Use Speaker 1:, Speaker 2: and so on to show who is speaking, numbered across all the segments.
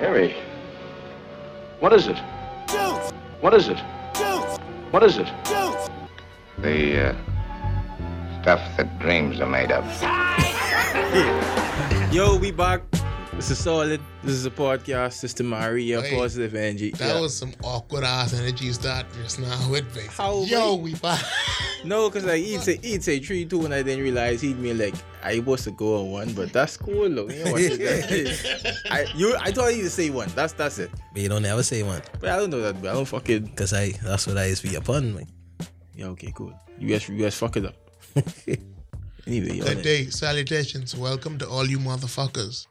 Speaker 1: Harry. What is it? What is it? What is it?
Speaker 2: The uh, stuff that dreams are made of.
Speaker 3: Yo, we back. This is solid. This is a podcast. Sister Maria,
Speaker 4: Hey,
Speaker 3: positive energy.
Speaker 4: That
Speaker 3: Yeah.
Speaker 4: was some awkward ass energy start just now with me.
Speaker 3: How
Speaker 4: Yo,
Speaker 3: wait?
Speaker 4: we back.
Speaker 3: no, cause like he'd say he'd say three two, and I didn't realize he'd mean like I was to go on one, but that's cool. Look, you know what that is. I you I thought he'd say one. That's that's it.
Speaker 5: But you don't ever say one.
Speaker 3: But I don't know that. But I don't fucking.
Speaker 5: Cause I that's what I is be upon me.
Speaker 3: Yeah, okay, cool. You guys you guys fuck it up. anyway, yo,
Speaker 4: Good day, salutations. Welcome to all you motherfuckers.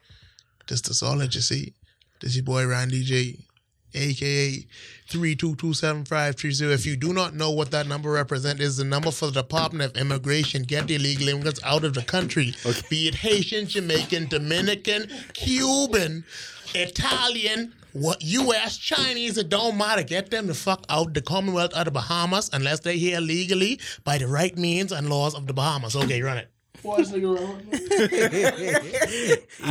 Speaker 4: This the solid, you see. This your boy Randy J, aka three two two seven five three zero. If you do not know what that number represents, is the number for the Department of Immigration. Get the illegal immigrants out of the country. Be it Haitian, Jamaican, Dominican, Cuban, Italian. What U.S. Chinese? It don't matter. Get them the fuck out the Commonwealth of the Bahamas unless they're here legally by the right means and laws of the Bahamas. Okay, run it.
Speaker 6: I
Speaker 5: Do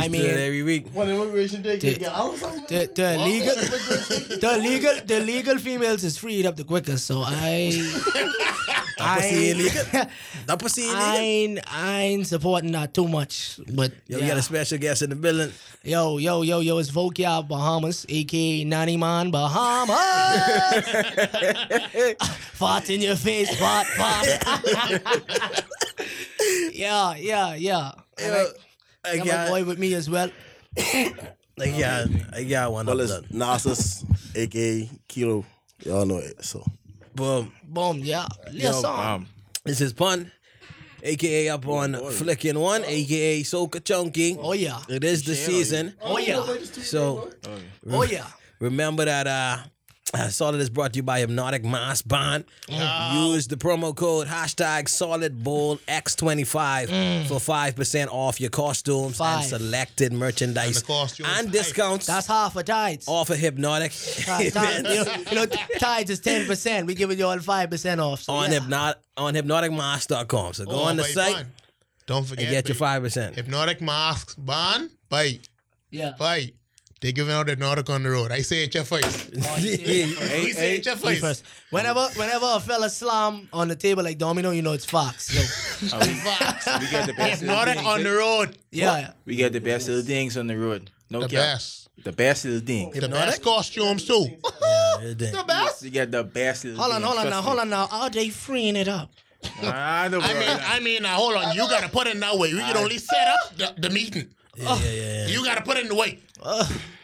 Speaker 5: it
Speaker 6: mean,
Speaker 5: every week.
Speaker 6: the, the legal, the legal, the legal females is freed up the quickest. So I, I,
Speaker 5: That pussy in
Speaker 6: I,
Speaker 5: here.
Speaker 6: ain't, I ain't supporting that too much. But
Speaker 5: Yo,
Speaker 6: yo,
Speaker 5: we
Speaker 6: yeah.
Speaker 5: got a special guest in the building.
Speaker 6: yo, yo, yo, yo, it's Vokia Bahamas, aka Nanny Man Bahamas. fart in your face, fart, fart. yeah, yeah, yeah. And I,
Speaker 5: I
Speaker 6: got my boy
Speaker 5: got,
Speaker 6: with me as well.
Speaker 5: I got, I got one
Speaker 7: Well,
Speaker 5: of
Speaker 7: it's
Speaker 5: them.
Speaker 7: Nasus, aka Kilo. Y'all know it. So
Speaker 5: Boom.
Speaker 6: Boom, yeah. Little
Speaker 5: Yo,
Speaker 6: song.
Speaker 3: um,
Speaker 5: This is pun, aka up on
Speaker 7: Oh,
Speaker 5: flicking one, aka Soka Chunky.
Speaker 6: Oh yeah.
Speaker 5: It is the season,
Speaker 6: Oh yeah.
Speaker 5: so
Speaker 6: Oh yeah.
Speaker 5: Remember that uh uh, Solid is brought to you by Hypnotic Mass Bond. Use the promo code hashtag SolidBoldX25 for 5% off your costumes
Speaker 6: Mm. Five.
Speaker 5: and selected merchandise
Speaker 4: And the costumes.
Speaker 5: and discounts
Speaker 6: That's half of tides.
Speaker 5: off of Hypnotic
Speaker 6: Tides, tides, you know, you know, tides is ten percent. We giving you all five percent off. So
Speaker 5: on,
Speaker 6: yeah.
Speaker 5: hypno- on hypnoticmass.com. So go
Speaker 4: Oh,
Speaker 5: on the
Speaker 4: by
Speaker 5: site
Speaker 4: Bun. Don't forget
Speaker 5: and get your
Speaker 4: baby.
Speaker 5: 5%.
Speaker 4: Hypnotic masks, ban, buy,
Speaker 6: Yeah.
Speaker 4: buy. They giving out hypnotic on the road. I say it your face. we say it your
Speaker 6: Me
Speaker 4: face.
Speaker 6: first. Whenever, whenever a fella slam on the table like Domino, you know it's Fox. So,
Speaker 3: we get the best.
Speaker 4: Hypnotic
Speaker 3: little
Speaker 4: on
Speaker 3: things. eh?
Speaker 4: the road.
Speaker 6: yeah.
Speaker 3: We get the best little things on the road. No
Speaker 4: The
Speaker 3: cap.
Speaker 4: best.
Speaker 3: The best little thing.
Speaker 4: The best costumes too.
Speaker 5: The
Speaker 4: best.
Speaker 3: You get the best little
Speaker 6: Hold on,
Speaker 3: thing.
Speaker 6: hold on
Speaker 3: Trust
Speaker 6: now,
Speaker 3: me.
Speaker 6: hold on now. Are they freeing it up?
Speaker 3: I know,
Speaker 4: I
Speaker 3: bro.
Speaker 4: mean, I mean. Now hold on. You gotta put it in that way. We can only set up the, the meeting.
Speaker 5: Yeah, yeah, yeah.
Speaker 4: You gotta put it in the way.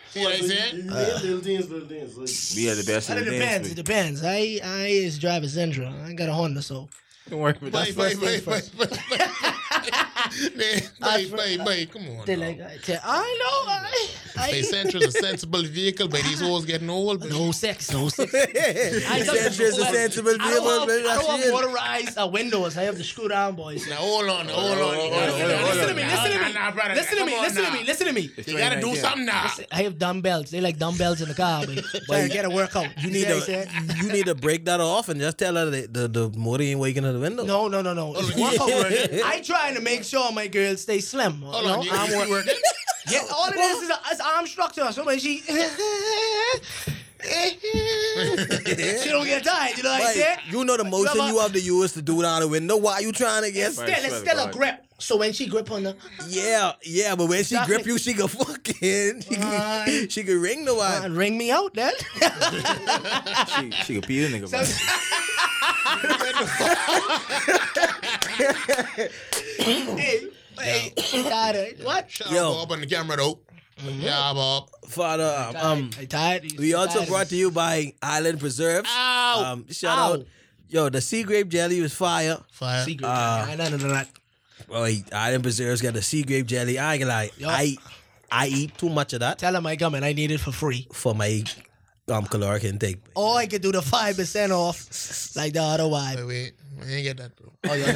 Speaker 4: See what I'm saying?
Speaker 3: we had the best
Speaker 6: But
Speaker 3: little
Speaker 6: it depends.
Speaker 3: things.
Speaker 6: It depends. I, I is driver Zendra. I got a Honda, so
Speaker 3: Don't work with
Speaker 4: Wait,
Speaker 3: us.
Speaker 4: wait,
Speaker 6: first
Speaker 4: wait,
Speaker 6: things
Speaker 4: wait, wait, wait. Wait, wait, wait. Come on.
Speaker 6: they
Speaker 4: now.
Speaker 6: like. I, tell, I know. I,
Speaker 4: They
Speaker 6: I,
Speaker 4: sent you a sensible vehicle, but these hoes getting old. but-
Speaker 6: no sex, no sex.
Speaker 5: I
Speaker 6: I don't-
Speaker 5: a sensible
Speaker 6: I don't want, I don't want
Speaker 5: vehicle.
Speaker 6: motorized uh, windows. I have the screw down, boys.
Speaker 4: Now hold on, hold on.
Speaker 6: Listen to me, listen to me,
Speaker 4: Nah, nah, brother,
Speaker 6: listen to
Speaker 4: come
Speaker 6: me,
Speaker 4: on
Speaker 6: listen to
Speaker 4: now.
Speaker 6: me, listen to me.
Speaker 4: You gotta do something now.
Speaker 6: I have dumbbells. They like dumbbells in the car, but, but you gotta work out.
Speaker 5: You need
Speaker 6: know what I'm
Speaker 5: to
Speaker 6: saying?
Speaker 5: you need to break that off and just tell her the the, the motor ain't waking out the window.
Speaker 6: No, no, no, no. It's
Speaker 4: you
Speaker 6: workout.
Speaker 5: see-
Speaker 6: I trying to make sure my girls stay slim.
Speaker 4: Hold
Speaker 6: you
Speaker 4: on,
Speaker 6: know?
Speaker 4: you,
Speaker 6: I'm
Speaker 4: you
Speaker 6: work-
Speaker 4: working?
Speaker 6: yeah, all it is is, a, is arm structure. So when she she don't get tired, you know what I'm
Speaker 5: Like,
Speaker 6: saying?
Speaker 5: you know the motion you
Speaker 6: have
Speaker 5: have,
Speaker 6: a-
Speaker 5: to use to do it out the window. Why you trying to get?
Speaker 6: It's still, it's still a grip. So when she grip on the,
Speaker 5: Yeah, yeah, but when she
Speaker 6: That's
Speaker 5: grip
Speaker 6: it.
Speaker 5: you, she can fucking she can,
Speaker 6: Right.
Speaker 5: she can ring the
Speaker 6: uh,
Speaker 5: wire.
Speaker 6: ring me out then.
Speaker 3: She, she could pee the nigga. bro.
Speaker 6: hey, hey, tired. eh? What?
Speaker 4: Shout
Speaker 5: Yo.
Speaker 4: out Bob on the camera though.
Speaker 6: Mm-hmm.
Speaker 4: Yeah, Bob.
Speaker 5: Father, um,
Speaker 6: Um, I tired.
Speaker 5: we also
Speaker 6: tired.
Speaker 5: brought to you by Island Preserves.
Speaker 4: Ow.
Speaker 5: Um, shout
Speaker 6: Ow.
Speaker 5: out, yo, the sea grape jelly was fire.
Speaker 4: Fire.
Speaker 6: Secret. I no, no, no, no.
Speaker 5: Oh, he- Island Preserves got the sea grape jelly. I ain't gonna lie,
Speaker 6: Yo.
Speaker 5: I I eat too much of that
Speaker 6: Tell him I come and I need it for free.
Speaker 5: for my um caloric intake.
Speaker 6: Or I could do the five percent off, like the other
Speaker 4: Wait,
Speaker 6: wife.
Speaker 4: wait. I ain't get that, bro.
Speaker 6: Oh, yeah.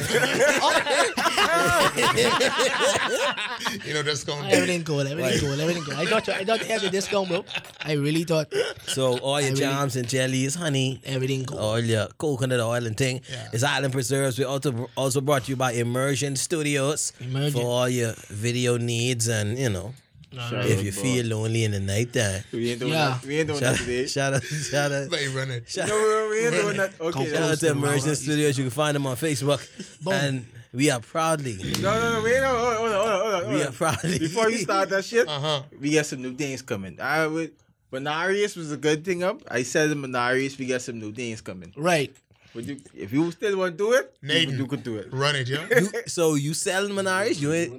Speaker 4: You know that's going to
Speaker 6: everything cool, everything cool, everything cool. I thought, you- I thought they had the discount, bro. I really thought
Speaker 5: So all your
Speaker 6: really-
Speaker 5: jams and jellies, honey,
Speaker 6: everything cool.
Speaker 5: all your coconut oil and thing.
Speaker 4: Yeah.
Speaker 5: It's Island Preserves. We also also brought to you by Immersion Studios
Speaker 6: Immersion.
Speaker 5: for all your video needs and you know
Speaker 3: Shout out,
Speaker 5: If you
Speaker 3: bro.
Speaker 5: feel lonely in the night time,
Speaker 3: we ain't doing
Speaker 6: Yeah.
Speaker 3: that. We ain't doing that
Speaker 5: shout
Speaker 3: today.
Speaker 5: out, shout out, shout out.
Speaker 4: Let you run it.
Speaker 5: Shout
Speaker 3: No, we- we ain't doing that. Okay,
Speaker 5: Shout out
Speaker 3: that's-
Speaker 5: to Immersion Studios. You can find them on Facebook.
Speaker 6: Boom.
Speaker 5: And we are proudly,
Speaker 3: no, no, no, we ain't. Hold on, hold on, hold on, hold on.
Speaker 5: we Uh-huh. are proudly.
Speaker 3: Before you start that shit,
Speaker 4: Uh huh.
Speaker 3: we get some new things coming. I would. Minarius was a good thing up. I said in Minarius, we got some new things coming.
Speaker 6: Right.
Speaker 3: Would you, if you still want to do it, you
Speaker 4: Nathan.
Speaker 3: could- you could do it.
Speaker 4: Run it, yo.
Speaker 5: You- so you selling Menaris? You ain't,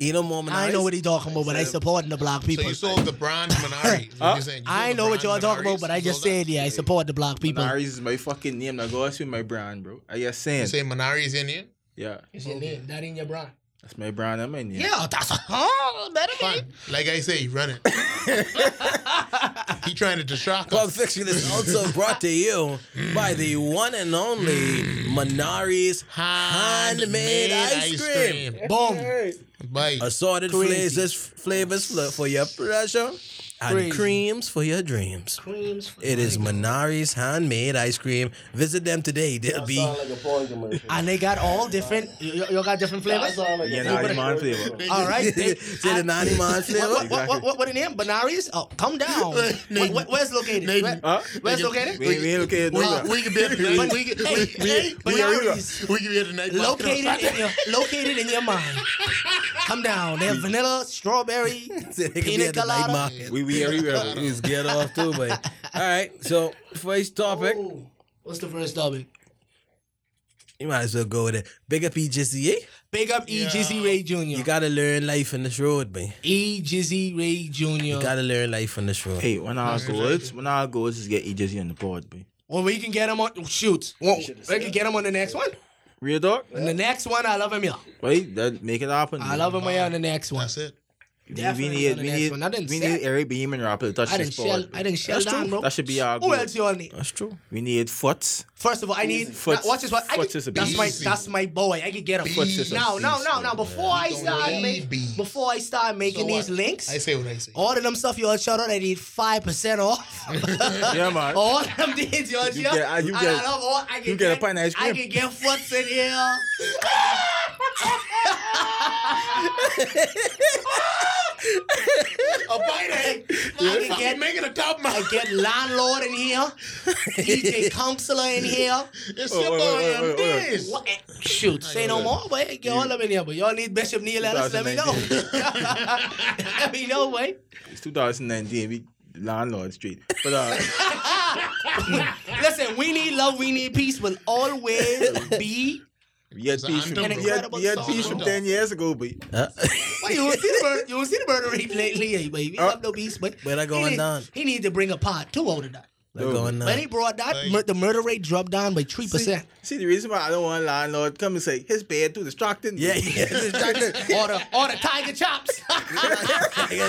Speaker 5: you know more Menaris?
Speaker 6: I know what he talking about, but I supporting the black
Speaker 4: So
Speaker 6: people.
Speaker 4: you sold the brand Minari. is what you're saying. You sold
Speaker 6: I
Speaker 4: the
Speaker 6: know what
Speaker 4: brand
Speaker 6: y'all talking about,
Speaker 4: Minari's.
Speaker 6: but I
Speaker 4: You
Speaker 6: just
Speaker 4: sold that?
Speaker 6: said yeah, I support the black people.
Speaker 3: Minarius is my fucking name. Now go ask me my brand, bro. I just saying.
Speaker 4: You say Minari's in here?
Speaker 3: Yeah,
Speaker 6: It's your name, that ain't your brand.
Speaker 3: that's my brand and my name.
Speaker 6: Yeah, that's a oh, better be.
Speaker 4: Fine. Like I say, run it. he trying to distract
Speaker 5: Pulp
Speaker 4: us.
Speaker 5: Fiction is also brought to you by the one and only Menaris handmade ice cream.
Speaker 6: Boom.
Speaker 4: Bye.
Speaker 5: Assorted
Speaker 6: Crazy.
Speaker 5: flavors, flavors fl- for your pleasure and
Speaker 6: Crazy.
Speaker 5: creams for your dreams.
Speaker 6: Creams.
Speaker 5: It is Menaris handmade ice cream. Visit them today. They'll be
Speaker 7: Sound like a porn commercial.
Speaker 6: And they got all different. You, you got different
Speaker 7: That
Speaker 6: flavors.
Speaker 7: sound like a
Speaker 3: Yeah,
Speaker 7: porn
Speaker 3: nah, it's mine
Speaker 7: commercial.
Speaker 3: flavor.
Speaker 6: All right. They,
Speaker 5: Say the Nani Man
Speaker 6: what,
Speaker 5: flavor.
Speaker 6: what, what, what, what, what the name? Benares? Oh, come down. Where- where- where's located? Where,
Speaker 3: Huh?
Speaker 6: where's located?
Speaker 3: We, we ain't looking at
Speaker 4: We,
Speaker 3: no
Speaker 4: we can be here tonight. We can,
Speaker 6: Hey,
Speaker 4: we,
Speaker 6: hey,
Speaker 4: we,
Speaker 6: Benares.
Speaker 4: we can be here tonight.
Speaker 6: Located in your located in your mind. Come down. They have vanilla, strawberry,
Speaker 5: Say they could be
Speaker 6: Pina
Speaker 5: at the night
Speaker 6: colada.
Speaker 5: market.
Speaker 3: we, we everywhere.
Speaker 5: It was get off too, but all right. So first topic,
Speaker 6: Ooh, What's the first topic?
Speaker 5: you might as well go with it. Big up E EJCA.
Speaker 6: Big up E Jizzy Ray Jr.
Speaker 5: eh? You gotta learn life on this road, man.
Speaker 6: E Jizzy Ray Jr.
Speaker 5: You gotta learn life on this road.
Speaker 3: Hey, when our goals, when our goals is get EJZ on the board, boy.
Speaker 6: well, we can get him on. oh, Shoot, well, we can get him on the next one.
Speaker 3: Real dog,
Speaker 6: And the next one, I love him, yeah.
Speaker 3: right? That make it happen.
Speaker 6: I love him yeah, on the next one.
Speaker 4: That's it.
Speaker 3: We,
Speaker 6: Definitely
Speaker 3: we need,
Speaker 6: on the
Speaker 3: we
Speaker 6: next
Speaker 3: need,
Speaker 6: one. I didn't
Speaker 3: we
Speaker 6: say-
Speaker 3: need Eric Beam and Rapper to touch
Speaker 6: I
Speaker 3: this
Speaker 6: didn't shell.
Speaker 3: board.
Speaker 6: I didn't shell
Speaker 3: That's true.
Speaker 6: down, bro.
Speaker 3: That should be our
Speaker 6: Who
Speaker 3: goal.
Speaker 6: else you all need?
Speaker 5: That's true.
Speaker 3: We need Foots.
Speaker 6: First of all, I need
Speaker 3: Foots-
Speaker 6: now, watch this. One. I
Speaker 3: Foots
Speaker 6: can-
Speaker 3: is a
Speaker 6: that's my
Speaker 4: beast.
Speaker 6: that's my boy. I could get him.
Speaker 4: Foots is a
Speaker 6: Now, now, now, now. Before I
Speaker 4: Don't
Speaker 6: start,
Speaker 4: need
Speaker 6: make,
Speaker 4: beast.
Speaker 6: before I start making
Speaker 4: So
Speaker 6: these
Speaker 4: what?
Speaker 6: links, Oh,
Speaker 4: I say what I say.
Speaker 6: all of them stuff you all shout out. I need five percent off.
Speaker 3: Yeah, man.
Speaker 6: All of them did, you all
Speaker 3: You get- uh, you
Speaker 6: I
Speaker 3: get-
Speaker 6: love all. I can
Speaker 3: you get a pint of ice
Speaker 6: I
Speaker 3: cream.
Speaker 6: can get foots in here.
Speaker 4: a bite
Speaker 6: I can get
Speaker 4: making a top
Speaker 6: I
Speaker 4: man.
Speaker 6: get landlord in here. DJ counselor in here.
Speaker 4: It's
Speaker 3: Oh,
Speaker 4: your
Speaker 3: wait,
Speaker 4: boy
Speaker 3: wait,
Speaker 4: and
Speaker 3: wait, wait, wait.
Speaker 4: this.
Speaker 6: What? Eh, Shoot, say no more, boy. Get all of them in here, but y'all need Bishop Neil Ellis. Let me know. let me know, boy.
Speaker 3: It's 2019. We landlord street, but uh,
Speaker 6: Listen, we need love, we need peace. Will always be.
Speaker 3: we had
Speaker 4: It's
Speaker 3: peace. From,
Speaker 4: an anthem,
Speaker 3: we had,
Speaker 6: bro.
Speaker 3: we had
Speaker 6: Incredible
Speaker 3: peace
Speaker 4: song,
Speaker 3: from
Speaker 4: bro.
Speaker 3: ten years ago, but
Speaker 5: Uh,
Speaker 6: Boy, you don't see the bird. You don't see the bird rate lately, eh, boy. We have no peace, but
Speaker 5: Uh, Where that
Speaker 6: he
Speaker 5: going
Speaker 6: need,
Speaker 5: down?
Speaker 6: He need to bring a part two out of that.
Speaker 5: What's going uh,
Speaker 6: When he
Speaker 5: on?
Speaker 6: brought that, mur- the murder rate dropped down by three percent.
Speaker 3: see the reason why I don't want landlord come and say his bed too distracting.
Speaker 5: Yeah, yeah. this is Jack-
Speaker 6: Or the or the tiger chops. you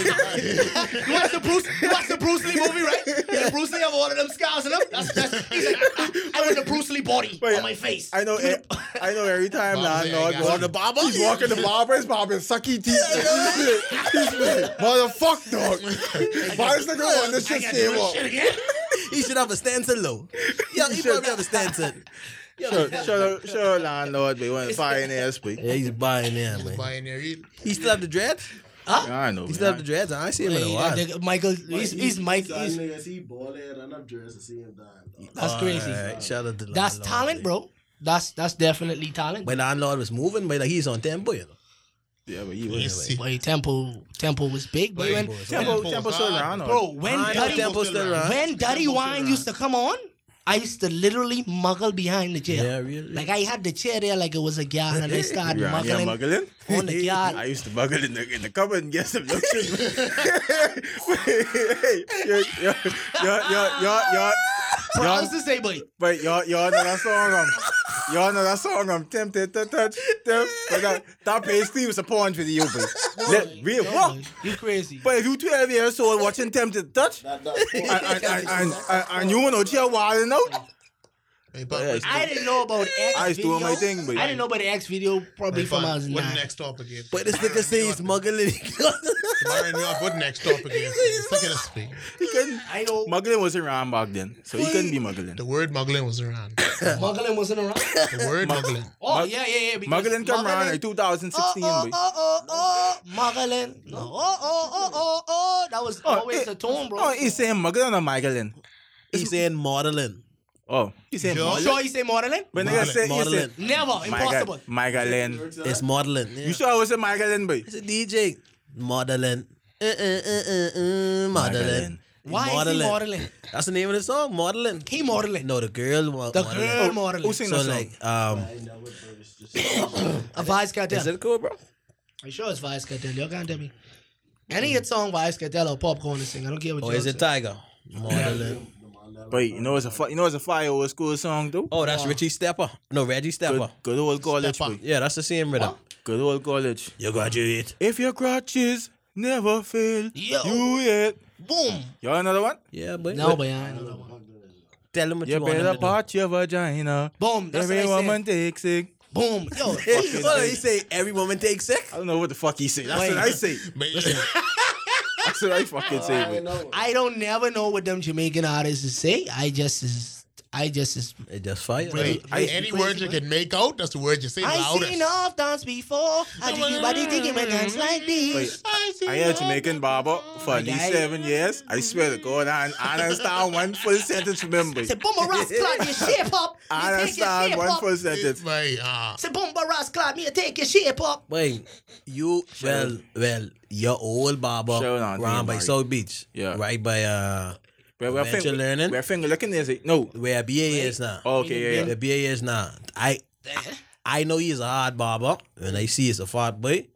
Speaker 6: watch the Bruce, you watch the Bruce Lee movie, right? Yeah, Bruce Lee have all of them scars on him. That's, that's, he's like, I, I want the Bruce Lee body
Speaker 3: Wait,
Speaker 6: on my face.
Speaker 3: I know. e- I know. Every time
Speaker 4: Barber say,
Speaker 3: landlord
Speaker 4: I
Speaker 3: walk
Speaker 4: got you.
Speaker 3: barber, he's walking the barber. His barber sucky teeth. He's like, motherfuck dog. Why is the girl on this
Speaker 6: I
Speaker 3: shit
Speaker 6: got
Speaker 3: stay
Speaker 6: the real
Speaker 3: up?
Speaker 6: shit again.
Speaker 5: he should have a Stanton low. Yeah, he probably have a Stanton.
Speaker 3: Sure, sure, sure, landlord. We want to pioneers, but
Speaker 5: Yeah, he's buying there, man.
Speaker 4: Binary.
Speaker 5: He still have the dreads?
Speaker 3: I know.
Speaker 5: He
Speaker 3: man.
Speaker 5: still have the dreads? I ain't seen him in a
Speaker 6: Yeah,
Speaker 5: while.
Speaker 6: that nigga Michael, he's, he's Mike.
Speaker 7: Some
Speaker 6: He's,
Speaker 7: niggas, he bald head and I'm dressed to see him dying. dog.
Speaker 6: that's crazy.
Speaker 5: Alright, shout out to
Speaker 6: That's
Speaker 5: landlord,
Speaker 6: talent,
Speaker 5: man.
Speaker 6: bro. That's that's definitely talent.
Speaker 5: But landlord was moving, but like he's on tempo, you know.
Speaker 3: Yeah, but you was.
Speaker 4: See.
Speaker 6: Boy, tempo tempo was big. Boy, when,
Speaker 3: Tempo,
Speaker 4: Tempo's
Speaker 3: tempo,
Speaker 4: hard.
Speaker 3: still around. or-
Speaker 6: bro, when
Speaker 5: I know
Speaker 6: Duddy,
Speaker 5: tempo's still around.
Speaker 6: when Duddy Wine used to come on, I used to literally muggle behind the chair.
Speaker 5: Yeah, really.
Speaker 6: Like I had the chair there like it was a girl, and I started
Speaker 3: Yeah, yeah,
Speaker 6: muggling Oh,
Speaker 3: muggling.
Speaker 6: on the
Speaker 3: I
Speaker 6: yard.
Speaker 3: used to muggle in the, in the cupboard and get some lotion. Wait, yo, yo, yo, yo, yo, yo,
Speaker 6: Bro, I was to say, boy,
Speaker 3: but yo, yo, know that song, um, y'all know that song, um, I'm tempted to touch, tempt, but that, that basically was a porn video, but let, real fuck.
Speaker 6: boy, you crazy.
Speaker 3: But if you 12 years old watching Tempted to Touch,
Speaker 7: That- that's porn.
Speaker 3: and, and, and, and, and you want to cheer wilding out,
Speaker 4: Hey, but
Speaker 3: yeah,
Speaker 4: what's-
Speaker 6: I didn't know about X.
Speaker 1: I was doing my
Speaker 6: video.
Speaker 1: thing, but-
Speaker 6: I didn't know about the X video probably
Speaker 4: hey,
Speaker 6: from when I was
Speaker 4: fam, What
Speaker 6: nine.
Speaker 4: next topic is?
Speaker 5: But this nigga say he's muggling.
Speaker 4: Byron York, what next topic is? Look at this thing.
Speaker 3: He couldn't.
Speaker 6: I know
Speaker 3: Muggling wasn't around back then, so he couldn't be muggling.
Speaker 4: The word muggling was around. The
Speaker 6: Muggling wasn't around.
Speaker 4: word muggling.
Speaker 6: Oh
Speaker 3: Mug-
Speaker 6: yeah, yeah, yeah. because
Speaker 3: Muggling come around in
Speaker 6: Muggling-
Speaker 3: 2016,
Speaker 6: Oh,
Speaker 3: boy.
Speaker 6: oh, oh, oh, oh, Muggling. No, oh, oh, oh, oh, oh. That was always
Speaker 3: eh,
Speaker 6: the tone, bro.
Speaker 3: Oh, he's saying muggling or muggling?
Speaker 5: he's saying modeling.
Speaker 3: Oh, he's saying
Speaker 4: Yo.
Speaker 6: You
Speaker 3: muggling.
Speaker 6: sure you say modeling?
Speaker 3: But nigga
Speaker 5: Modeling,
Speaker 3: said he
Speaker 5: modeling.
Speaker 3: said
Speaker 6: Never. Impossible.
Speaker 3: muggling.
Speaker 5: It's modeling. Yeah.
Speaker 3: You sure I was a muggling, boy?
Speaker 5: It's a DJ. Modeling. Uh, uh, uh, uh, uh, modeling.
Speaker 3: Modeling.
Speaker 6: Why is he modeling?
Speaker 5: That's the name of the song. Modeling.
Speaker 6: He modeling.
Speaker 5: No, the girl. Wa-
Speaker 6: The
Speaker 5: modeling.
Speaker 6: girl
Speaker 3: Who
Speaker 6: modeling.
Speaker 3: sing
Speaker 5: So
Speaker 3: that song?
Speaker 5: like, um,
Speaker 6: A Vice Cartel.
Speaker 5: is it cool, bro?
Speaker 6: I'm sure it's Vice Cartel. Y'all can't tell me. Any hit song Vice Cartel or popcorn is sing. I don't care what
Speaker 5: Or
Speaker 6: you
Speaker 5: oh, is it Tiger? Modeling.
Speaker 3: But you know it's a fi- you know it's a fire old school song though.
Speaker 5: Oh, that's Richie Stepper. No, Reggie Stepper.
Speaker 3: Good, good old college,
Speaker 4: Step up.
Speaker 3: boy.
Speaker 5: Yeah, that's the same rhythm.
Speaker 3: Good old college.
Speaker 5: You graduate.
Speaker 3: If your crutches never fail,
Speaker 6: Yo.
Speaker 3: you it.
Speaker 6: Boom.
Speaker 3: You want another one?
Speaker 5: Yeah, but
Speaker 6: No, but yeah, I know that one.
Speaker 5: tell him what
Speaker 3: You
Speaker 5: you want him
Speaker 3: better
Speaker 5: to do.
Speaker 3: part your vagina.
Speaker 6: Boom. That's
Speaker 3: Every
Speaker 6: what I
Speaker 3: woman
Speaker 6: said.
Speaker 3: takes it.
Speaker 6: Boom. Yo.
Speaker 5: Well, he say every woman takes sick.
Speaker 3: I don't know what the fuck he say. That's what I say. That's what I fucking say. boy.
Speaker 6: I don't never know what them Jamaican artists is say. I just is I just is
Speaker 5: It just fire.
Speaker 4: Hey,
Speaker 6: I-
Speaker 4: any word you can make out, that's the word you say
Speaker 6: I
Speaker 4: loudest.
Speaker 6: seen off dance before. I just see body thinking my dance like this.
Speaker 3: I had Jamaican barber for at least
Speaker 6: guy-
Speaker 3: seven years. I swear to God, I I understand one full sentence from him, boy.
Speaker 6: Say boom rats clap your shape up. Me
Speaker 3: I
Speaker 6: take your
Speaker 3: understand
Speaker 6: shape
Speaker 3: one
Speaker 6: up.
Speaker 3: full
Speaker 4: It's
Speaker 3: sentence.
Speaker 4: my, uh,
Speaker 6: Say boom rats clap me take your shape up.
Speaker 5: Wait, you well, well, your old barber
Speaker 3: Shout out to
Speaker 5: round by
Speaker 3: Mary.
Speaker 5: South Beach,
Speaker 3: Yeah.
Speaker 5: right by uh,
Speaker 3: But we're
Speaker 5: Adventure
Speaker 3: finger,
Speaker 5: learning.
Speaker 3: We're finger looking there. Say, no.
Speaker 5: where BA is now.
Speaker 3: Okay, yeah, yeah.
Speaker 5: The BA is now. I I know he's a hard barber. When I see he's a fat boy,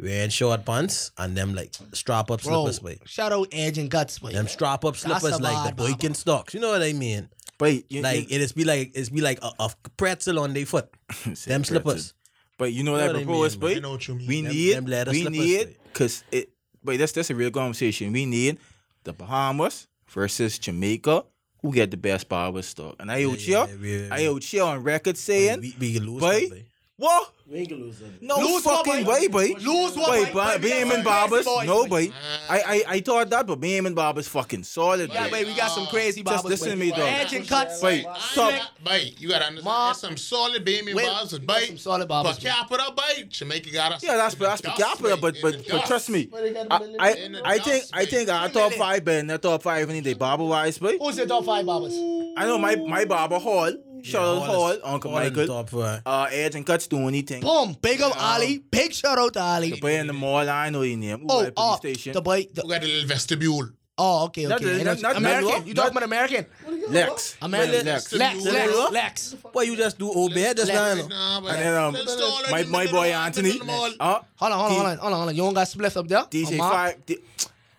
Speaker 5: wearing short pants and them like strap up
Speaker 6: Bro,
Speaker 5: slippers, boy.
Speaker 6: shout out Edge and Guts, boy.
Speaker 5: Them strap up slippers
Speaker 6: a
Speaker 5: like
Speaker 6: bad
Speaker 5: the
Speaker 6: barber.
Speaker 5: Boykin stocks. You know what I mean?
Speaker 3: But you,
Speaker 5: Like
Speaker 3: you,
Speaker 5: it is be like it's be like a, a pretzel on their foot.
Speaker 3: Say pretzel.
Speaker 5: Them slippers.
Speaker 3: But you know what
Speaker 5: Know
Speaker 3: I
Speaker 5: what I mean,
Speaker 3: propose,
Speaker 5: man.
Speaker 3: boy?
Speaker 4: I know what you mean.
Speaker 3: We
Speaker 5: Them-
Speaker 3: need,
Speaker 5: them leather
Speaker 3: we
Speaker 5: slippers,
Speaker 3: need,
Speaker 5: boy.
Speaker 3: cause it. But that's that's a real conversation. We need the Bahamas versus Jamaica. Who get the best barber stock? And I out
Speaker 5: yeah,
Speaker 3: here,
Speaker 5: yeah, yeah.
Speaker 3: I out here on record saying,
Speaker 5: We, we can lose
Speaker 3: Boy.
Speaker 5: that, boy.
Speaker 3: what?
Speaker 7: We ain't gonna lose that.
Speaker 3: No
Speaker 6: Lose what,
Speaker 3: fucking
Speaker 6: boy?
Speaker 3: way, boy.
Speaker 6: Lose what,
Speaker 3: Boy, Ba-
Speaker 6: boy? Boy, we got
Speaker 3: Bahamian
Speaker 6: some
Speaker 3: barbers,
Speaker 6: crazy boys,
Speaker 3: no,
Speaker 6: boy.
Speaker 3: boy. I, I I thought that, but Bahamian barbers fucking solid.
Speaker 6: Yeah,
Speaker 3: boy.
Speaker 6: but we got
Speaker 4: ah,
Speaker 6: some crazy
Speaker 3: Just
Speaker 6: barbers.
Speaker 3: listen to
Speaker 6: boy.
Speaker 3: me, dog.
Speaker 6: Edge and Guts.
Speaker 3: Wait,
Speaker 4: Stop.
Speaker 3: stop.
Speaker 4: Bite. You gotta understand.
Speaker 6: Ma-
Speaker 4: There's some solid Bahamian
Speaker 6: Wait,
Speaker 4: barbers
Speaker 6: you
Speaker 4: and
Speaker 6: got
Speaker 4: bite.
Speaker 6: some solid barbers,
Speaker 4: Per
Speaker 6: man.
Speaker 4: capita bite. Jamaica got us.
Speaker 3: Yeah, that's
Speaker 4: in the
Speaker 3: that's per
Speaker 4: dust,
Speaker 3: capita,
Speaker 4: mate,
Speaker 3: but
Speaker 4: in
Speaker 3: but
Speaker 4: the
Speaker 3: but
Speaker 4: dust.
Speaker 3: trust me,
Speaker 6: But they got
Speaker 3: I
Speaker 6: the
Speaker 3: I,
Speaker 4: in the
Speaker 3: I think
Speaker 4: dust,
Speaker 3: I think our
Speaker 6: mate.
Speaker 3: top five better than their top five any day barber wise, boy.
Speaker 6: Who's your top five barbers?
Speaker 3: I know my my barber Hall, shout out Hall,
Speaker 5: is-
Speaker 3: Uncle
Speaker 5: Hall in the
Speaker 3: Michael,
Speaker 5: Top, right?
Speaker 3: uh, Edge and Cuts do anything.
Speaker 6: Boom. Big up Ali. Big shout out to Ali.
Speaker 3: But in the mall, I know your name. Ooh,
Speaker 6: Oh,
Speaker 3: at police
Speaker 6: oh,
Speaker 3: station.
Speaker 6: the boy. the-
Speaker 4: We got a little vestibule.
Speaker 6: Oh, okay,
Speaker 3: Not
Speaker 6: okay.
Speaker 3: the-
Speaker 6: I know
Speaker 3: not-
Speaker 6: what you-
Speaker 3: not-
Speaker 6: American.
Speaker 3: not-
Speaker 6: you
Speaker 3: not-
Speaker 6: talking about American?
Speaker 3: Lex.
Speaker 6: American.
Speaker 3: Lex.
Speaker 6: Lex. Lex. Lex.
Speaker 5: Boy, you just do old bed just now.
Speaker 6: Oh.
Speaker 5: no?
Speaker 4: Nah, but
Speaker 3: And then um,
Speaker 4: Little stall in
Speaker 3: my
Speaker 4: the
Speaker 3: my
Speaker 4: middle
Speaker 3: boy
Speaker 4: of-
Speaker 3: Anthony,
Speaker 4: middle of the mall.
Speaker 3: uh,
Speaker 6: Hold on, hold on,
Speaker 3: D-
Speaker 6: hold on, hold on, hold on. You don't got spliff up there?
Speaker 3: DJ
Speaker 6: Amar-
Speaker 3: Fire. D-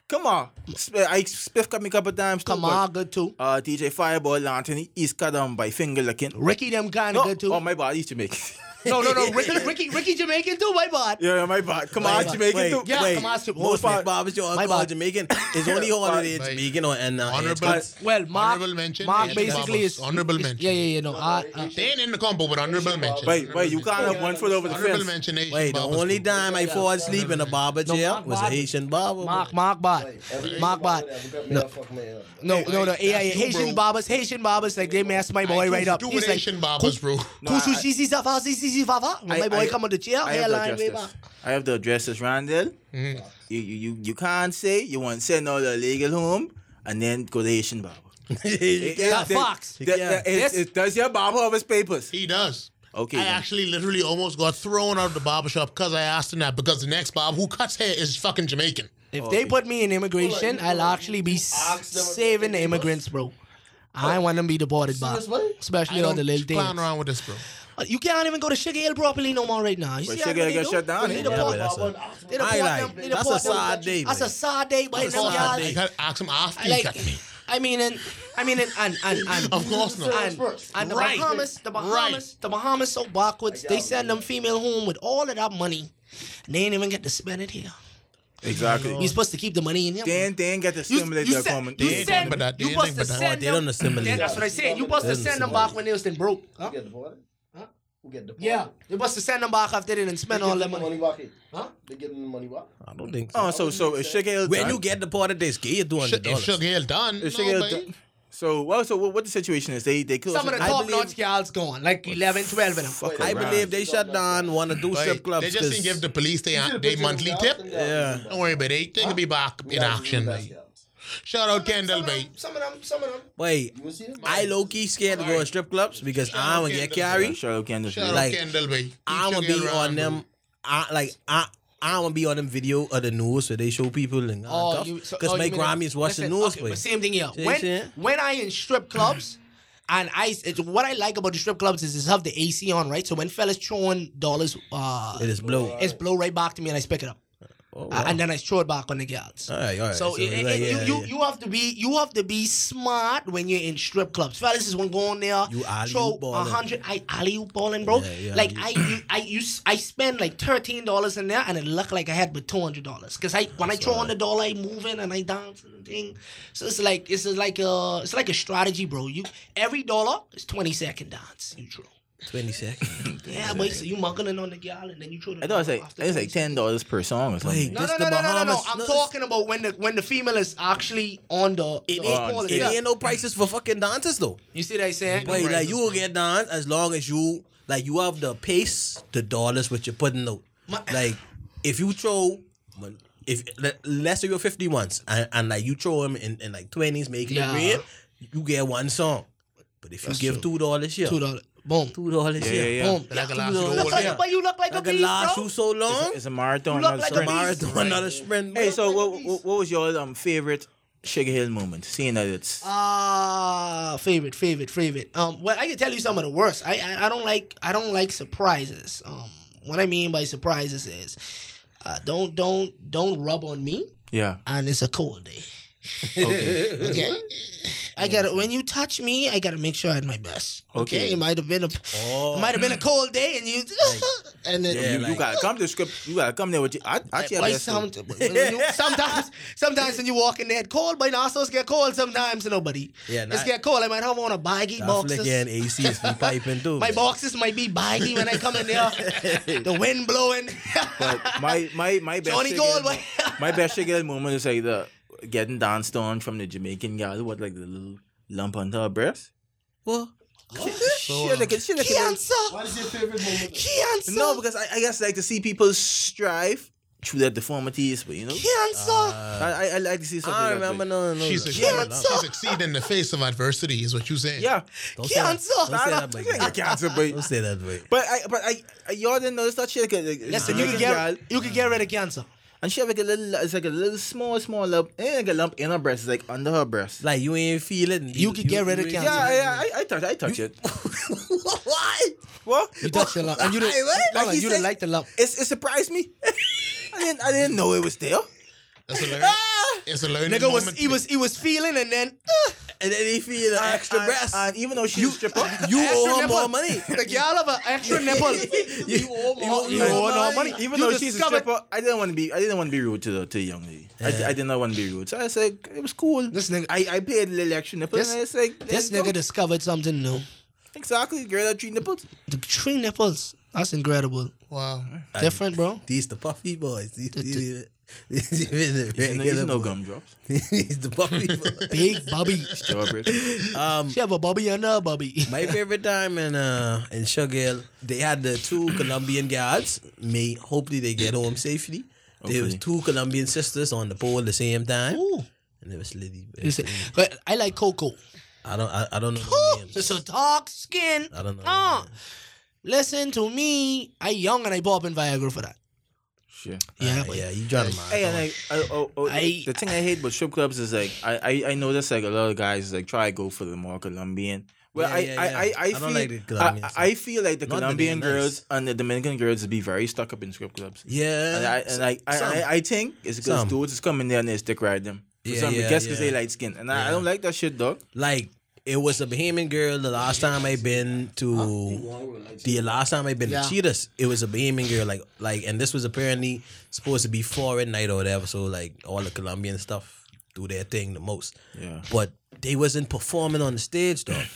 Speaker 3: come on, Sp- I spiff cut me a couple times too.
Speaker 6: Kamar
Speaker 3: but,
Speaker 6: good too.
Speaker 3: Uh, DJ Fireball Anthony, he's cut down by finger licking.
Speaker 6: Ricky them kind
Speaker 3: No,
Speaker 6: of good too.
Speaker 3: oh my bad, he's Jamaican.
Speaker 6: no, no, no. Ricky, Ricky, Ricky Jamaican too. My bad.
Speaker 3: yeah, yeah, my bad. Come on,
Speaker 6: bad.
Speaker 3: Jamaican
Speaker 5: Wait,
Speaker 3: too.
Speaker 6: Yeah,
Speaker 5: wait,
Speaker 6: come on, strip.
Speaker 5: Most
Speaker 6: Hold on.
Speaker 5: barbers your
Speaker 6: My
Speaker 5: uncle
Speaker 6: bad.
Speaker 5: Jamaican. It's only holiday
Speaker 4: Bye.
Speaker 5: Jamaican or and uh,
Speaker 4: Honorable-
Speaker 5: it's-
Speaker 6: Well, Mark,
Speaker 4: Honorable mention.
Speaker 6: Mark
Speaker 4: Edge
Speaker 6: basically
Speaker 4: Barbers.
Speaker 6: is
Speaker 4: Honorable
Speaker 6: is-
Speaker 4: mention.
Speaker 6: Yeah, yeah, yeah. No, uh, I, I,
Speaker 4: They ain't in the combo, but honorable mention.
Speaker 3: Wait, wait, you can't have one foot over the
Speaker 4: Honorable
Speaker 3: fence.
Speaker 4: mention. Asian
Speaker 5: Wait, the
Speaker 4: barbers
Speaker 5: only
Speaker 4: too.
Speaker 5: time I fall asleep in a barber
Speaker 6: No,
Speaker 5: chair
Speaker 6: Mark
Speaker 5: was a
Speaker 6: Barber.
Speaker 5: Haitian barber.
Speaker 6: Mark,
Speaker 5: boy.
Speaker 6: Mark bad. Mark bad. No, no, no, no. Yeah, yeah.
Speaker 4: that's you,
Speaker 6: Haitian
Speaker 4: bro.
Speaker 6: barbers, Haitian barbers, like they messed my boy right up.
Speaker 4: Two
Speaker 6: He's like,
Speaker 4: Asian barbers, bro.
Speaker 3: No, I-
Speaker 6: Kusu shizi safa, sisi safa. When
Speaker 3: I-
Speaker 6: my boy
Speaker 3: I-
Speaker 6: come on the chair,
Speaker 3: I have
Speaker 6: hairline
Speaker 3: the
Speaker 6: way back.
Speaker 3: addresses. I have the addresses, Randall. You, you you you can't say you want to send all the legal home and then go to Haitian barber.
Speaker 6: Yeah, Fox.
Speaker 3: That- that- it- it- does your barber have his papers?
Speaker 4: He does.
Speaker 3: Okay.
Speaker 4: I
Speaker 3: then.
Speaker 4: actually literally almost got thrown out of the barbershop because I asked him that because the next barber who cuts hair is fucking Jamaican.
Speaker 6: If they put me in immigration, I'll actually be s- saving the immigrants, bro. I want them to be deported, back,
Speaker 4: I
Speaker 6: especially all
Speaker 4: don't
Speaker 6: the little
Speaker 4: clown
Speaker 6: things.
Speaker 4: around with this, bro.
Speaker 6: You can't even go to Sugar Hill properly no more right now. You
Speaker 3: But
Speaker 6: see how
Speaker 3: Sugar Hill
Speaker 6: they
Speaker 3: get
Speaker 6: do?
Speaker 3: shut down,
Speaker 6: They
Speaker 3: eh?
Speaker 6: deport-
Speaker 5: Yeah, boy, that's a- I
Speaker 6: they deport
Speaker 5: like-
Speaker 6: them-
Speaker 5: that's a
Speaker 6: they deport them.
Speaker 5: sad day,
Speaker 6: That's
Speaker 5: man.
Speaker 6: a sad day, boy. Them
Speaker 4: Oh,
Speaker 6: y'all-
Speaker 4: I gotta ask him after he
Speaker 6: Like,
Speaker 4: cut me.
Speaker 6: I mean, and I mean, and and and, and
Speaker 4: Of course not.
Speaker 6: And, and the
Speaker 4: Right.
Speaker 6: Bahamas, the Bahamas, the Bahamas so backwards. They send them female home with all of that money, and they ain't even get to spend it here.
Speaker 3: Exactly.
Speaker 6: You're supposed to keep the money in him.
Speaker 3: They ain't, they ain't got to
Speaker 8: You,
Speaker 3: stimulate
Speaker 8: you
Speaker 3: their
Speaker 8: said-
Speaker 3: common.
Speaker 8: you
Speaker 3: they ain't
Speaker 8: said-
Speaker 4: but that-
Speaker 8: you
Speaker 4: they
Speaker 8: must
Speaker 4: ain't
Speaker 8: have
Speaker 4: but that.
Speaker 5: Oh,
Speaker 8: sent
Speaker 5: they don't
Speaker 8: them-
Speaker 5: assimilate.
Speaker 8: That's what I said. You must
Speaker 5: They
Speaker 8: have
Speaker 5: don't
Speaker 8: sent them
Speaker 5: assimilate.
Speaker 8: back.
Speaker 6: back when they was then broke. Huh? Yeah, they must have sent them back after they done spent all that money. Huh?
Speaker 7: They give them the money back.
Speaker 5: I don't think so.
Speaker 3: Oh, so so if Sugar Hill
Speaker 5: When
Speaker 3: done-
Speaker 5: you get deported, they give you $200.
Speaker 4: Shug- If Sugar Hill done,
Speaker 3: if
Speaker 4: no,
Speaker 3: Sugar Hill
Speaker 4: babe.
Speaker 3: done- so well, so what, what the situation is? They they killed
Speaker 6: Some of the
Speaker 3: I
Speaker 6: top
Speaker 3: believe-
Speaker 6: notch gals gone, like 11, 12 of them.
Speaker 3: Fuck
Speaker 5: I
Speaker 3: around.
Speaker 5: believe they shut down one or two
Speaker 4: Like,
Speaker 5: strip clubs.
Speaker 4: they just
Speaker 5: 'cause-
Speaker 4: didn't give the police their they monthly tip.
Speaker 5: Yeah.
Speaker 4: Don't worry about it. They could be back in action. babe. Shout out Kendall, mate.
Speaker 7: Some of them, some of them.
Speaker 5: Wait,
Speaker 7: You see them?
Speaker 5: I low key scared to go to strip clubs because
Speaker 4: Shout
Speaker 5: I'm
Speaker 4: out
Speaker 5: gonna get
Speaker 4: Kendall.
Speaker 3: Yeah,
Speaker 5: carried.
Speaker 3: Shout out Kendall.
Speaker 4: Shout
Speaker 5: Like,
Speaker 4: out Kendall, mate.
Speaker 5: I'm gonna be on them. I like I. I don't wanna be on them video of the news where they show people uh, and
Speaker 6: Oh,
Speaker 5: because
Speaker 6: you- so- oh,
Speaker 5: my
Speaker 6: you mean-
Speaker 5: Grammy is watching
Speaker 6: listen,
Speaker 5: news.
Speaker 6: okay,
Speaker 5: play.
Speaker 6: but same thing here.
Speaker 5: See,
Speaker 6: when
Speaker 5: see?
Speaker 6: when I in strip clubs, and I it's, what I like about the strip clubs is it's have the AC on, right? So when fellas throwing dollars, uh,
Speaker 5: it is blow.
Speaker 6: it's blow right back to me and I pick it up,
Speaker 5: Oh,
Speaker 6: Uh,
Speaker 5: wow.
Speaker 6: and then I throw it back on the girls.
Speaker 5: all right, all right.
Speaker 6: So, it-
Speaker 5: it's
Speaker 6: it-
Speaker 5: like,
Speaker 6: it-
Speaker 5: yeah,
Speaker 6: you,
Speaker 5: yeah.
Speaker 6: you you have to be you have to be smart when you're in strip clubs. Fellas is one going there.
Speaker 5: You alley-oop
Speaker 6: throw a
Speaker 5: ballin'.
Speaker 6: hundred. I alley oop balling, bro.
Speaker 5: Yeah, yeah,
Speaker 6: like
Speaker 5: you-
Speaker 6: I you, I you s- I spend like thirteen dollars in there, and it looked like I had but two hundred dollars. Cause I when I throw on the dollar, I move in and I dance and thing. So it's like it's like a it's like a strategy, bro. You every dollar is twenty second dance. You throw.
Speaker 5: twenty seconds.
Speaker 6: Yeah, but so you mucking it on the gal, and then you throw. The
Speaker 3: I thought it's
Speaker 6: dollar
Speaker 3: like
Speaker 6: after
Speaker 3: it's like
Speaker 6: 20
Speaker 3: ten dollars per song or something.
Speaker 6: No,
Speaker 5: This
Speaker 6: no,
Speaker 5: the
Speaker 6: no, no, no, no, no.
Speaker 5: Bahamas.
Speaker 6: I'm
Speaker 5: No, it's-
Speaker 6: talking about when the when the female is actually on the. the
Speaker 5: It
Speaker 6: call
Speaker 5: ain't, it
Speaker 6: itself.
Speaker 5: ain't no prices for fucking dancers though.
Speaker 6: You see what I'm saying?
Speaker 5: But like you will get done as long as you like you have the pace, the dollars which you're putting out.
Speaker 6: My-
Speaker 5: like if you throw, if let- let's say you're 50 once and, and like you throw him in, in like 20s making it
Speaker 6: Yeah.
Speaker 5: rain, you get one song. But if you give two dollars here,
Speaker 6: two
Speaker 5: two
Speaker 6: dollars. Boom.
Speaker 5: dollars
Speaker 3: Yeah, yeah,
Speaker 5: here,
Speaker 3: yeah.
Speaker 5: boom,
Speaker 4: That could
Speaker 5: two
Speaker 4: last you the
Speaker 5: dollars
Speaker 4: whole
Speaker 5: here.
Speaker 6: Like,
Speaker 4: Yeah.
Speaker 6: But you look like a
Speaker 5: That could
Speaker 6: beast,
Speaker 5: last
Speaker 6: bro.
Speaker 5: you so long.
Speaker 3: It's a marathon.
Speaker 6: You look
Speaker 3: not a
Speaker 6: like a
Speaker 3: sprint.
Speaker 6: beast.
Speaker 5: Marathon, another sprint.
Speaker 3: Hey, so
Speaker 6: like a
Speaker 3: what,
Speaker 6: beast.
Speaker 3: what what was your um favorite Sugar Hill moment? Seeing that it's
Speaker 6: Uh, Ah, favorite, favorite, favorite. Um, well, I can tell you some of the worst. I, I, I don't like, I don't like surprises. Um, what I mean by surprises is, uh, don't, don't, don't rub on me,
Speaker 3: yeah.
Speaker 6: and it's a cold day.
Speaker 3: Okay.
Speaker 6: Okay. I gotta. When you touch me, I gotta make sure I had my best. Okay.
Speaker 3: Okay.
Speaker 6: It might have been a, it
Speaker 5: oh,
Speaker 6: might have been a cold day, and you, and then
Speaker 5: Yeah,
Speaker 3: you, you
Speaker 5: like-
Speaker 3: gotta come to script. You gotta come there with. Your, I, I
Speaker 6: Like,
Speaker 3: actually
Speaker 6: why
Speaker 3: have that.
Speaker 6: somet- when you- sometimes, sometimes when you walk in there, it's cold, but nostrils get cold sometimes. Nobody,
Speaker 5: Yeah,
Speaker 6: it's
Speaker 5: nah.
Speaker 6: get cold. I might have on a baggy
Speaker 5: that
Speaker 6: boxes.
Speaker 5: flick and AC is been piping too.
Speaker 6: My
Speaker 5: man.
Speaker 6: boxes might be baggy when I come in there. the wind blowing.
Speaker 3: But my my my best
Speaker 6: Johnny
Speaker 3: Sugar Hill
Speaker 6: Gold,
Speaker 3: mo- my best Sugar Hill moment is like the getting danced on from the Jamaican gal who had like the little lump on her breast.
Speaker 5: What?
Speaker 6: Oh,
Speaker 3: She had like a- she had like a little-
Speaker 6: Cancer,
Speaker 7: What is your favorite moment?
Speaker 6: cancer,
Speaker 3: No, because I, I guess like to see people strive through their deformities, but you know,
Speaker 6: cancer.
Speaker 3: I, I I like to see something.
Speaker 5: I
Speaker 3: that
Speaker 5: remember
Speaker 3: way.
Speaker 5: no, no, no.
Speaker 4: She succeeded, she succeeded in the face of adversity, is what you saying.
Speaker 3: Yeah,
Speaker 5: Don't say that.
Speaker 6: Cancer.
Speaker 5: Don't say
Speaker 6: Nah,
Speaker 3: I
Speaker 5: that, Mike.
Speaker 3: can't but
Speaker 5: Don't say that, way.
Speaker 3: but I but I, I y'all didn't notice that she like a like,
Speaker 6: Listen, you
Speaker 3: Jamaican
Speaker 6: can
Speaker 3: gal,
Speaker 6: get you can get rid of cancer.
Speaker 3: and she have like a little it's like a little small small lump, ain't like a lump in her breast, it's like under her breast.
Speaker 5: Like you ain't feeling.
Speaker 6: You could get rid of
Speaker 5: ain't-
Speaker 6: cancer.
Speaker 3: yeah, yeah, I, I touch I touch it.
Speaker 5: what?
Speaker 3: What?
Speaker 6: You touch the lump, and you
Speaker 3: Hey,
Speaker 6: didn't
Speaker 3: what?
Speaker 6: hold on,
Speaker 3: he
Speaker 6: you didn't
Speaker 3: said-
Speaker 6: like the lump.
Speaker 3: It's, it surprised me. I didn't I didn't know it was there.
Speaker 4: That's a learning. It's a learning.
Speaker 6: Nigga was
Speaker 4: moment.
Speaker 6: he was he was feeling, and then
Speaker 5: And then he feel an extra
Speaker 3: and,
Speaker 5: breast.
Speaker 3: And even though she's a stripper,
Speaker 5: you
Speaker 6: extra
Speaker 5: owe her
Speaker 6: nipple.
Speaker 5: more money.
Speaker 6: the gal have an extra nipple.
Speaker 5: you owe more
Speaker 6: you owe her money.
Speaker 3: Even
Speaker 6: You
Speaker 3: though she's a
Speaker 6: discovered-
Speaker 3: stripper, I didn't want to be. I didn't want to be rude to the to the young lady. I, I did not want to be rude. So I said it was cool.
Speaker 6: This nigga-
Speaker 3: I, I paid a little extra nipple.
Speaker 6: This-
Speaker 3: and I said
Speaker 6: This
Speaker 3: there you go.
Speaker 6: nigga discovered something new.
Speaker 3: exactly girl that treat nipples.
Speaker 6: The three nipples. That's incredible.
Speaker 4: wow.
Speaker 6: Different, bro.
Speaker 5: These the puffy boys. These,
Speaker 6: The-
Speaker 5: these, these, these, these,
Speaker 3: You know, there's no gumdrops.
Speaker 5: These the puffy boys.
Speaker 6: Big Bobby.
Speaker 3: Strawberry.
Speaker 5: Um,
Speaker 6: She have a Bobby and a Bobby.
Speaker 5: my favorite time in uh in Sugar, they had the two Colombian guards. May hopefully they get home safely. There was
Speaker 3: Hopefully.
Speaker 5: two Colombian sisters on the pole at the same time,
Speaker 6: Ooh.
Speaker 5: and it was lady.
Speaker 6: You see, but I like Coco.
Speaker 5: I don't. I, I don't know. their names.
Speaker 6: It's a dark skin.
Speaker 5: I don't know.
Speaker 6: Uh, listen to me. I young and I pop in Viagra for that.
Speaker 3: Shit.
Speaker 6: Ah, Yeah,
Speaker 5: Uh,
Speaker 6: but
Speaker 5: yeah, you trying to mind.
Speaker 3: Hey, and like, I, oh, oh,
Speaker 6: I-
Speaker 3: the thing I hate with strip clubs is like I, I, I notice like a lot of guys like try to go for the more Colombian. Well,
Speaker 5: Yeah,
Speaker 3: I,
Speaker 5: yeah, yeah.
Speaker 3: I, I, I,
Speaker 5: I don't
Speaker 3: feel
Speaker 5: like the Colombian
Speaker 3: I,
Speaker 5: stuff.
Speaker 3: I feel like the
Speaker 5: Not that
Speaker 3: Colombian
Speaker 5: they ain't nice.
Speaker 3: girls and the Dominican girls be very stuck up in strip clubs.
Speaker 5: Yeah.
Speaker 3: And I, and like, I,
Speaker 5: Some.
Speaker 3: I, I think it's because
Speaker 5: Some.
Speaker 3: dudes is coming there and they stick right them. For
Speaker 5: Yeah,
Speaker 3: some,
Speaker 5: yeah,
Speaker 3: guess because
Speaker 5: yeah.
Speaker 3: they light skin, and I, I don't like that shit, dog.
Speaker 5: like It was a Bahamian girl the last time I been to the last time I been
Speaker 6: Yeah.
Speaker 5: to Cheetahs. It was a Bahamian girl like like and this was apparently supposed to be foreign night or whatever. So like all the Colombian stuff do their thing the most.
Speaker 3: Yeah.
Speaker 5: But they wasn't performing on the stage though.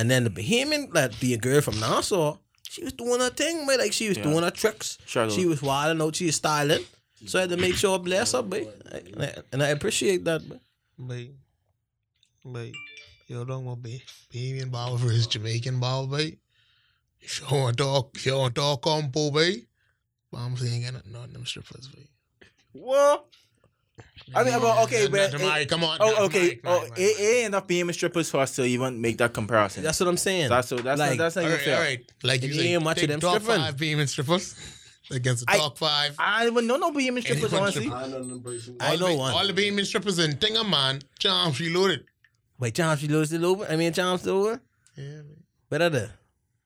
Speaker 5: and then the Bahamian like the girl from Nassau, she was doing her thing, man. Like she was doing her tricks.
Speaker 3: Struggle.
Speaker 5: She was wilding out, she was styling. So I had to make sure I bless her, babe. And I- And I appreciate that, man.
Speaker 4: But, but, you don't want Bah- Bahamian barber versus Jamaican barber, babe. If you want to talk, if you want to talk compo, babe. Bombs ain't got nothing on them strippers, babe.
Speaker 3: What? I mean, well, okay,
Speaker 4: Nah,
Speaker 3: but
Speaker 4: nah, Jamari, come on.
Speaker 3: Oh,
Speaker 4: nah,
Speaker 3: okay.
Speaker 4: Jamari,
Speaker 3: Oh,
Speaker 4: Jamari,
Speaker 3: it,
Speaker 4: Jamari.
Speaker 3: it ain't enough being strippers for us to even make that comparison. That's
Speaker 5: That's what I'm saying.
Speaker 3: that's so that's
Speaker 5: like,
Speaker 3: not, that's not
Speaker 4: All
Speaker 3: even
Speaker 4: right,
Speaker 3: fair.
Speaker 4: all right. Like you
Speaker 5: It
Speaker 4: say,
Speaker 5: ain't much of
Speaker 4: take
Speaker 5: them
Speaker 4: top
Speaker 5: strippers.
Speaker 4: five Bahamian strippers against the
Speaker 3: I-
Speaker 4: top five.
Speaker 3: I don't even know no Bahamian strippers,
Speaker 4: Anyone
Speaker 3: honestly.
Speaker 4: stripper.
Speaker 5: I
Speaker 4: All
Speaker 5: know
Speaker 4: the-
Speaker 5: one.
Speaker 4: All the Bahamian strippers in Tinga, man. Charms reloaded.
Speaker 5: Wait, John Lewis still over? I mean, John still over?
Speaker 4: Yeah, man.
Speaker 5: What other?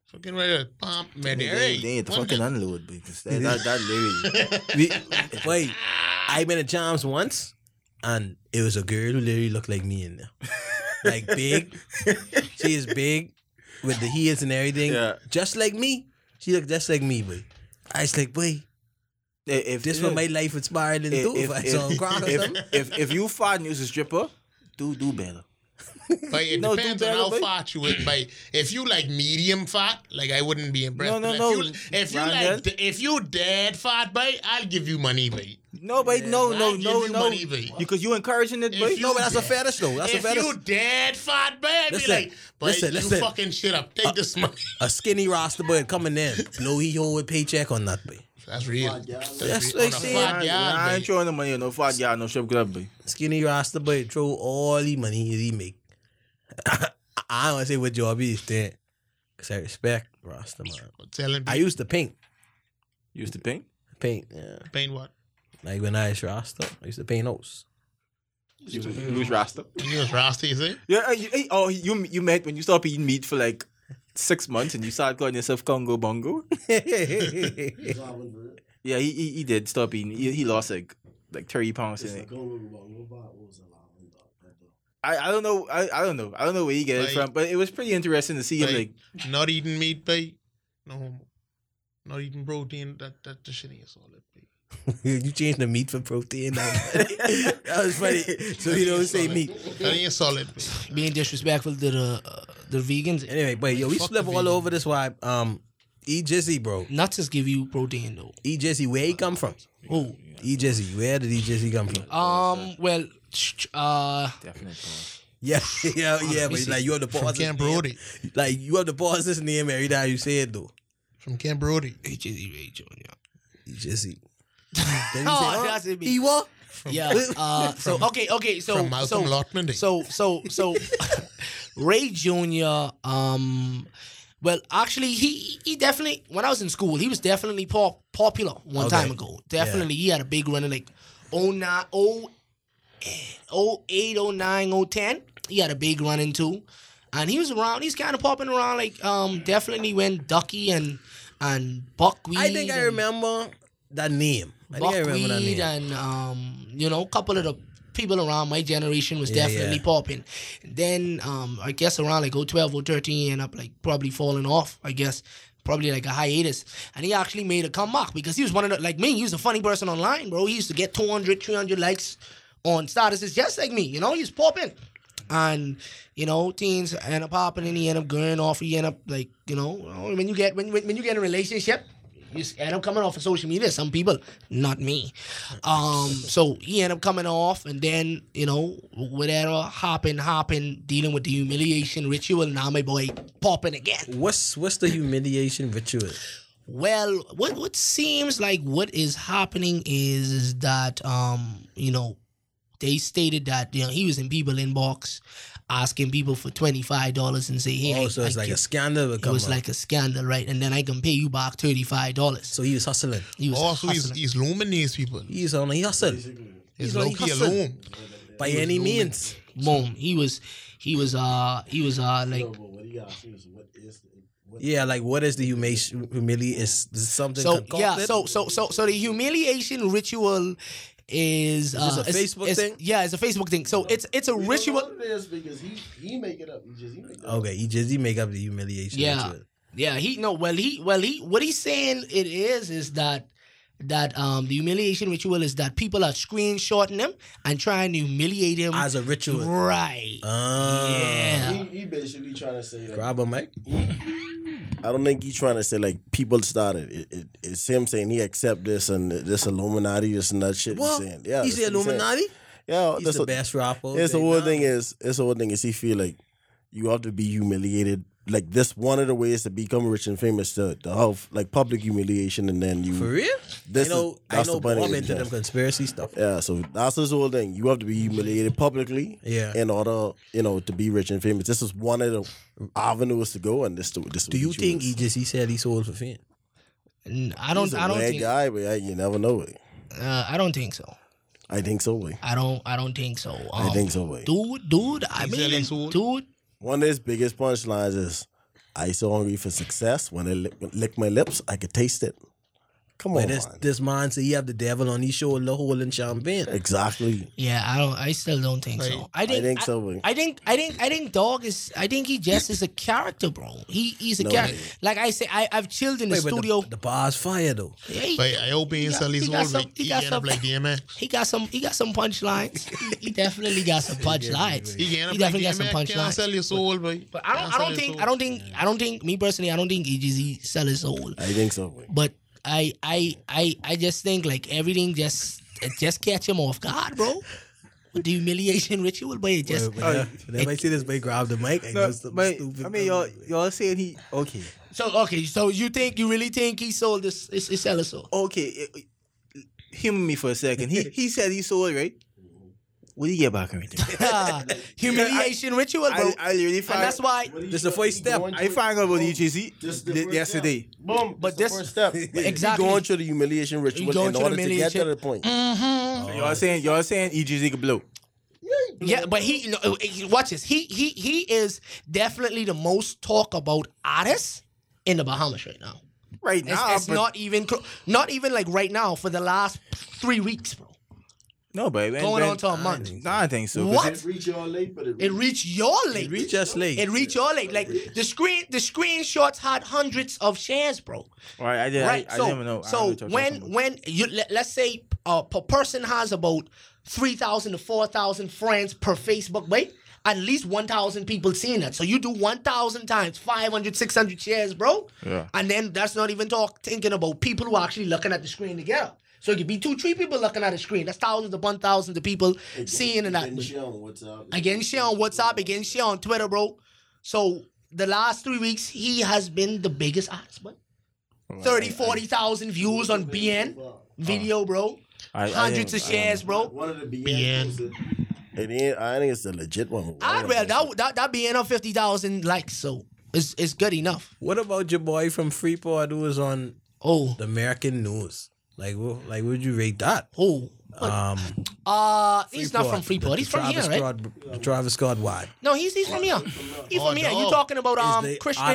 Speaker 4: Fucking right there. Pump, man.
Speaker 7: They
Speaker 4: Hey,
Speaker 7: ain't- they ain't the
Speaker 4: one
Speaker 7: fucking
Speaker 4: thing.
Speaker 7: unload because that that, that lady.
Speaker 5: We, wait, I been at John's once, and it was a girl who literally looked like me in there, like big. she is big, with the heels and everything,
Speaker 3: Yeah.
Speaker 5: just like me. She looked just like me, but I was like, boy,
Speaker 3: If, if
Speaker 5: this
Speaker 3: yeah.
Speaker 5: what my life inspired and do. If, I saw a crock or
Speaker 3: if,
Speaker 5: something.
Speaker 3: if, if you find news a stripper, do do better.
Speaker 4: But it
Speaker 3: No, do
Speaker 4: depends on
Speaker 3: better,
Speaker 4: how
Speaker 3: babe.
Speaker 4: fat you is. But if you like medium fat, like I wouldn't be impressed.
Speaker 3: No, no,
Speaker 4: But
Speaker 3: no,
Speaker 4: If you, if you
Speaker 3: Ryan.
Speaker 4: like, if you dead fat, babe, I'll give you money, babe.
Speaker 3: No, but no,
Speaker 4: I
Speaker 3: no,
Speaker 4: give
Speaker 3: no,
Speaker 4: you
Speaker 3: no.
Speaker 4: money, babe.
Speaker 3: Because you encouraging it,
Speaker 4: If
Speaker 3: but
Speaker 4: you-
Speaker 5: No, but that's a fetish though. That's a
Speaker 4: if
Speaker 5: fetish.
Speaker 4: you dead fat, babe, I'd be
Speaker 5: Listen,
Speaker 4: like, but
Speaker 5: listen,
Speaker 4: you
Speaker 5: listen.
Speaker 4: fucking shit up.
Speaker 3: Uh,
Speaker 4: Take this money.
Speaker 5: a skinny roster boy coming in, blow he hole with paycheck or not, boy.
Speaker 4: That's real.
Speaker 5: That's
Speaker 4: That's
Speaker 5: what
Speaker 4: real.
Speaker 5: I
Speaker 4: On a
Speaker 5: said.
Speaker 4: fat
Speaker 3: I
Speaker 4: yard,
Speaker 3: ain't
Speaker 4: babe.
Speaker 3: throwing the money on no fat guy, no strip club, babe.
Speaker 5: skinny roster, but throw all the money he make. I don't wanna say what job he is there, cause I respect roster man.
Speaker 4: Telling
Speaker 5: I
Speaker 4: people
Speaker 5: used to paint,
Speaker 3: Used to pink.
Speaker 5: paint, yeah.
Speaker 4: paint what?
Speaker 5: Like when I was roster, I used to paint those.
Speaker 3: Used to use rasta.
Speaker 4: When you was rusty, you see?
Speaker 3: Yeah, uh, you, eh, oh, you you met when you stopped eating meat for like six months and you started calling yourself Congo Bongo. Yeah, he he, he did stop eating. He, he lost like like thirty pounds in it. I, I don't know I, I don't know I don't know where he get it
Speaker 4: Like-
Speaker 3: from, but it was pretty interesting to see him like
Speaker 4: Like, not eating meat, babe. No homo. Not eating protein. That that the shit ain't solid, babe.
Speaker 5: you changed the meat for protein. that was funny. So you don't say
Speaker 4: Solid.
Speaker 5: meat.
Speaker 4: That ain't solid, babe.
Speaker 6: Being disrespectful to the uh, the vegans.
Speaker 5: Anyway, but yo, we
Speaker 4: Fuck
Speaker 5: slip
Speaker 4: the
Speaker 5: all
Speaker 4: vegan.
Speaker 5: over this vibe. Um, E Jizzy, bro.
Speaker 6: Nuts just give you protein though.
Speaker 5: E Jizzy, where
Speaker 4: Uh,
Speaker 5: he come from?
Speaker 6: Who?
Speaker 5: E Jizzy, where did E Jizzy come
Speaker 4: Uh,
Speaker 5: from?
Speaker 6: Um. Well. ch- ch- Uh.
Speaker 3: definitely.
Speaker 5: Yeah, yeah, yeah. But like you have to
Speaker 4: From
Speaker 5: pause.
Speaker 4: Camp
Speaker 5: this name.
Speaker 4: Brody.
Speaker 5: Like you have to pause this name every time you say it though.
Speaker 4: From Camp Brody.
Speaker 6: HSE Ray Junior.
Speaker 5: E Jizzy. Then you
Speaker 6: Oh,
Speaker 5: say,
Speaker 6: that's it, me.
Speaker 5: He what?
Speaker 6: Yeah. Uh, so okay, okay. So
Speaker 4: From Malcolm
Speaker 6: so,
Speaker 4: Lotman. Day.
Speaker 6: So so so Ray Jr. Um well actually he he definitely when I was in school he was definitely pop, popular one
Speaker 5: Okay.
Speaker 6: time ago. Definitely he had a big run in like 09 oh, eh, 08 09 010. He had a big run in too. And he was around he's kind of popping around like um definitely when Ducky and and Buckwheat
Speaker 5: I think I
Speaker 6: and-
Speaker 5: remember that name. I think I remember that
Speaker 6: Buckwheat
Speaker 5: name.
Speaker 6: and um, you know, a couple of the people around my generation was
Speaker 5: Yeah,
Speaker 6: definitely
Speaker 5: yeah.
Speaker 6: popping. Then um, I guess around like 012, 013, he ended up like probably falling off. I guess probably like a hiatus. And he actually made a comeback because he was one of the like me. He was a funny person online, bro. He used to get 200, 300 likes on statuses just like me. You know, he's popping. And you know, teens end up popping, and he end up going off. He end up like you know, when you get when when when you get in a relationship, you s- end up coming off of social media. Some people, not me. Um, so he end up coming off, and then you know whatever hopping, hopping, dealing with the humiliation ritual. Now my boy popping again.
Speaker 5: What's what's the humiliation ritual?
Speaker 6: Well, what what seems like what is happening is that um you know they stated that you know he was in people inbox asking people for twenty five dollars and say hey
Speaker 5: oh, so it's like a
Speaker 6: can-
Speaker 5: scandal. that
Speaker 6: it
Speaker 5: come
Speaker 6: was
Speaker 5: up.
Speaker 6: like a scandal right and then I can pay you back thirty five dollars.
Speaker 5: so he was hustling.
Speaker 6: He was
Speaker 4: also, Oh, he's,
Speaker 6: hustling.
Speaker 4: he's looming these people.
Speaker 5: He's on. He hustled.
Speaker 4: He's
Speaker 5: he's on-
Speaker 4: low
Speaker 5: he
Speaker 4: key
Speaker 5: hustled.
Speaker 4: alone.
Speaker 5: by any means.
Speaker 6: boom. He was he was uh he was uh like
Speaker 5: Yeah, like what is the humiliation? Humili is something
Speaker 6: so
Speaker 5: concocted?
Speaker 6: yeah so so so so the humiliation ritual is, uh,
Speaker 5: this a
Speaker 6: it's-
Speaker 5: Facebook
Speaker 6: it's-
Speaker 5: thing?
Speaker 6: Yeah, it's a Facebook thing. So it's it's a ritual.
Speaker 7: because he he make it up. He just he make it up.
Speaker 5: Okay, you just you make up the humiliation.
Speaker 6: Yeah.
Speaker 5: into it.
Speaker 6: Yeah, he no. Well, he well he what he's saying it is is that that um the humiliation ritual is that people are screenshotting him and trying to humiliate him.
Speaker 5: as a ritual.
Speaker 6: right.
Speaker 7: Uh,
Speaker 5: Ah.
Speaker 6: yeah.
Speaker 7: He, he basically trying to say like,
Speaker 5: Grab a mic.
Speaker 7: I don't think he's trying to say like people started it, it. It's him saying he accept this and this Illuminati, this and that shit.
Speaker 5: What?
Speaker 7: He's saying, yeah,
Speaker 5: he's the
Speaker 7: that's what saying.
Speaker 5: Illuminati.
Speaker 7: Yeah,
Speaker 5: He's
Speaker 7: that's
Speaker 5: the
Speaker 7: what-
Speaker 5: best rapper.
Speaker 7: It's the
Speaker 5: they
Speaker 7: whole
Speaker 5: know.
Speaker 7: thing is it's the whole thing is he feel like you have to be humiliated. Like this one of the ways to become rich and famous to to have like public humiliation and then you
Speaker 5: For real?
Speaker 7: This
Speaker 5: I know.
Speaker 7: is-
Speaker 5: I
Speaker 7: that's
Speaker 5: know.
Speaker 7: the funny
Speaker 5: Bob
Speaker 7: thing,
Speaker 5: into
Speaker 7: yeah.
Speaker 5: them conspiracy stuff.
Speaker 7: Yeah, so that's his whole thing. You have to be humiliated publicly
Speaker 5: Yeah.
Speaker 7: in order, you know, to be rich and famous. This is one of the avenues to go and this to this
Speaker 5: Do you think he just he said he sold for Finn?
Speaker 6: N- I don't.
Speaker 7: He's a
Speaker 6: I don't
Speaker 7: bad
Speaker 6: think.
Speaker 7: guy, but I, you never know it.
Speaker 6: Uh, I don't think so.
Speaker 7: I think so. Way.
Speaker 6: I don't. I don't think so.
Speaker 7: I
Speaker 6: Um,
Speaker 7: think so. Way.
Speaker 6: Dude, dude. I
Speaker 4: He's selling
Speaker 6: mean,
Speaker 4: food.
Speaker 6: dude.
Speaker 7: One of his biggest punchlines is, "I so hungry for success. When I lick, lick my lips, I could taste it." Come
Speaker 5: But
Speaker 7: on,
Speaker 5: this
Speaker 7: man.
Speaker 5: this man said he have the devil on his shoulder holding champagne.
Speaker 7: exactly.
Speaker 6: Yeah, I don't. I still don't think so.
Speaker 4: Like,
Speaker 6: I
Speaker 7: I
Speaker 6: think.
Speaker 7: think
Speaker 6: I-
Speaker 7: so. Way.
Speaker 6: I think I think I think dog is I think he just is a character, bro. He he's a
Speaker 7: No,
Speaker 6: character.
Speaker 7: man.
Speaker 6: Like I say, I I've chilled in the
Speaker 5: Wait, but
Speaker 6: studio.
Speaker 5: The, the bar's fire though.
Speaker 6: Yeah, he-
Speaker 4: But I hope he ain't
Speaker 6: got-
Speaker 4: sell his
Speaker 6: he got
Speaker 4: whole
Speaker 6: some-
Speaker 4: week.
Speaker 6: he
Speaker 4: He
Speaker 6: got
Speaker 4: end up
Speaker 6: some-
Speaker 4: like DMX.
Speaker 6: He got some. He got some punchlines. He- he definitely got some punchlines.
Speaker 4: He end up
Speaker 6: definitely got
Speaker 4: like
Speaker 6: some
Speaker 4: DMX. Can't
Speaker 6: punchlines.
Speaker 4: sell your soul, boy.
Speaker 6: But I don't. I don't think. I don't think. I don't think. Me personally, I don't think EGZ sell his soul.
Speaker 7: I think so. Way.
Speaker 6: But I, I, I, I just think like everything just, it just catch him off guard, bro. With the humiliation ritual, but it just.
Speaker 5: Whenever whenever I see this boy grab the mic, I
Speaker 3: No,
Speaker 5: go some
Speaker 3: but
Speaker 5: stupid.
Speaker 3: I mean, y'all, y'all saying he okay,
Speaker 6: So okay, so you think you really think he sold this? Is is sell his soul?
Speaker 3: okay. it- it- Humor me for a second. He he said he sold right. What do you get back right there?
Speaker 6: humiliation ritual, bro.
Speaker 3: I, I really
Speaker 6: and
Speaker 3: find
Speaker 6: that's why.
Speaker 5: This the first step.
Speaker 3: I find out about E EGZ
Speaker 7: Oh, Just the
Speaker 3: th-
Speaker 7: first
Speaker 3: yesterday.
Speaker 7: Boom.
Speaker 6: But
Speaker 7: That's
Speaker 6: this-
Speaker 7: the first step.
Speaker 6: Exactly.
Speaker 7: You going through the humiliation
Speaker 6: You
Speaker 7: ritual
Speaker 6: going
Speaker 7: in
Speaker 6: through the
Speaker 7: order to get to
Speaker 6: humiliation- Mm.
Speaker 7: the point. Oh,
Speaker 3: Y'all saying y'all saying EGZ could blow.
Speaker 6: Yeah, but he no, uh, he- watch this. He he he is definitely the most talk about artist in the Bahamas right now.
Speaker 3: Right
Speaker 6: It's,
Speaker 3: now,
Speaker 6: it's
Speaker 3: but
Speaker 6: not even clo- not even like right now for the last three weeks, bro.
Speaker 3: no, but it went-
Speaker 6: Going on
Speaker 3: went-
Speaker 6: to a month.
Speaker 3: Nah, I think so. 'cause
Speaker 6: What?
Speaker 3: it-
Speaker 7: reach y'all late, but
Speaker 6: It reached your late.
Speaker 5: Reach just late.
Speaker 6: It reached your late. Like the screen the screenshots had hundreds of shares, bro.
Speaker 3: Right, I did.
Speaker 6: right.
Speaker 3: I,
Speaker 6: so
Speaker 3: I didn't know. I
Speaker 6: so
Speaker 3: don't know what you're
Speaker 6: when
Speaker 3: talking about.
Speaker 6: when you let, let's say uh, per person has about three thousand to four thousand friends per Facebook, wait. At least 1,000 people seeing that. So you do 1,000 times 500, 600 shares, bro.
Speaker 3: Yeah.
Speaker 6: And then that's not even talk thinking about people who are actually looking at the screen together. So it could be two, three people looking at the screen. That's thousands upon thousands of people seeing and that.
Speaker 7: what's up?
Speaker 6: Against share on WhatsApp, against share on Twitter, bro. So the last three weeks, he has been the biggest artist, man. 30, 40,000 views on BN
Speaker 5: Oh.
Speaker 6: video, bro.
Speaker 3: I- I
Speaker 6: Hundreds of
Speaker 3: didn't- I don't
Speaker 6: shares, bro.
Speaker 7: One of the
Speaker 4: BN.
Speaker 7: It ain't, I think it's a legit one.
Speaker 6: I'd Ah, well, that, that, that BN on 50,000 likes, so it's, it's good enough.
Speaker 5: What about your boy from Freeport who was on
Speaker 6: Oh,
Speaker 5: the American news? Like, wh- like, would you rate that?
Speaker 6: oh.
Speaker 5: Um,
Speaker 6: Uh, he's not from
Speaker 5: the-
Speaker 6: Freeport.
Speaker 5: the
Speaker 6: He's from
Speaker 5: Travis
Speaker 6: here, right?
Speaker 5: Scott, the Travis Scott wide.
Speaker 6: No, he's he's from here. He's
Speaker 4: Oh,
Speaker 6: from here. You
Speaker 4: dog.
Speaker 6: talking about
Speaker 5: Is
Speaker 6: um
Speaker 5: they-
Speaker 6: Christian?
Speaker 5: Are,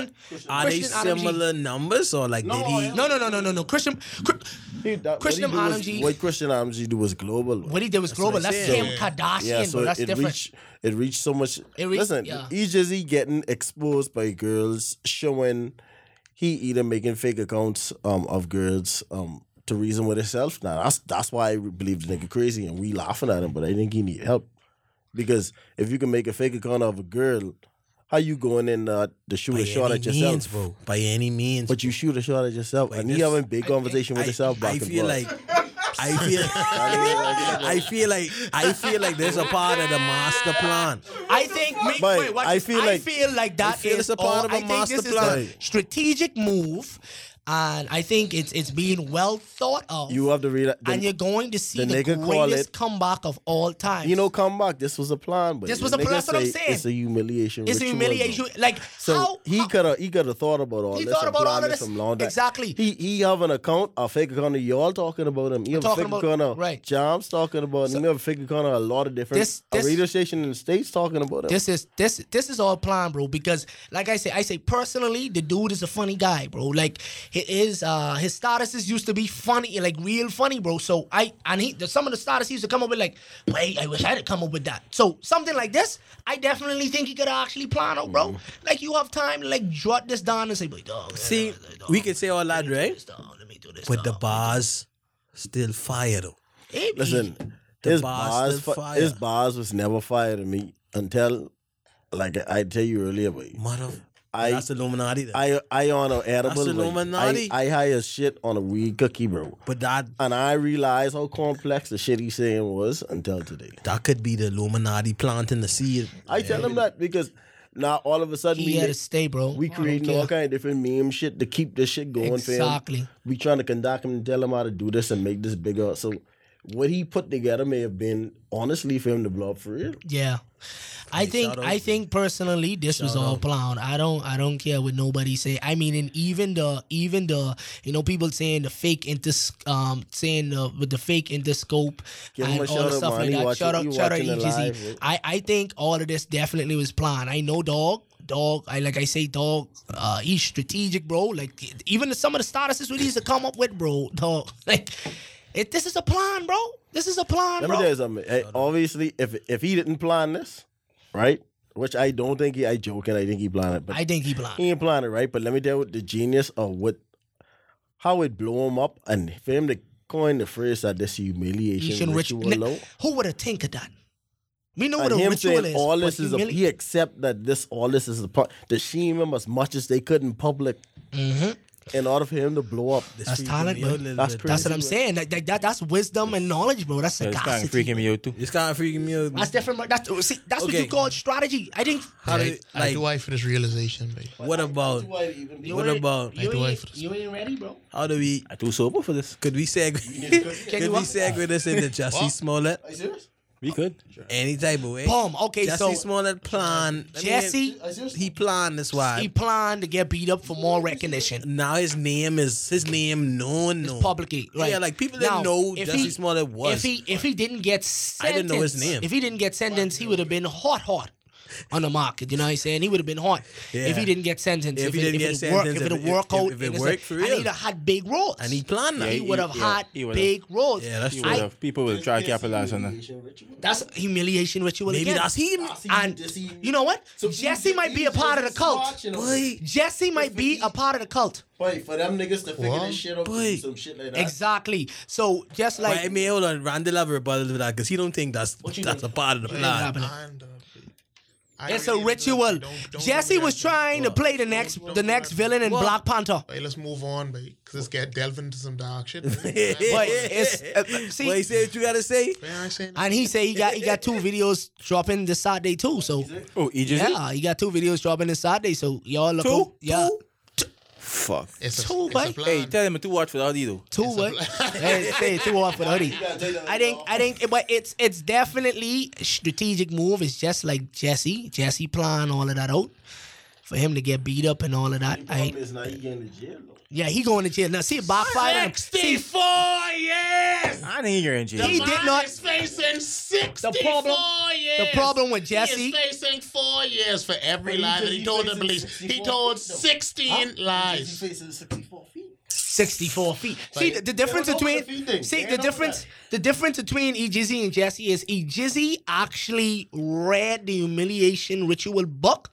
Speaker 5: are they
Speaker 6: Christian Adam G.
Speaker 5: similar numbers or like did he?
Speaker 6: No, no, no, no, no, no. Christian. Chri- Christian
Speaker 7: what he do
Speaker 6: RMG.
Speaker 7: was- What Christian RMG do was global.
Speaker 6: What he did was global. That's
Speaker 5: said.
Speaker 6: Kim Kardashian,
Speaker 7: yeah, so
Speaker 6: bro. That's
Speaker 7: it
Speaker 6: different.
Speaker 7: reached it reached so much.
Speaker 6: It reached-
Speaker 7: Listen,
Speaker 6: yeah.
Speaker 7: he just he getting exposed by girls showing he either making fake accounts um of girls um to reason with himself. Now that's that's why I believe the nigga crazy and we laughing at him, but I think he need help because if you can make a fake account of a girl, how you going in uh, to shoot
Speaker 5: By
Speaker 7: a shot
Speaker 5: any
Speaker 7: at
Speaker 5: means,
Speaker 7: yourself?
Speaker 5: bro. By any means.
Speaker 7: But you shoot a shot at yourself, and
Speaker 5: this-
Speaker 7: you having big conversation with
Speaker 5: I-
Speaker 7: yourself back
Speaker 5: I
Speaker 7: and
Speaker 5: feel
Speaker 7: forth.
Speaker 5: like I feel I feel like I feel like there's a part of the master plan.
Speaker 6: I think me,
Speaker 7: But
Speaker 6: wait, watch
Speaker 7: I
Speaker 6: this.
Speaker 7: feel
Speaker 6: I
Speaker 7: like-
Speaker 6: feel like
Speaker 5: I
Speaker 6: that
Speaker 5: feel
Speaker 6: is
Speaker 5: it's a part
Speaker 6: all-
Speaker 5: of a
Speaker 6: I think
Speaker 5: master
Speaker 6: this is
Speaker 5: plan.
Speaker 6: a strategic move, and I think it's it's being well thought of.
Speaker 7: you have to realize.
Speaker 6: and you're going to see
Speaker 7: the
Speaker 6: the,
Speaker 7: nigga call
Speaker 6: greatest
Speaker 7: it-
Speaker 6: comeback of all time.
Speaker 7: You know, come back. This was a plan, but
Speaker 6: This
Speaker 7: the
Speaker 6: was a plan,
Speaker 7: nigga
Speaker 6: that's what I'm
Speaker 7: say
Speaker 6: saying.
Speaker 7: It's a humiliation.
Speaker 6: it's a
Speaker 7: ritual,
Speaker 6: humiliation.
Speaker 7: bro.
Speaker 6: Like
Speaker 7: So
Speaker 6: how
Speaker 7: he
Speaker 6: how-
Speaker 7: could have he could have thought about all
Speaker 6: He
Speaker 7: this.
Speaker 6: thought
Speaker 7: and
Speaker 6: about all
Speaker 7: planned
Speaker 6: of this.
Speaker 7: from long time.
Speaker 6: Exactly.
Speaker 7: He he have an account, a fake account of y'all talking about him. He have a
Speaker 6: Talking
Speaker 7: fake
Speaker 6: about-
Speaker 7: account of
Speaker 6: right.
Speaker 7: Jams talking about him. He have a fake account of a lot of different
Speaker 6: This-
Speaker 7: a
Speaker 6: this-
Speaker 7: radio station in the states talking about him.
Speaker 6: This is this this is all planned, bro. Because like I say, I say personally, the dude is a funny guy, bro. Like his uh his statuses used to be funny, like real funny, bro. So I and he the- some of the statuses he used to come up with like, wait, I wish I had come up with that. So something like this, I definitely think he could actually plan out, bro. Like you have time to like jot this down and say, oh, but dog.
Speaker 5: Mm-hmm. See,
Speaker 6: dog, dog,
Speaker 5: we can say all that,
Speaker 6: let me do
Speaker 5: right?
Speaker 6: this, dog, Let me do this.
Speaker 5: But the
Speaker 6: dog.
Speaker 5: bars still fire though.
Speaker 6: Hey,
Speaker 7: Listen,
Speaker 5: The
Speaker 7: his
Speaker 5: bars
Speaker 7: bars,
Speaker 5: still
Speaker 7: fu-
Speaker 5: fire.
Speaker 7: his bars was never fire to me until, like I tell you earlier, but
Speaker 5: Mother,
Speaker 7: I,
Speaker 5: that's Illuminati. Then.
Speaker 7: I, I on an edible,
Speaker 5: That's
Speaker 7: boy.
Speaker 5: Illuminati.
Speaker 7: I, I high as shit on a weed cookie, bro.
Speaker 5: but that
Speaker 7: And I realized how complex the shit he's saying was until today.
Speaker 5: that could be the Illuminati planting the seed.
Speaker 7: I tell him that because now all of a sudden
Speaker 6: he
Speaker 7: we,
Speaker 6: had to stay, bro.
Speaker 7: we
Speaker 6: I don't
Speaker 7: creating
Speaker 6: care.
Speaker 7: all kind of different meme shit to keep this shit going. fam.
Speaker 6: Exactly.
Speaker 7: We trying to conduct him and tell him how to do this and make this bigger. So what he put together may have been honestly for him to blow up for real.
Speaker 6: Yeah. I think
Speaker 5: shout out.
Speaker 6: I think personally this was all planned. I don't I don't care what nobody say. I mean, and even the even the you know people saying the fake inter um saying the with the fake interscope
Speaker 7: Give him
Speaker 6: and
Speaker 7: a
Speaker 6: all
Speaker 7: shout
Speaker 6: the
Speaker 7: out,
Speaker 6: stuff
Speaker 7: man.
Speaker 6: like
Speaker 7: He
Speaker 6: that.
Speaker 7: watching-
Speaker 6: shout out
Speaker 7: he
Speaker 6: shout out
Speaker 7: watching it
Speaker 6: EGZ.
Speaker 7: live, right?
Speaker 6: I I think all of this definitely was planned. I know dog dog I like I say dog uh he's strategic bro like even some of the statuses we used to come up with bro dog like it, this is a plan bro this is a plan
Speaker 7: Let
Speaker 6: bro
Speaker 7: me tell you something. Hey, obviously, if if he didn't plan this, right? Which I don't think he. I joking. I think he planned it, but
Speaker 6: I think he planned
Speaker 7: he ain't planned it, right? But let me tell you what the genius of what how it blew him up and for him to coin the phrase that this humiliation
Speaker 6: Humiliation
Speaker 7: ritual.
Speaker 6: ritual.
Speaker 7: low.
Speaker 6: Who would have think of that? We know what
Speaker 7: And
Speaker 6: a
Speaker 7: him
Speaker 6: ritual
Speaker 7: saying
Speaker 6: is.
Speaker 7: all
Speaker 6: but
Speaker 7: this is a,
Speaker 6: humili-
Speaker 7: he accept that this all this is a part to shame him as much as they could in public
Speaker 6: Mm-hmm.
Speaker 7: in order for him to blow up.
Speaker 6: That's talent, bro.
Speaker 7: That's
Speaker 5: bit.
Speaker 7: crazy.
Speaker 6: That's what I'm saying. Like, like that, that's wisdom and knowledge, bro. That's
Speaker 3: It's kind of
Speaker 6: sagacity.
Speaker 3: freaking me out too.
Speaker 5: It's kind of freaking me out.
Speaker 6: That's different. bro. That's see, that's what you
Speaker 5: Okay.
Speaker 6: call strategy. I think.
Speaker 5: How
Speaker 4: I,
Speaker 5: do,
Speaker 4: I
Speaker 5: like,
Speaker 4: do I for this realization, babe.
Speaker 5: what about what about
Speaker 4: I do I for this.
Speaker 6: ain't ready, bro.
Speaker 5: how do we
Speaker 3: I too sober for this.
Speaker 5: could we segue could we segue this into Jesse Smollett
Speaker 3: We could.
Speaker 5: any type of way?
Speaker 6: Boom. Okay,
Speaker 5: Jesse
Speaker 6: so
Speaker 5: Smollett planned. I mean,
Speaker 6: Jesse,
Speaker 5: he planned this why.
Speaker 6: he planned to get beat up for more recognition.
Speaker 5: now his name is his name known. known.
Speaker 6: Publicly, right?
Speaker 5: Yeah, like people didn't know Jesse Smollett was.
Speaker 6: If he if he didn't get
Speaker 5: I
Speaker 6: sentenced,
Speaker 5: didn't know his name.
Speaker 6: If he didn't get sentenced, he would have been hot, hot on the market. You know what I'm saying? He would have been hot if
Speaker 5: Yeah.
Speaker 6: he didn't get sentenced.
Speaker 5: If he
Speaker 6: it-
Speaker 5: didn't
Speaker 6: it
Speaker 5: get
Speaker 6: worked,
Speaker 5: sentenced,
Speaker 6: if
Speaker 5: if
Speaker 6: it
Speaker 5: it-
Speaker 6: worked out,
Speaker 5: if it
Speaker 6: and it's
Speaker 5: worked
Speaker 6: like-
Speaker 5: for
Speaker 6: And
Speaker 5: real.
Speaker 6: he'd have had big roles.
Speaker 5: and he planned that.
Speaker 6: he would have
Speaker 3: he-
Speaker 6: had
Speaker 3: he would've-
Speaker 6: big roles.
Speaker 5: yeah, that's true.
Speaker 3: Would have, people will try to capitalize on that.
Speaker 6: That's humiliation ritual
Speaker 5: Maybe
Speaker 6: again.
Speaker 5: that's him.
Speaker 6: and you know what? Jesse might be a part of the cult.
Speaker 7: Boy,
Speaker 6: Jesse might be a part of the cult.
Speaker 7: boy, for them niggas to figure
Speaker 4: What?
Speaker 7: this shit out, to do
Speaker 5: Boy.
Speaker 7: some shit like that.
Speaker 6: Exactly. So just like
Speaker 5: But I mean, hold on, Randy Love rebutted with that because he don't think that's
Speaker 6: you
Speaker 5: that's a
Speaker 6: think?
Speaker 5: part of the
Speaker 6: ain't
Speaker 5: plan.
Speaker 6: happening.
Speaker 4: And, uh, I
Speaker 6: It's
Speaker 4: really
Speaker 6: a
Speaker 4: don't-
Speaker 6: ritual.
Speaker 4: don't- don't
Speaker 6: Jesse
Speaker 4: really
Speaker 6: was
Speaker 4: have
Speaker 6: trying to play the next the next villain in Black Panther.
Speaker 4: Hey, let's move on, babe. Cause this guy delving into some dark shit. babe.
Speaker 6: But it's uh,
Speaker 5: Well, he
Speaker 6: see,
Speaker 5: said what you gotta say.
Speaker 4: Man, I ain't saying
Speaker 6: and he said he got he got two videos dropping this Saturday too. So
Speaker 3: Oh, EJ.
Speaker 6: yeah, he got two videos dropping this Saturday. So y'all look
Speaker 3: Two?
Speaker 6: out. yeah
Speaker 3: Fuck.
Speaker 4: It's a,
Speaker 6: Two,
Speaker 4: it's a
Speaker 6: babe.
Speaker 4: plan.
Speaker 3: Hey, tell him to watch without you though.
Speaker 6: two what? hey, say two off for the hoodie. I think I think, but it's it's definitely strategic move. It's just like Jesse Jesse plan all of that out for him to get beat up and all of that. I,
Speaker 7: Problem is now he getting to jail. though.
Speaker 6: yeah, he going to jail now. See, it backfired. on him. See,
Speaker 3: I think you're in jail.
Speaker 6: He did not.
Speaker 4: facing
Speaker 6: The
Speaker 4: 64
Speaker 6: problem-
Speaker 4: years.
Speaker 6: the problem with Jesse-
Speaker 4: He is facing four years for every
Speaker 7: But he
Speaker 4: lie
Speaker 7: says
Speaker 4: that he
Speaker 7: he's
Speaker 4: told the
Speaker 7: facing
Speaker 4: police.
Speaker 7: 64
Speaker 4: He told
Speaker 7: feet, though.
Speaker 4: 16
Speaker 7: He's
Speaker 4: lies.
Speaker 7: facing 64 feet.
Speaker 6: 64 feet. See the, the difference
Speaker 7: They don't know what the feet
Speaker 6: between
Speaker 7: thing.
Speaker 6: see
Speaker 7: They
Speaker 6: the
Speaker 7: don't know
Speaker 6: difference
Speaker 7: that.
Speaker 6: the difference between E Jizzy and Jesse is E Jizzy actually read the humiliation ritual book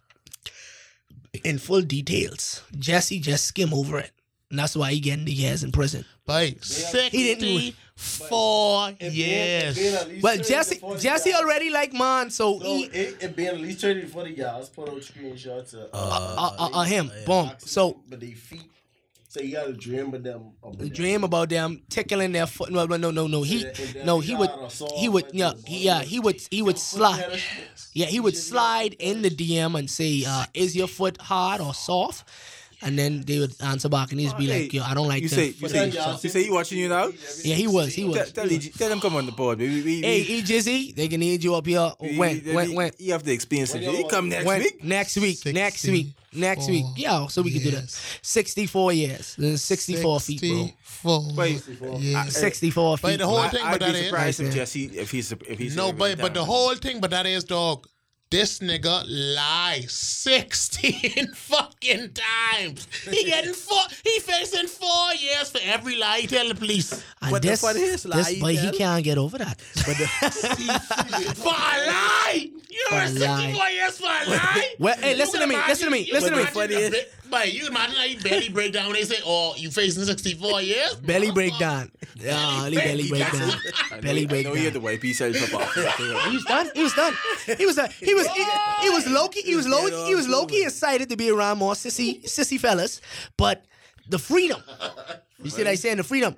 Speaker 6: in full details. Jesse just skim over it. And that's why he getting the years in prison.
Speaker 4: By
Speaker 6: didn't do it.
Speaker 4: 64 years.
Speaker 6: Well, Jesse Jesse already like man, so
Speaker 7: So
Speaker 6: he,
Speaker 7: it, it being at least 30 to 40 yards, put out screenshots of
Speaker 6: uh, uh, uh, him, boom. So
Speaker 7: but they feet. So you gotta dream with them. Of them.
Speaker 6: dream about them tickling their foot. No, no, no, no, no. He, no, he would, he would, yeah, he, yeah, he would, he would slide. Yeah, he would slide in the DM and say, uh, "Is your foot hard or soft?" And then they would answer back, and he'd be like, "Yo, I don't like
Speaker 3: You
Speaker 6: that."
Speaker 3: say you
Speaker 6: foot
Speaker 3: say
Speaker 6: is soft."
Speaker 3: you say he watching you now.
Speaker 6: yeah, he was, he
Speaker 3: Tell,
Speaker 6: was.
Speaker 3: tell, EJ tell him come on the board, baby. We, we,
Speaker 6: Hey, E Jizzy, they can need you up here.
Speaker 3: we,
Speaker 6: When,
Speaker 3: we-
Speaker 6: when,
Speaker 3: we-
Speaker 6: when,
Speaker 3: You have to experience it. You come next
Speaker 6: when?
Speaker 3: week.
Speaker 6: Next week, next week, next week.
Speaker 4: 64
Speaker 6: Yeah, so we could do that.
Speaker 4: years.
Speaker 6: Sixty-four years, Uh, sixty-four feet, bro.
Speaker 4: 64 years.
Speaker 6: Sixty-four feet.
Speaker 4: But the whole thing,
Speaker 3: I,
Speaker 4: but
Speaker 3: would
Speaker 4: that
Speaker 3: be
Speaker 4: is
Speaker 3: surprised if Jesse, if he's, if he's
Speaker 4: no, but but the whole thing, but that is dog. This nigga lie 16 fucking times. He getting four, he facing four years for every lie he tell the police.
Speaker 6: And
Speaker 3: But the
Speaker 6: this,
Speaker 3: funniest lie
Speaker 6: this
Speaker 3: he
Speaker 6: boy, he
Speaker 3: tell-
Speaker 6: can't get over that. But the,
Speaker 4: For a lie! You
Speaker 6: For
Speaker 4: know,
Speaker 6: a lie.
Speaker 4: 64 years for a lie?
Speaker 6: Well, hey,
Speaker 4: You
Speaker 6: listen to me,
Speaker 4: imagine-
Speaker 6: listen to me,
Speaker 4: you
Speaker 6: listen to me.
Speaker 4: imagine
Speaker 3: Funny
Speaker 4: the ba- But you imagine how you belly break down, they say, oh, you facing 64 years?
Speaker 6: belly breakdown. Yeah, only belly breakdown. Belly
Speaker 3: I know you had to
Speaker 6: breakdown.
Speaker 3: wipe his eyes up off.
Speaker 6: He was done. He was done. He was done. He was he, he was Loki. He was Loki. He was Loki excited to be around more sissy sissy fellas, but the freedom. You see what I saying? The freedom.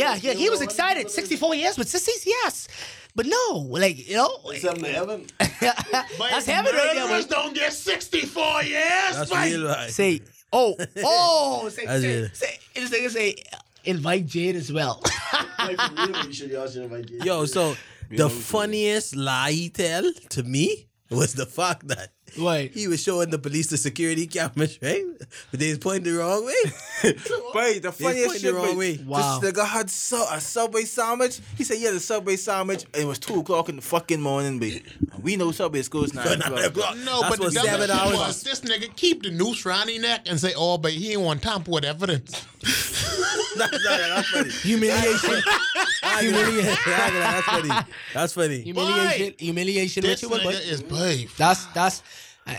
Speaker 6: Yeah, yeah. He was excited. Sixty four years with sissies, yes, but no, like you know,
Speaker 7: Something to heaven.
Speaker 6: that's heaven right there.
Speaker 4: Murderers
Speaker 6: boy.
Speaker 4: don't get 64 years,
Speaker 5: That's
Speaker 4: man.
Speaker 5: real life.
Speaker 6: Say, oh, oh, say,
Speaker 5: That's
Speaker 6: say,
Speaker 5: it.
Speaker 6: say, this nigga say, invite Jade as well.
Speaker 7: like, for real, you should, y'all should invite you.
Speaker 5: Yo, so the funniest lie he tell to me was the fact that
Speaker 6: Wait.
Speaker 5: he was showing the police the security cameras, right? But they was pointing the wrong way.
Speaker 3: Boy, the funniest
Speaker 5: pointing
Speaker 3: shit
Speaker 5: the
Speaker 3: was
Speaker 5: wrong way.
Speaker 6: Wow.
Speaker 3: this nigga had so, a Subway sandwich. He said, yeah, the Subway sandwich. And it was 2 o'clock in the fucking morning, babe. We know Subway's closed 9
Speaker 5: nine
Speaker 3: o'clock.
Speaker 5: o'clock.
Speaker 4: No,
Speaker 5: That's
Speaker 4: but
Speaker 5: what
Speaker 4: the
Speaker 5: seven
Speaker 4: double
Speaker 5: hours.
Speaker 4: shit was this nigga keep the noose round his neck and say, oh, but he ain't want tamper with evidence.
Speaker 5: No, no, no, that's funny.
Speaker 6: Humiliation.
Speaker 5: Humiliation. that's funny. That's funny.
Speaker 6: humiliation. Humiliation.
Speaker 4: This
Speaker 6: ritual,
Speaker 4: nigga
Speaker 6: but
Speaker 4: is brave.
Speaker 6: that's that's uh,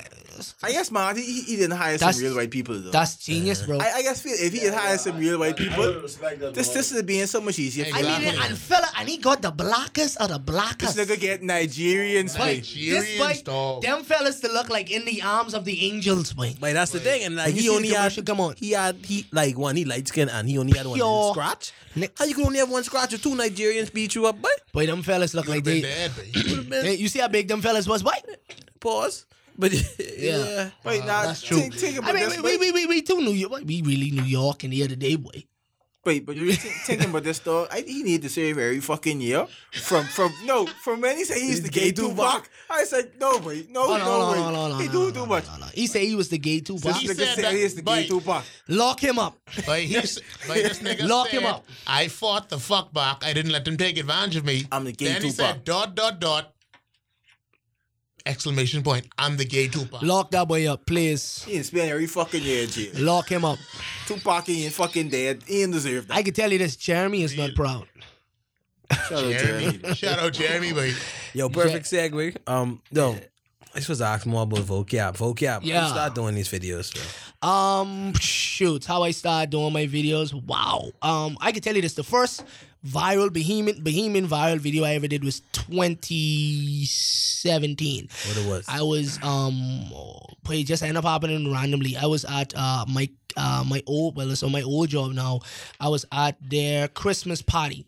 Speaker 3: I guess, man, he, he didn't hire
Speaker 6: That's-
Speaker 3: some real white people, though.
Speaker 6: that's genius,
Speaker 4: Uh,
Speaker 6: bro.
Speaker 3: I, I guess feel if he had hired some real white people,
Speaker 7: respect that.
Speaker 3: this this is being so much easier.
Speaker 6: I
Speaker 3: For
Speaker 4: Exactly.
Speaker 3: him.
Speaker 6: mean, it, and fella, and he got the blockers of the blockers.
Speaker 3: This nigga get Nigerians.
Speaker 6: Boy,
Speaker 3: Like,
Speaker 4: Nigerians,
Speaker 6: boy,
Speaker 4: dog.
Speaker 6: Them fellas to look like in the arms of the angels, boy.
Speaker 5: But that's the thing, and like
Speaker 6: When you
Speaker 5: he
Speaker 6: see the
Speaker 5: only had
Speaker 6: commercial, come on.
Speaker 5: he had he like one he light skin and he only had one
Speaker 6: Pure.
Speaker 5: little scratch.
Speaker 6: Ni-
Speaker 5: How you could only have one scratch or two Nigerians beat you up, but
Speaker 6: Boy, them fellas look like
Speaker 4: Been
Speaker 6: they.
Speaker 4: bad, baby.
Speaker 6: they- You see how big them fellas was, boy.
Speaker 5: pause. But
Speaker 6: Yeah.
Speaker 5: yeah,
Speaker 3: wait, nah,
Speaker 4: that's true.
Speaker 3: think, think about
Speaker 6: Uh, I mean,
Speaker 3: this.
Speaker 6: we,
Speaker 3: wait,
Speaker 6: we, we, we too New York. We really New York in the other day, boy.
Speaker 3: wait, but you think, thinking about this dog, I, he need to save every fucking year. From from no, from when he said he's the gay Tupac, I said no way, no
Speaker 6: Hold on, hold
Speaker 3: no
Speaker 6: on,
Speaker 3: way,
Speaker 6: hold on, hold on,
Speaker 3: he
Speaker 6: hold
Speaker 3: do
Speaker 6: on,
Speaker 3: too
Speaker 6: hold
Speaker 3: much.
Speaker 6: on, hold on. He said he was the gay Tupac.
Speaker 3: This
Speaker 4: He
Speaker 3: nigga
Speaker 4: said
Speaker 3: said
Speaker 4: that,
Speaker 3: he's the gay
Speaker 4: bite.
Speaker 3: Tupac.
Speaker 6: Lock him up.
Speaker 4: But he's but this nigga
Speaker 6: Lock
Speaker 4: said,
Speaker 6: him up.
Speaker 4: I fought the fuck back. I didn't let them take advantage of me.
Speaker 3: I'm the gay
Speaker 4: Then he
Speaker 3: Tupac.
Speaker 4: said dot dot dot exclamation point. I'm the gay Tupac.
Speaker 6: Lock that boy up, please.
Speaker 3: He ain't spend every fucking year in jail.
Speaker 6: Lock him up.
Speaker 3: Tupac ain't fucking dead. He ain't deserve that.
Speaker 6: I can tell you this, Jeremy is not proud.
Speaker 3: Shout out
Speaker 4: Jeremy.
Speaker 3: Jeremy.
Speaker 4: Shout out Jeremy, but
Speaker 5: yo, perfect segue. Um, no, I was to ask more about vocab. Vocab.
Speaker 6: Yeah.
Speaker 5: Yeah, start doing these videos. Bro.
Speaker 6: Um, shoot, how I started doing my videos. Wow. Um, I can tell you this: the first viral behemoth behemoth viral video I ever did was 2017.
Speaker 5: What it was?
Speaker 6: I was um, but it just ended up happening randomly. I was at uh my uh my old well, so my old job now. I was at their Christmas party,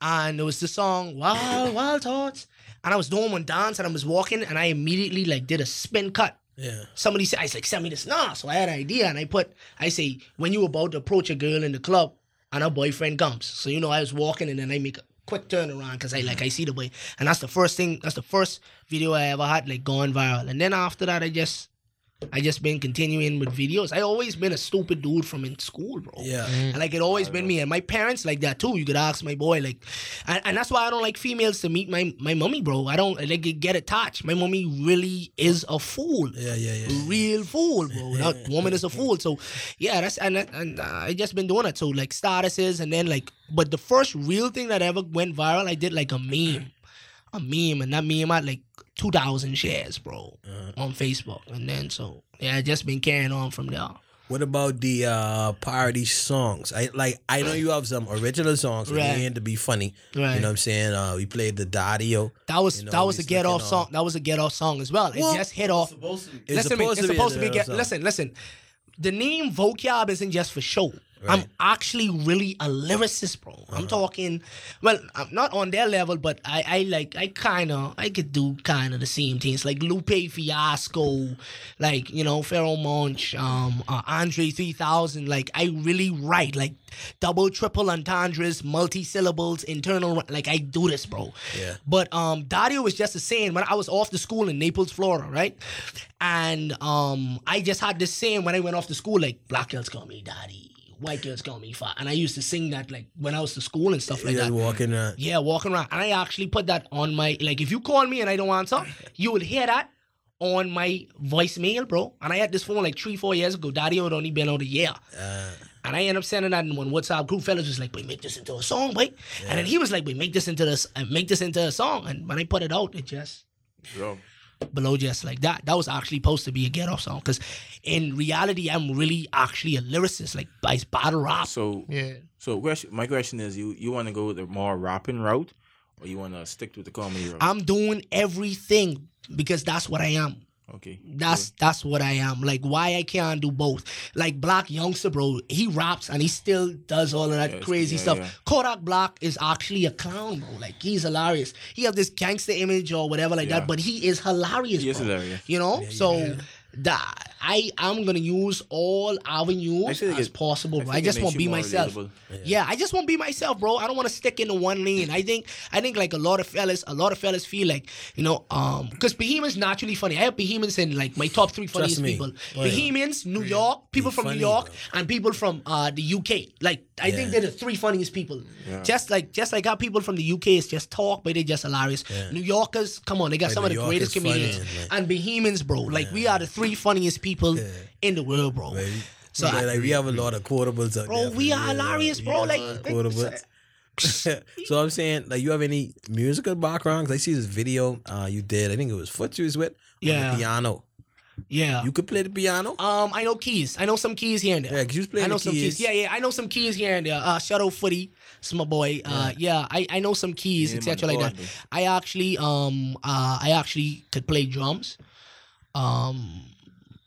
Speaker 6: and there was the song "Wild Wild Thoughts," and I was doing one dance, and I was walking, and I immediately like did a spin cut
Speaker 5: yeah.
Speaker 6: somebody said, I was like, send me this. Nah, so I had an idea and I put, I say, when you about to approach a girl in the club and her boyfriend comes. So, you know, I was walking and then I make a quick turnaround because I
Speaker 5: Mm-hmm.
Speaker 6: like, I see the boy. And that's the first thing, that's the first video I ever had, like, gone viral. And then after that, I just, I just been continuing with videos. I always been a stupid dude from in school, bro.
Speaker 5: Yeah.
Speaker 6: And like it always been me and my parents like that too. You could ask my boy like, and, and that's why I don't like females to meet my my mommy, bro. I don't like get attached. My mommy really is a fool
Speaker 5: Yeah, yeah, yeah.
Speaker 6: real fool, bro. That woman is a fool. So, yeah, that's and and uh, I just been doing it. So like statuses and then like, but the first real thing that ever went viral, I did like a meme, a meme, and that meme had like two thousand shares, bro,
Speaker 5: Uh-huh.
Speaker 6: on Facebook. And then so yeah, I just been carrying on from there.
Speaker 5: What about the uh parody songs? I like I know you have some original songs that
Speaker 6: Right.
Speaker 5: you ain't to be funny.
Speaker 6: Right.
Speaker 5: You know what I'm saying? Uh we played the Dario.
Speaker 6: That was
Speaker 5: You know,
Speaker 6: that was a
Speaker 5: he's
Speaker 6: get off
Speaker 5: looking
Speaker 6: song. That was a get off song as well. It
Speaker 5: Well-
Speaker 6: just hit off.
Speaker 5: It's
Speaker 6: listen to me.
Speaker 5: supposed
Speaker 6: It's
Speaker 5: to be a
Speaker 6: supposed to be get.
Speaker 5: song.
Speaker 6: Listen, listen. The name vocab isn't just for show. I'm actually really a lyricist, bro.
Speaker 5: Uh-huh.
Speaker 6: I'm talking, well, I'm not on their level, but I, I like, I kind of, I could do kind of the same things, like Lupe Fiasco, like you know, Pharaoh Monch, um, uh, Andre 3000. Like I really write like double, triple entendres, multi syllables, internal. Like I do this, bro.
Speaker 5: Yeah.
Speaker 6: But um, Dario was just a saying when I was off to school in Naples, Florida, right? And um, I just had this saying when I went off to school, like black girls call me daddy, white girls call me fat, and I used to sing that like when I was to school and stuff like
Speaker 5: Just
Speaker 6: that.
Speaker 5: walking around.
Speaker 6: Yeah, walking around, and I actually put that on my like if you call me and I don't answer, you will hear that on my voicemail, bro. And I had this phone like three, four years ago. Daddy had only been out a year. and I ended up sending that in one WhatsApp group. Fellas was like, "Boy, make this into a song, boy." And then he was like, "Boy, make this into this, uh, make this into a song." And when I put it out, it just below just like that. That was actually supposed to be a get off song because in reality, I'm really actually a lyricist, like by battle rap.
Speaker 8: So,
Speaker 4: Yeah.
Speaker 8: so question, my question is, you you want to go the more rapping route, or you want to stick to the comedy route?
Speaker 6: I'm doing everything because that's what I am.
Speaker 8: okay,
Speaker 6: That's that's what I am. Like why I can't do both. Like Black Youngster, bro, he raps and he still does all of that
Speaker 8: Yes,
Speaker 6: crazy
Speaker 8: yeah,
Speaker 6: stuff.
Speaker 8: yeah.
Speaker 6: Kodak Black is actually a clown, bro. Like he's hilarious. He have this gangster image or whatever like
Speaker 8: Yeah.
Speaker 6: that, but he is hilarious.
Speaker 8: He is
Speaker 6: bro.
Speaker 8: hilarious.
Speaker 6: You know, so. That I am gonna use all
Speaker 8: I
Speaker 6: avenues
Speaker 8: feel like
Speaker 6: as
Speaker 8: it-
Speaker 6: possible.
Speaker 8: I
Speaker 6: bro. I,
Speaker 8: think it
Speaker 6: just
Speaker 8: makes
Speaker 6: want
Speaker 8: you
Speaker 6: to be
Speaker 8: more
Speaker 6: myself.
Speaker 8: relatable.
Speaker 6: Yeah. I just want to be myself, bro. I don't want to stick into one lane. I think I think like a lot of fellas, a lot of fellas feel like you know, um, because Bohemians naturally funny. I have Bohemians in like my top three funniest
Speaker 5: me.
Speaker 6: people.
Speaker 5: Oh, yeah.
Speaker 6: Bohemians, New York, people
Speaker 5: Be
Speaker 6: from
Speaker 5: funny,
Speaker 6: New York,
Speaker 5: bro.
Speaker 6: and people from uh the UK. Like I think
Speaker 5: Yeah.
Speaker 6: they're the three funniest people. Just like just like how people from the UK is just talk, but they just hilarious. New Yorkers, come on, they got
Speaker 5: Like,
Speaker 6: some
Speaker 5: New
Speaker 6: of the
Speaker 5: York
Speaker 6: greatest
Speaker 5: is funny,
Speaker 6: comedians
Speaker 5: like-
Speaker 6: and Bohemians, bro. Like we are the three funniest people in the world, bro.
Speaker 5: So
Speaker 6: So I-
Speaker 5: like we have a lot of quotables out there.
Speaker 6: Bro, we are hilarious, bro. Like,
Speaker 5: quotables. so I'm saying, like, you have any musical backgrounds? I see this video uh, you did. I think it was Foot you was with. on the
Speaker 6: Yeah.
Speaker 5: piano.
Speaker 6: yeah.
Speaker 5: You could play the piano.
Speaker 6: Um, I know keys. I know some keys here and there.
Speaker 5: Yeah, 'cause you was playing
Speaker 6: I know
Speaker 5: the
Speaker 6: some
Speaker 5: keys.
Speaker 6: keys. Yeah, yeah. I know some keys here and there. Uh, Shadow Footy, it's my boy. Uh, yeah. I, I know some keys,
Speaker 8: Yeah,
Speaker 6: etc.
Speaker 8: man,
Speaker 6: Like that.
Speaker 8: God,
Speaker 6: I actually um uh I actually could play drums, um,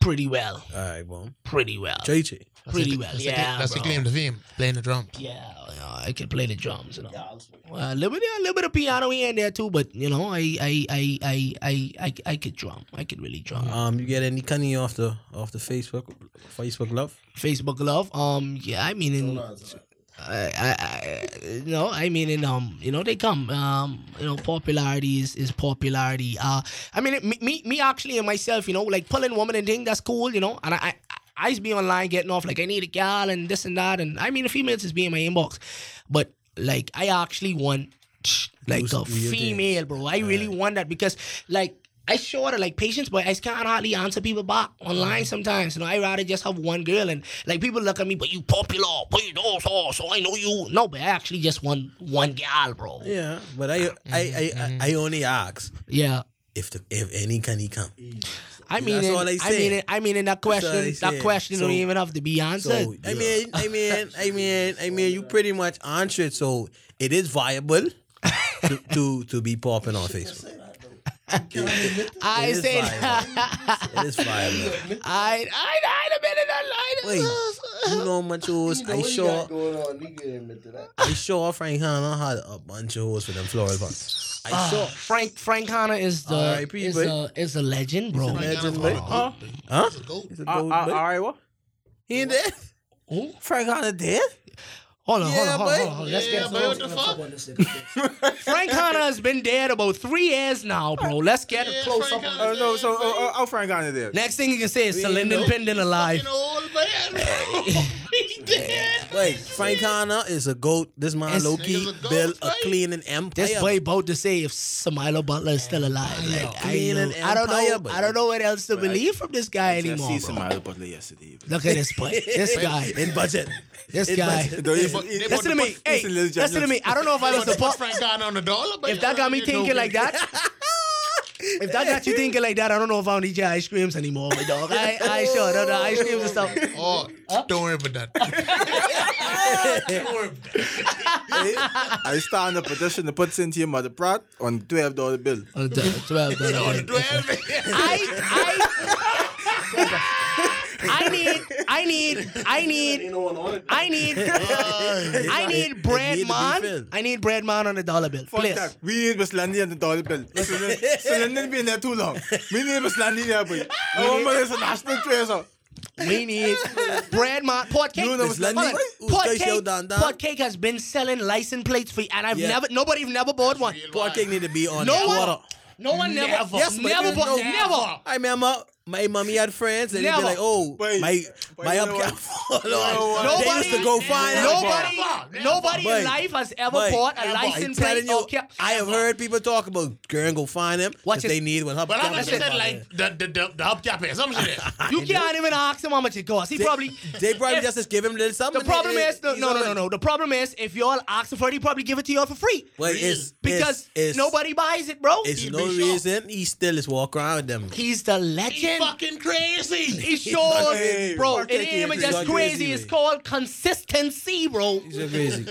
Speaker 6: pretty well,
Speaker 5: All right, well,
Speaker 6: pretty well,
Speaker 5: JJ.
Speaker 6: pretty well.
Speaker 4: That's the
Speaker 6: Yeah,
Speaker 4: cla- that's the
Speaker 6: bro.
Speaker 4: claim to fame, playing the drums.
Speaker 6: Yeah, you know, I can play the drums. You know, well, a little bit, a little bit of piano here and there too. But you know, I, I, I, I, I, I, I could drum. I could really drum.
Speaker 5: Um, you get any cunny off the off the Facebook Facebook love?
Speaker 6: Facebook love. Um, yeah, I mean, in, I, I, I, you know, I mean, in um, you know, they come. Um, you know, popularity is, is popularity. Uh, I mean, it, me, me, me actually and myself, you know, like pulling woman and thing, that's cool, you know, and I. I I used to be online getting off like I need a gal and this and that and I mean the females is being my inbox, but like I actually want like
Speaker 5: Those
Speaker 6: a
Speaker 5: weird things.
Speaker 6: female, bro. I really want that because like I sure that like patience, but I can't hardly answer people back online
Speaker 5: Mm.
Speaker 6: sometimes. You know, I rather just have one girl and like people look at me, but you popular, but you know, so, so I know you. No, but I actually just want one gal, bro. Yeah.
Speaker 5: Yeah, but I I I, I, I only ask if the, if any cunny come.
Speaker 6: I mean,
Speaker 5: That's
Speaker 6: in-
Speaker 5: all I
Speaker 6: I mean,
Speaker 5: said.
Speaker 6: in- I mean, in that
Speaker 5: all I
Speaker 6: question, that
Speaker 5: said.
Speaker 6: question
Speaker 5: So-
Speaker 6: don't even have to be answered.
Speaker 5: So I mean, I mean, I mean, I mean, you pretty much answered. So it is viable to to, to be popping on Facebook.
Speaker 6: I
Speaker 5: It is
Speaker 6: said,
Speaker 5: viable. It is viable.
Speaker 6: I, I, I, a minute, I, I,
Speaker 5: Wait, you know how much hoes I sure I sure Frank Hanna had a bunch of hoes for them floral pots. I saw
Speaker 6: Frank, Frank Hanna is the,
Speaker 5: R.I.P.,
Speaker 6: is
Speaker 5: boy.
Speaker 6: a, is a legend, bro.
Speaker 5: legend,
Speaker 4: Ghana for
Speaker 5: boy.
Speaker 4: the goat, boy.
Speaker 5: Huh?
Speaker 4: He's a goat.
Speaker 5: He's a
Speaker 8: Uh,
Speaker 5: gold
Speaker 8: uh,
Speaker 3: Ah,
Speaker 5: bud.
Speaker 8: all right, what?
Speaker 5: He ain't dead.
Speaker 6: Who?
Speaker 5: Frank Hanna dead?
Speaker 6: Hold on,
Speaker 5: Yeah,
Speaker 6: hold on, hold
Speaker 5: boy.
Speaker 6: on, hold on. Let's
Speaker 4: Yeah,
Speaker 6: get
Speaker 4: boy, what the fuck?
Speaker 6: Frank Hanna has been dead about three years now, bro. Let's get
Speaker 4: Yeah,
Speaker 6: a close
Speaker 4: Frank
Speaker 6: up. Uh,
Speaker 4: Hanna.
Speaker 8: Oh no, so oh, oh, Frank got it there.
Speaker 6: Next thing you can say is Celine Pendant
Speaker 4: You
Speaker 6: alive.
Speaker 4: know, old man. He's dead.
Speaker 5: Wait, Frank Hanna is a goat. This man
Speaker 6: It's-
Speaker 5: low
Speaker 4: He's
Speaker 5: key
Speaker 4: a goat,
Speaker 5: built a
Speaker 4: right?
Speaker 5: cleaning empire.
Speaker 6: This boy about to say if Samilo Butler is still alive. Like, I,
Speaker 5: Clean
Speaker 6: know-
Speaker 5: and
Speaker 6: I don't
Speaker 5: empire,
Speaker 6: know.
Speaker 5: but-
Speaker 6: I don't know what else to believe from this guy
Speaker 8: I
Speaker 6: anymore.
Speaker 8: see
Speaker 6: bro.
Speaker 8: some other butler yesterday. but-
Speaker 6: Look at this boy. This guy.
Speaker 5: in budget.
Speaker 6: This
Speaker 5: in
Speaker 6: guy.
Speaker 5: budget.
Speaker 6: Listen to me. Hey, listen to me. I don't know if I was
Speaker 4: Put
Speaker 6: support.
Speaker 4: Frank Ghana on the dollar, but
Speaker 6: If that got me thinking like that. If that got you thinking like that, I don't know if I'll eat your ice creams anymore, my dog. I, I sure, no, no, ice creams and stuff.
Speaker 4: Oh, don't worry about that.
Speaker 8: I stand in a petition to put Cynthia Mother Pratt on twelve dollar bill.
Speaker 6: On the tw- 12, no, no, no. I, I, I need, I need, I need, I need, I need bread
Speaker 5: need to be
Speaker 6: man.
Speaker 5: filled.
Speaker 6: I need bread man on a dollar bill,
Speaker 8: Fuck
Speaker 6: please.
Speaker 8: that. We need Miss Landy on the dollar bill. Cylinder been there too long. We need Miss Landy there, boy. Oh, I want my international treasure.
Speaker 6: We need bread man. Port cake.
Speaker 8: You know what's
Speaker 6: Hold
Speaker 5: London?
Speaker 6: on.
Speaker 5: Who's
Speaker 6: Port
Speaker 5: guy show
Speaker 6: cake.
Speaker 5: down down?
Speaker 6: Port cake has been selling license plates for, and I've
Speaker 5: Yeah.
Speaker 6: never, nobody never bought one.
Speaker 5: Boy, King need to be on
Speaker 6: No
Speaker 5: the
Speaker 6: one-
Speaker 5: quarter.
Speaker 6: No one never,
Speaker 5: Yes, but
Speaker 6: never
Speaker 5: there's
Speaker 6: bought,
Speaker 5: no-
Speaker 6: never.
Speaker 5: I remember My mommy had friends, and they'd be
Speaker 6: Never.
Speaker 5: like, "Oh,
Speaker 8: Wait.
Speaker 5: my
Speaker 8: Wait,
Speaker 5: my
Speaker 8: you
Speaker 5: up
Speaker 8: know
Speaker 5: can't
Speaker 8: what?
Speaker 5: follow."
Speaker 8: know
Speaker 5: us.
Speaker 8: what?
Speaker 5: They used to go find us.
Speaker 6: Nobody, nobody in
Speaker 5: Mike,
Speaker 6: life has ever
Speaker 5: Mike,
Speaker 6: bought a
Speaker 5: I'm
Speaker 6: license
Speaker 5: telling
Speaker 6: plate
Speaker 5: you,
Speaker 6: or cap.
Speaker 5: I have heard people talk about girl go find him
Speaker 6: Watch
Speaker 5: what
Speaker 6: it.
Speaker 5: they need when her
Speaker 4: But I'm just
Speaker 5: they,
Speaker 4: saying, like, the, the, the, the hubcap is something there.
Speaker 6: You can't even ask him how much it costs. He probably
Speaker 5: they probably
Speaker 6: if-
Speaker 5: just just give him little something.
Speaker 6: The problem
Speaker 5: It-
Speaker 6: is no,
Speaker 5: he's
Speaker 6: no, no, no,
Speaker 5: already-
Speaker 6: no. The problem is if y'all ask him for it, he probably give it to y'all for free
Speaker 5: Well, it's,
Speaker 6: because
Speaker 5: it's,
Speaker 6: nobody buys it, bro.
Speaker 5: It's
Speaker 4: He'd
Speaker 5: no
Speaker 4: be shocked.
Speaker 5: reason he still is walking around with them.
Speaker 6: He's the legend.
Speaker 4: fucking crazy.
Speaker 6: He sure,
Speaker 8: Hey,
Speaker 6: bro. It
Speaker 8: fucking
Speaker 6: ain't even
Speaker 8: kid.
Speaker 6: just
Speaker 5: Fucking
Speaker 6: crazy.
Speaker 5: kid.
Speaker 6: It's called consistency, bro.
Speaker 5: It's crazy.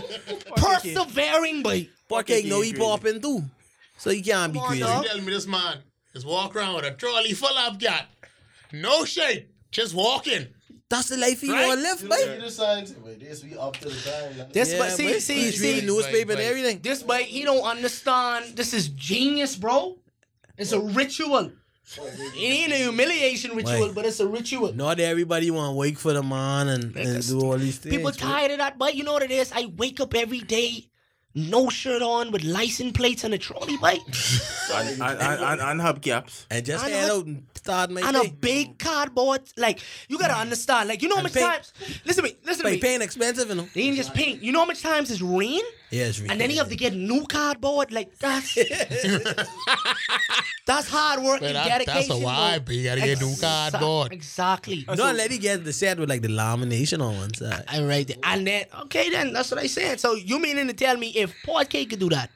Speaker 6: Persevering, boy.
Speaker 5: Parking no he popping too, so you can't be
Speaker 6: Come on,
Speaker 5: crazy.
Speaker 6: dog.
Speaker 4: You tell me this man is walking around with a trolley full of hubcap. No shake. Just walking.
Speaker 5: That's the life you
Speaker 4: Right?
Speaker 5: want to live, mate.
Speaker 7: the signs. Wait, this we up to the time. like-
Speaker 6: This, but
Speaker 5: Yeah,
Speaker 6: see,
Speaker 5: mate.
Speaker 6: see,
Speaker 5: He's
Speaker 6: see,
Speaker 5: reading newspaper and
Speaker 4: Right, right.
Speaker 5: everything.
Speaker 6: This boy, he don't understand. This is genius, bro. It's a ritual. It ain't a humiliation ritual,
Speaker 5: Right.
Speaker 6: but it's a ritual.
Speaker 5: Not everybody want to wake for the man and, and do all these things.
Speaker 6: People
Speaker 5: right?
Speaker 6: tired of that, but you know what it is? I wake up every day, no shirt on, with license plates and a trolley bike,
Speaker 8: And, and, and, and hubcaps.
Speaker 5: and just
Speaker 6: I'm
Speaker 5: head
Speaker 6: not-
Speaker 5: out and start my
Speaker 6: and a
Speaker 5: day.
Speaker 6: big cardboard. Like you gotta understand. Like you know how
Speaker 5: And
Speaker 6: much
Speaker 5: paint.
Speaker 6: times? Listen to me. Listen to
Speaker 5: Like,
Speaker 6: me.
Speaker 5: paying expensive, you know.
Speaker 6: They ain't just paint. You know how much times it's rain,
Speaker 5: Yeah, it's
Speaker 6: and then you have to
Speaker 5: ridiculous.
Speaker 6: get new cardboard. Like that's that's hard work
Speaker 4: But
Speaker 6: and
Speaker 4: that,
Speaker 6: dedication.
Speaker 4: that's a
Speaker 6: bro.
Speaker 4: vibe. You gotta get new
Speaker 6: Exa-
Speaker 4: cardboard.
Speaker 6: Exactly.
Speaker 5: No, let it get the set with like the lamination on one side.
Speaker 6: All right. then. And then, okay, then that's what I said. So you meaning to tell me if Port K could do that?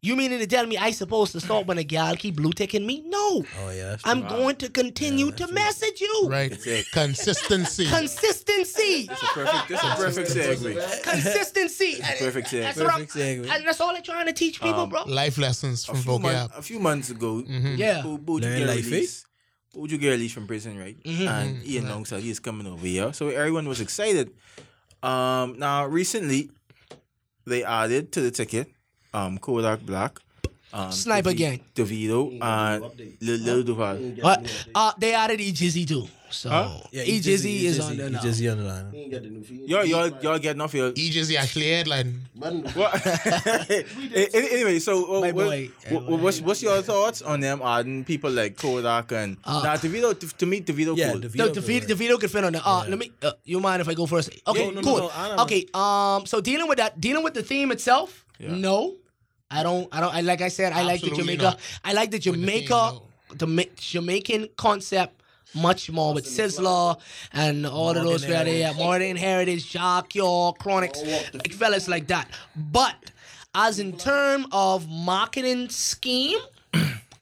Speaker 6: You meaning to tell me I supposed to stop when a gal keep blue ticking me? No.
Speaker 5: Oh yeah, that's
Speaker 6: I'm
Speaker 5: true.
Speaker 6: going to continue to message you.
Speaker 4: Right. Consistency.
Speaker 6: Consistency.
Speaker 8: Perfect. This is a perfect segue.
Speaker 6: Consistency.
Speaker 8: Perfect segue.
Speaker 6: That's, what I'm-
Speaker 5: Perfect segue.
Speaker 6: and that's all I'm trying to teach people,
Speaker 8: Um,
Speaker 6: bro.
Speaker 4: Life lessons
Speaker 8: A
Speaker 4: from
Speaker 8: few, mon-
Speaker 4: vocab.
Speaker 8: a few months ago,
Speaker 6: Yeah.
Speaker 8: Bo- Boju
Speaker 5: Mm-hmm. Learn
Speaker 8: get
Speaker 5: life, eh? Mm-hmm.
Speaker 8: released. Boju get released from prison, right?
Speaker 6: Mm-hmm.
Speaker 8: And he announced that he's coming over here, so everyone was excited. Um, now recently, they added to the ticket, um, Kodak Black, um,
Speaker 6: Sniper
Speaker 8: Davi-
Speaker 6: Gang.
Speaker 8: DeVito, and Lil, Lil Duval.
Speaker 6: But uh, they added E Jizzy too. So E Jizzy is on there now.
Speaker 5: He Jizzy on the line.
Speaker 7: We ain't got the new feed.
Speaker 8: Y'all, y'all, y'all getting off your.
Speaker 4: E Jizzy actually headline.
Speaker 7: Man,
Speaker 8: What? A- a- anyway, so uh,
Speaker 6: My
Speaker 8: what-
Speaker 6: boy.
Speaker 8: wha- wha- what's what's your thoughts on them adding people like Kodak and
Speaker 6: Uh,
Speaker 8: now DeVito? To, to me, DeVito
Speaker 5: Yeah,
Speaker 8: cool.
Speaker 5: DeVito.
Speaker 6: No, DeVito, DeVito could fit on the. Uh, Let me. Uh, you mind if I go first? Okay,
Speaker 5: no, no,
Speaker 6: cool.
Speaker 5: no, I don't know.
Speaker 6: okay, um, so dealing with that, dealing with the theme itself. No, I don't. I don't. I like I said, I like the
Speaker 4: Absolutely
Speaker 6: Jamaica.
Speaker 4: not.
Speaker 6: I like the
Speaker 4: the theme,
Speaker 6: Jamaica,
Speaker 4: no.
Speaker 6: the Ma- Jamaican concept much more with Sizzler and all of those where they are modern heritage, Jock, Your, Chronics, like fellas like that. But as in term of marketing scheme.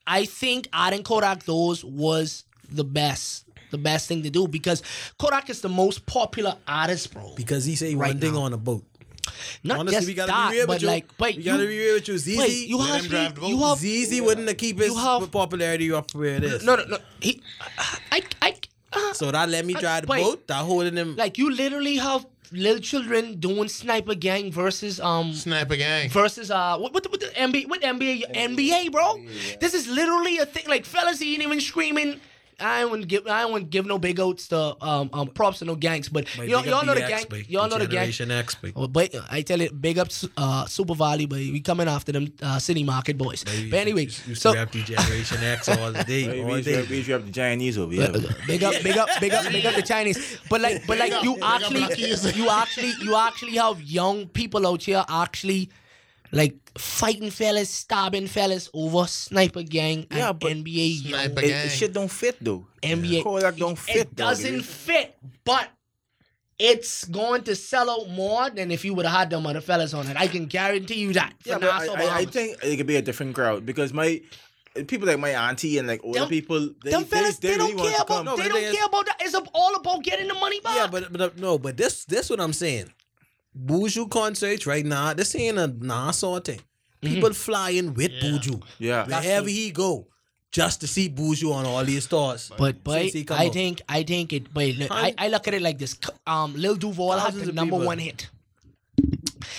Speaker 6: I think adding Kodak those was the best, the best thing to do because Kodak is the most popular artist, bro.
Speaker 5: Because he say
Speaker 6: Right
Speaker 5: one thing
Speaker 6: now.
Speaker 5: on a boat.
Speaker 6: Not
Speaker 5: Honestly,
Speaker 6: just
Speaker 5: we gotta
Speaker 6: that,
Speaker 5: be real
Speaker 6: but
Speaker 5: with you.
Speaker 6: like, but
Speaker 5: we gotta
Speaker 6: you,
Speaker 5: be real with you. ZZ,
Speaker 6: wait, you
Speaker 4: Let him
Speaker 6: have,
Speaker 4: drive the
Speaker 6: you
Speaker 4: boat.
Speaker 6: have,
Speaker 5: ZZ wouldn't have keep his
Speaker 6: You have-
Speaker 5: popularity up where it is.
Speaker 6: no, no, no. He, I, I, uh,
Speaker 5: So that let me try the
Speaker 6: Wait.
Speaker 5: boat. That holding him.
Speaker 6: like you literally have little children doing sniper gang versus um
Speaker 4: Sniper gang.
Speaker 6: versus uh what what, the- what the NBA what NBA NBA bro this is literally a thing like fellas he ain't even screaming I wouldn't give I wouldn't give no big oats to um, um props to no gangs but
Speaker 5: Like,
Speaker 6: y'all,
Speaker 5: big
Speaker 6: y'all
Speaker 5: up
Speaker 6: know the
Speaker 5: DX,
Speaker 6: gang
Speaker 5: boy.
Speaker 6: y'all know the gang
Speaker 5: Generation X, boy.
Speaker 6: Oh, but uh, I tell it big up Su- uh Super Valley but we coming after them uh, City Market boys but anyway
Speaker 5: Used to
Speaker 6: so
Speaker 5: rap the Generation X all day, all
Speaker 8: We
Speaker 5: day.
Speaker 8: we have the Chinese over here.
Speaker 6: big up, big up, big up, big up the Chinese. But like, but like, you
Speaker 4: up
Speaker 6: actually,
Speaker 4: Black Keys.
Speaker 6: you actually, you actually have young people out here actually, like fighting fellas, stabbing fellas over sniper gang and
Speaker 8: Yeah, but-
Speaker 6: NBA. young-
Speaker 4: Sniper
Speaker 8: It-
Speaker 4: gang.
Speaker 8: It, shit don't fit though.
Speaker 6: NBA
Speaker 8: Kodak don't fit.
Speaker 6: It
Speaker 8: though,
Speaker 6: doesn't
Speaker 8: dude.
Speaker 6: fit, but it's going to sell out more than if you would have had them other fellas on it. I can guarantee you that. For
Speaker 8: Yeah, but I,
Speaker 6: Nassau,
Speaker 8: I, I
Speaker 6: Bahamas.
Speaker 8: think it could be a different crowd because my people like my auntie and like older
Speaker 6: Them-
Speaker 8: people. They,
Speaker 6: them fellas, they,
Speaker 8: really
Speaker 6: don't
Speaker 8: want
Speaker 6: care
Speaker 8: to
Speaker 6: about.
Speaker 8: come.
Speaker 6: they
Speaker 5: but
Speaker 6: don't
Speaker 5: they-
Speaker 6: care about that. It's all about getting the money back.
Speaker 5: Yeah, but, but uh, no, but this this what I'm saying. Buju concerts right now. This ain't a Nassau thing.
Speaker 6: Mm-hmm.
Speaker 5: People flying with Buju.
Speaker 8: Yeah.
Speaker 5: wherever he go, just to see Buju on all these stores.
Speaker 6: But but
Speaker 5: Since he come
Speaker 6: I
Speaker 5: out.
Speaker 6: think I think it. But look, I, I look at it like this. Um, Lil Duval had
Speaker 5: Thousands
Speaker 6: the
Speaker 5: of
Speaker 6: number
Speaker 5: people.
Speaker 6: one hit.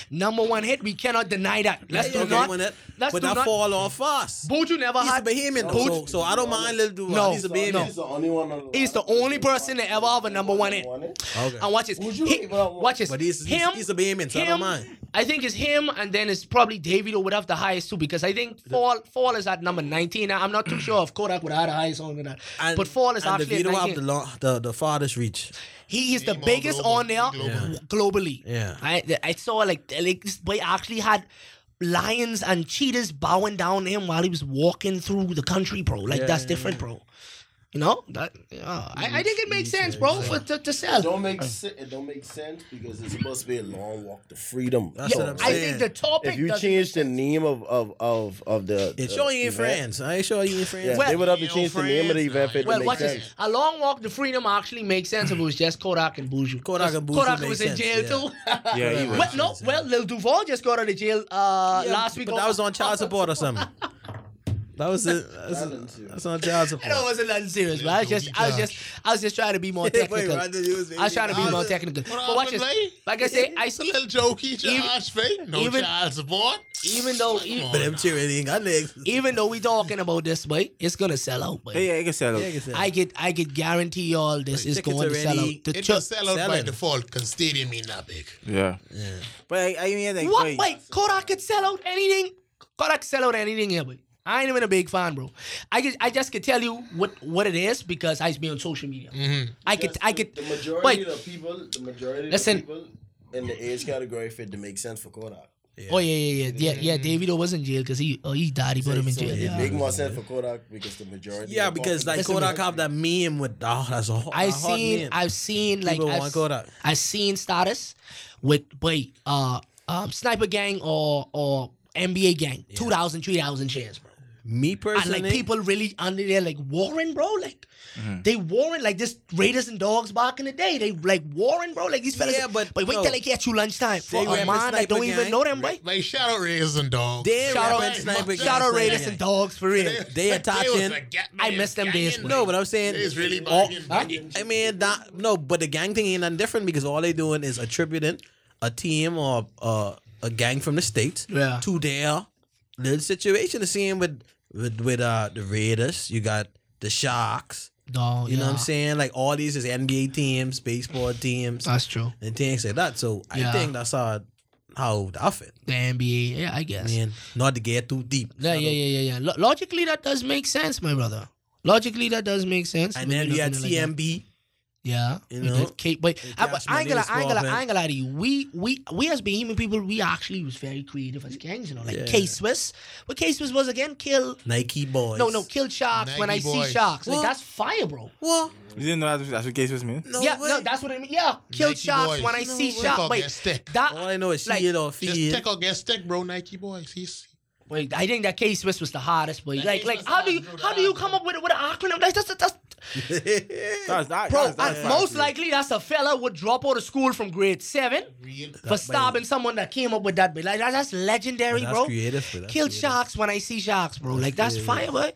Speaker 6: number one hit. We cannot deny that. Let's do not. Let's
Speaker 5: but
Speaker 6: do
Speaker 5: that
Speaker 6: not.
Speaker 5: fall off fast.
Speaker 6: Buju never
Speaker 5: He's a
Speaker 6: had.
Speaker 5: Bahamian,
Speaker 6: Buju-
Speaker 5: so, so I don't mind little dude.
Speaker 6: No,
Speaker 5: he's a
Speaker 6: no,
Speaker 5: Bahamian.
Speaker 7: He's the only one. on
Speaker 6: He's the only person to ever have a number one hit.
Speaker 5: Okay.
Speaker 6: And watch this.
Speaker 7: Buju
Speaker 6: He-
Speaker 7: even have one.
Speaker 6: watch this.
Speaker 5: But he's,
Speaker 6: him.
Speaker 5: he's, he's a Bahamian, so I
Speaker 6: him,
Speaker 5: don't mind.
Speaker 6: I think it's him, and then it's probably David who would have the highest too, because I think Fall Fall is at number 19. I- I'm not too sure if Kodak would have the highest song than that.
Speaker 5: And,
Speaker 6: but Fall is
Speaker 5: and
Speaker 6: actually at
Speaker 5: DeVito have
Speaker 6: 19.
Speaker 5: the, long, the the farthest reach.
Speaker 6: he is the
Speaker 4: He more
Speaker 6: biggest
Speaker 4: global,
Speaker 6: on there
Speaker 4: he global.
Speaker 6: globally.
Speaker 5: Yeah.
Speaker 6: I I saw like like this boy actually had lions and cheetahs bowing down to him while he was walking through the country, bro. Like that's different, bro. You know that. Yeah. I, I think it makes sense, bro, for to, to
Speaker 7: It
Speaker 6: sell.
Speaker 7: don't make se- it don't make sense because it's supposed to be a long walk to freedom.
Speaker 5: That's
Speaker 7: So,
Speaker 5: what I'm
Speaker 6: I
Speaker 5: saying.
Speaker 6: think the topic.
Speaker 7: If you
Speaker 6: doesn't-
Speaker 7: change the name of of of of the,
Speaker 5: It's
Speaker 7: the
Speaker 5: sure you ain't
Speaker 7: event,
Speaker 5: friends. I ain't sure you ain't friends.
Speaker 7: Yeah,
Speaker 6: Well-
Speaker 7: they would have to
Speaker 4: Yo,
Speaker 7: change the name of
Speaker 4: friends,
Speaker 7: the event. for it to
Speaker 6: Well,
Speaker 7: make
Speaker 6: watch
Speaker 7: sense.
Speaker 6: this. A long walk to freedom actually makes sense if it was just Kodak and Buju.
Speaker 5: Kodak and Buju
Speaker 6: Kodak
Speaker 5: makes
Speaker 6: was in
Speaker 5: sense,
Speaker 6: jail
Speaker 5: yeah.
Speaker 6: too.
Speaker 8: Yeah, he was.
Speaker 6: Well, no, well, Lil Duval just got out of jail uh, last week.
Speaker 5: But that was on child support or something. That was it. That's, that's on child support.
Speaker 6: That wasn't nothing serious, but I was just, I was just, I was just trying to be more technical. I was trying to be more technical.
Speaker 4: What
Speaker 6: But watch
Speaker 4: happened,
Speaker 6: this.
Speaker 4: Lay?
Speaker 6: Like I say, I
Speaker 4: It's a
Speaker 6: see.
Speaker 4: little jokey, Josh, fake. No
Speaker 6: even-
Speaker 4: child support.
Speaker 6: Even though,
Speaker 5: But
Speaker 6: even,
Speaker 5: them children ain't got legs.
Speaker 6: even though we talking about this, boy, it's gonna sell out, boy.
Speaker 8: Hey, I can sell it.
Speaker 6: I get, I could guarantee y'all this is
Speaker 5: tickets
Speaker 6: going to sell out.
Speaker 5: already-
Speaker 6: The
Speaker 4: It's a
Speaker 6: church.
Speaker 4: sellout by
Speaker 5: selling.
Speaker 4: default because stadium ain't that big.
Speaker 8: Yeah. yeah. But I, I mean, like,
Speaker 6: What?
Speaker 8: wait.
Speaker 6: Wait, Kodak could sell out anything. Kodak could sell out anything here, but I ain't even a big fan, bro. I just, I just could tell you what, what it is because I be on social media.
Speaker 4: Mm-hmm.
Speaker 6: I could, I could.
Speaker 7: The majority
Speaker 6: Wait.
Speaker 7: of the people, the majority
Speaker 6: Listen.
Speaker 7: of the people in the age category fit to make sense for Kodak.
Speaker 6: Oh yeah, yeah, yeah, yeah, yeah.
Speaker 4: Mm-hmm.
Speaker 6: Davido was in jail because he, oh, he died. He put him in jail.
Speaker 7: It
Speaker 6: Yeah.
Speaker 7: make more sense for Kodak because the majority.
Speaker 5: Yeah,
Speaker 7: of the
Speaker 5: because like
Speaker 6: Listen,
Speaker 5: Kodak
Speaker 6: man.
Speaker 5: have that meme with oh, that's a hot.
Speaker 6: I've
Speaker 5: a hot
Speaker 6: seen,
Speaker 5: meme.
Speaker 6: I've seen, like,
Speaker 5: People
Speaker 6: I've,
Speaker 5: want Kodak.
Speaker 6: I've seen status with boy, uh, um, sniper gang or or NBA gang, 2,000, 3,000 shares, bro.
Speaker 5: me
Speaker 6: And
Speaker 5: personally.
Speaker 6: like people really under there, like Warren, bro, like they Warren, like this Raiders and Dogs back in the day, they like Warren, bro, like these fellas.
Speaker 5: Yeah, but
Speaker 6: wait
Speaker 5: no.
Speaker 6: till I get you lunchtime.
Speaker 5: They
Speaker 6: For a
Speaker 5: rap
Speaker 6: man, I
Speaker 5: Sniper
Speaker 6: don't even
Speaker 5: Gang.
Speaker 6: know them, boy.
Speaker 4: Like shout out Raiders and Dogs.
Speaker 5: They
Speaker 6: Shout
Speaker 5: rapping
Speaker 6: out,
Speaker 5: Sniper
Speaker 6: shout
Speaker 5: Gang,
Speaker 6: out Raiders
Speaker 5: Sniper
Speaker 6: and Dogs for real.
Speaker 5: They attacking-
Speaker 6: I miss them days, bro.
Speaker 5: No, but I'm saying
Speaker 4: It's really
Speaker 5: all-
Speaker 4: banging,
Speaker 5: Huh?
Speaker 4: banging.
Speaker 5: I mean that no, but the gang thing ain't nothing different because all they doing is attributing a team or uh, a gang from the states
Speaker 6: Yeah.
Speaker 5: to their little situation. The same with with with uh, the Raiders. You got the Sharks.
Speaker 6: No,
Speaker 5: You know what I'm saying? Like all these is NBA teams, baseball teams,
Speaker 6: That's true.
Speaker 5: and things like that. So I
Speaker 6: Uh, Yeah.
Speaker 5: think that's how how that fit.
Speaker 6: The NBA, yeah, I guess.
Speaker 5: Man, not to get too deep.
Speaker 6: Yeah, yeah, yeah, yeah, yeah. Lo- logically, that does make sense, my brother. Logically, that does make sense.
Speaker 5: And
Speaker 6: when
Speaker 5: then
Speaker 6: you
Speaker 5: you
Speaker 6: look
Speaker 5: had
Speaker 6: at it like that.
Speaker 5: CMB.
Speaker 6: yeah,
Speaker 5: you
Speaker 6: we
Speaker 5: know,
Speaker 6: did Kate, but
Speaker 5: and
Speaker 6: I,
Speaker 5: Cash
Speaker 6: I ain't gonna,
Speaker 5: Money
Speaker 6: I ain't gonna,
Speaker 5: was
Speaker 6: I ain't gonna lie to you. We, we, we as Bohemian people, we actually was very creative as gangs, you know, like
Speaker 5: Yeah.
Speaker 6: K Swiss. But K Swiss was again kill.
Speaker 5: Nike boys.
Speaker 6: No, no, kill sharks when I
Speaker 4: Nike
Speaker 6: see
Speaker 4: boys.
Speaker 6: sharks. Like
Speaker 5: What?
Speaker 6: that's fire, bro.
Speaker 5: What?
Speaker 8: You didn't know that's, that's what case was, man?
Speaker 5: No
Speaker 6: yeah,
Speaker 5: way.
Speaker 6: no, that's what I mean. Yeah, kill
Speaker 4: Nike
Speaker 6: sharks
Speaker 4: boys.
Speaker 6: when I
Speaker 4: No
Speaker 6: see
Speaker 4: way.
Speaker 6: sharks.
Speaker 4: Fuck
Speaker 6: Wait,
Speaker 4: that stick.
Speaker 6: that.
Speaker 5: all I know is
Speaker 6: like,
Speaker 5: shield or
Speaker 4: Just
Speaker 5: feed.
Speaker 4: take or get stick, bro. Nike boys. He's
Speaker 6: Wait, I think that K Swiss was the hardest, boy. Like,
Speaker 4: K
Speaker 6: like
Speaker 4: Swiss
Speaker 6: how do you,
Speaker 4: was the
Speaker 6: how do you
Speaker 4: hardest,
Speaker 6: come up with with an acronym? Like that's that's.
Speaker 8: That's that.
Speaker 6: Bro,
Speaker 8: that's, that's
Speaker 6: and
Speaker 8: fine,
Speaker 6: most
Speaker 8: too.
Speaker 6: likely that's a fella would drop out of school from grade seven
Speaker 4: real.
Speaker 6: for stabbing someone that came up with that. But like that- that's legendary,
Speaker 5: But that's
Speaker 6: bro.
Speaker 5: creative, but that's
Speaker 6: Killed
Speaker 5: creative.
Speaker 6: sharks when I see sharks, bro. like that's fire, boy.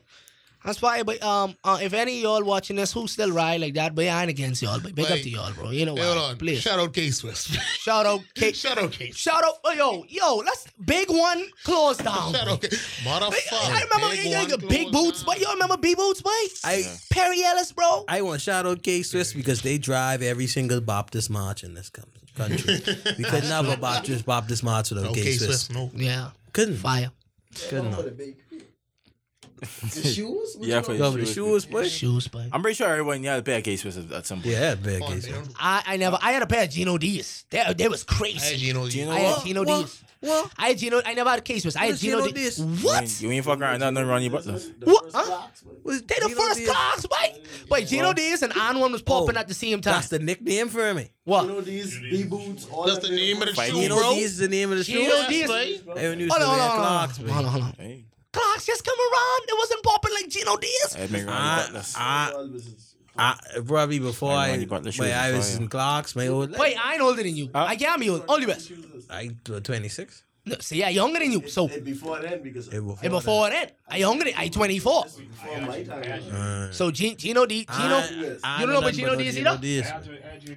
Speaker 6: That's fire, but um, uh, if any of y'all watching this who still ride like that, but I ain't against y'all, but big up
Speaker 4: Wait.
Speaker 6: to y'all, bro. You know
Speaker 4: Hold
Speaker 6: what?
Speaker 4: on.
Speaker 6: Please shout,
Speaker 4: Shout out K Swiss.
Speaker 6: out, K-
Speaker 4: Shout out K. Swiss.
Speaker 6: shout out, oh, yo, yo, let's big one close down.
Speaker 4: Shout out K.
Speaker 6: I,
Speaker 4: Motherfucker.
Speaker 6: I remember big,
Speaker 4: one
Speaker 6: big
Speaker 4: close
Speaker 6: boots,
Speaker 4: down.
Speaker 6: but you remember B boots, boy?
Speaker 5: I-
Speaker 6: Perry Ellis, bro.
Speaker 5: I want shout out K Swiss because they drive every single Baptist march in this com- country. we could not have a Baptist Baptist march without
Speaker 4: No
Speaker 5: K
Speaker 4: K
Speaker 5: Swiss.
Speaker 4: Swiss. No.
Speaker 6: yeah,
Speaker 5: Couldn't.
Speaker 6: fire
Speaker 5: Couldn't.
Speaker 7: For the big the shoes. What
Speaker 8: Yeah,
Speaker 7: you
Speaker 8: for
Speaker 7: know?
Speaker 5: Yo, the shoes, boy.
Speaker 6: shoes, boy.
Speaker 8: I'm pretty sure everyone yeah, pair of case was at, at some point.
Speaker 5: Yeah, big K
Speaker 4: They
Speaker 5: Swiss.
Speaker 4: don't-
Speaker 6: I, I never. I had a pair of Gino D's. They, they was
Speaker 4: Hey,
Speaker 6: crazy.
Speaker 4: Gino.
Speaker 8: Gino-
Speaker 6: I had Gino
Speaker 5: What?
Speaker 6: D's.
Speaker 5: What?
Speaker 6: I had Gino. I never had a case with. I had
Speaker 5: is
Speaker 6: Gino,
Speaker 5: Gino
Speaker 6: D's.
Speaker 5: D's?
Speaker 8: You
Speaker 6: What?
Speaker 8: ain't, you ain't fucking around nothing Ronnie Butler.
Speaker 6: What? Huh?
Speaker 7: Socks, man.
Speaker 5: Was
Speaker 6: They the first class, boy. Wait, Gino D's and On One was popping
Speaker 5: Oh,
Speaker 6: at the same time.
Speaker 5: That's the nickname for me.
Speaker 7: You
Speaker 6: what?
Speaker 7: know these B boots. all
Speaker 4: That's
Speaker 7: that
Speaker 4: the
Speaker 7: big-
Speaker 4: name of the
Speaker 8: Fight.
Speaker 4: shoe,
Speaker 5: You know,
Speaker 4: bro.
Speaker 5: these is the name of the shoe.
Speaker 6: Gino D's. Hold
Speaker 5: I even used
Speaker 6: on,
Speaker 5: to
Speaker 6: hold
Speaker 5: wear
Speaker 6: on,
Speaker 5: clocks,
Speaker 6: hold on, hold
Speaker 5: man.
Speaker 6: on, hold on.
Speaker 8: Hey,
Speaker 6: Clocks just come around. It wasn't popping like Gino D's.
Speaker 8: I make Ronnie
Speaker 5: I,
Speaker 8: Butler.
Speaker 4: Ah.
Speaker 5: I,
Speaker 7: All this is-
Speaker 5: I, probably before
Speaker 8: I know
Speaker 5: I,
Speaker 8: you bought the shoes
Speaker 5: when I
Speaker 8: before,
Speaker 5: was
Speaker 8: yeah.
Speaker 5: in clocks, my old,
Speaker 8: Uh,
Speaker 6: Wait, I ain't older than you. I can't be old. All the best.
Speaker 5: I, 26.
Speaker 6: No, see, I younger than you. So
Speaker 7: And before then, because
Speaker 5: It
Speaker 6: and before that, I younger than I twenty four.
Speaker 7: before my time,
Speaker 6: So G- Gino D Gino,
Speaker 8: Ah.
Speaker 6: you don't know what Gino D is either.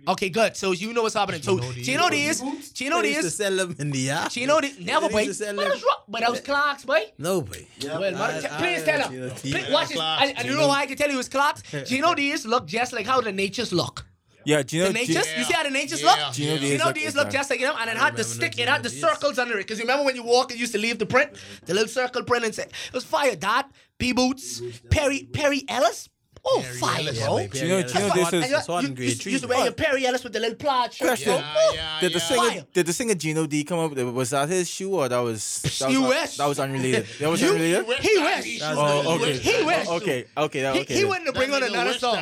Speaker 6: Okay, good. So you know what's happening. So
Speaker 4: Gino D.
Speaker 6: Gino D is Gino D
Speaker 5: used to
Speaker 6: is
Speaker 5: sell them in the ass.
Speaker 6: Gino D. Never
Speaker 5: They
Speaker 6: boy.
Speaker 5: used to sell
Speaker 6: What
Speaker 5: them-
Speaker 6: is wrong? But that was Clark's boy.
Speaker 5: No way.
Speaker 6: Well, mother,
Speaker 5: I-
Speaker 6: please
Speaker 5: I-
Speaker 6: tell
Speaker 5: Gino
Speaker 6: him.
Speaker 5: D.
Speaker 6: Please watch this.
Speaker 4: Clarks,
Speaker 6: I, I don't
Speaker 4: Gino.
Speaker 6: know why I can tell you it's Clark's. Gino D's look just like how the natures look.
Speaker 8: Yeah, do you know?
Speaker 6: The natures,
Speaker 4: G-
Speaker 6: you see how the natures
Speaker 4: Yeah.
Speaker 6: look?
Speaker 4: Gino
Speaker 8: D's
Speaker 6: Gino
Speaker 8: look
Speaker 6: D's
Speaker 8: like
Speaker 6: look
Speaker 8: that.
Speaker 6: just like them, and it had
Speaker 5: remember
Speaker 6: the stick,
Speaker 5: the
Speaker 6: it had the
Speaker 5: Gino D's.
Speaker 6: circles under it. Because you remember when you walk, it used to leave the print, the little circle print, and say, it was fire. Dot, B Boots, Perry, Perry Ellis. Oh, fire,
Speaker 4: Ellis,
Speaker 6: bro.
Speaker 4: yeah, baby.
Speaker 5: Perry
Speaker 8: know-
Speaker 5: Ellis.
Speaker 8: do you know this
Speaker 6: That's why-
Speaker 8: is-
Speaker 6: and you-
Speaker 5: that's why I'm
Speaker 6: you-
Speaker 5: grade
Speaker 6: you used-
Speaker 5: three,
Speaker 6: used to wear
Speaker 5: bro.
Speaker 6: your Perry Ellis with the little plaid shirt.
Speaker 8: Question.
Speaker 6: bro.
Speaker 4: Yeah,
Speaker 6: Oh,
Speaker 4: yeah,
Speaker 8: Did the
Speaker 4: yeah.
Speaker 8: singer
Speaker 6: Fire.
Speaker 8: did the singer Gino D come up? Was that his shoe or that was that was,
Speaker 6: You wish.
Speaker 8: that was unrelated? That was unrelated.
Speaker 6: He wish.
Speaker 8: Oh, okay.
Speaker 6: He wish.
Speaker 8: Okay, okay, that,
Speaker 6: He,
Speaker 8: okay.
Speaker 6: he went to bring on another song.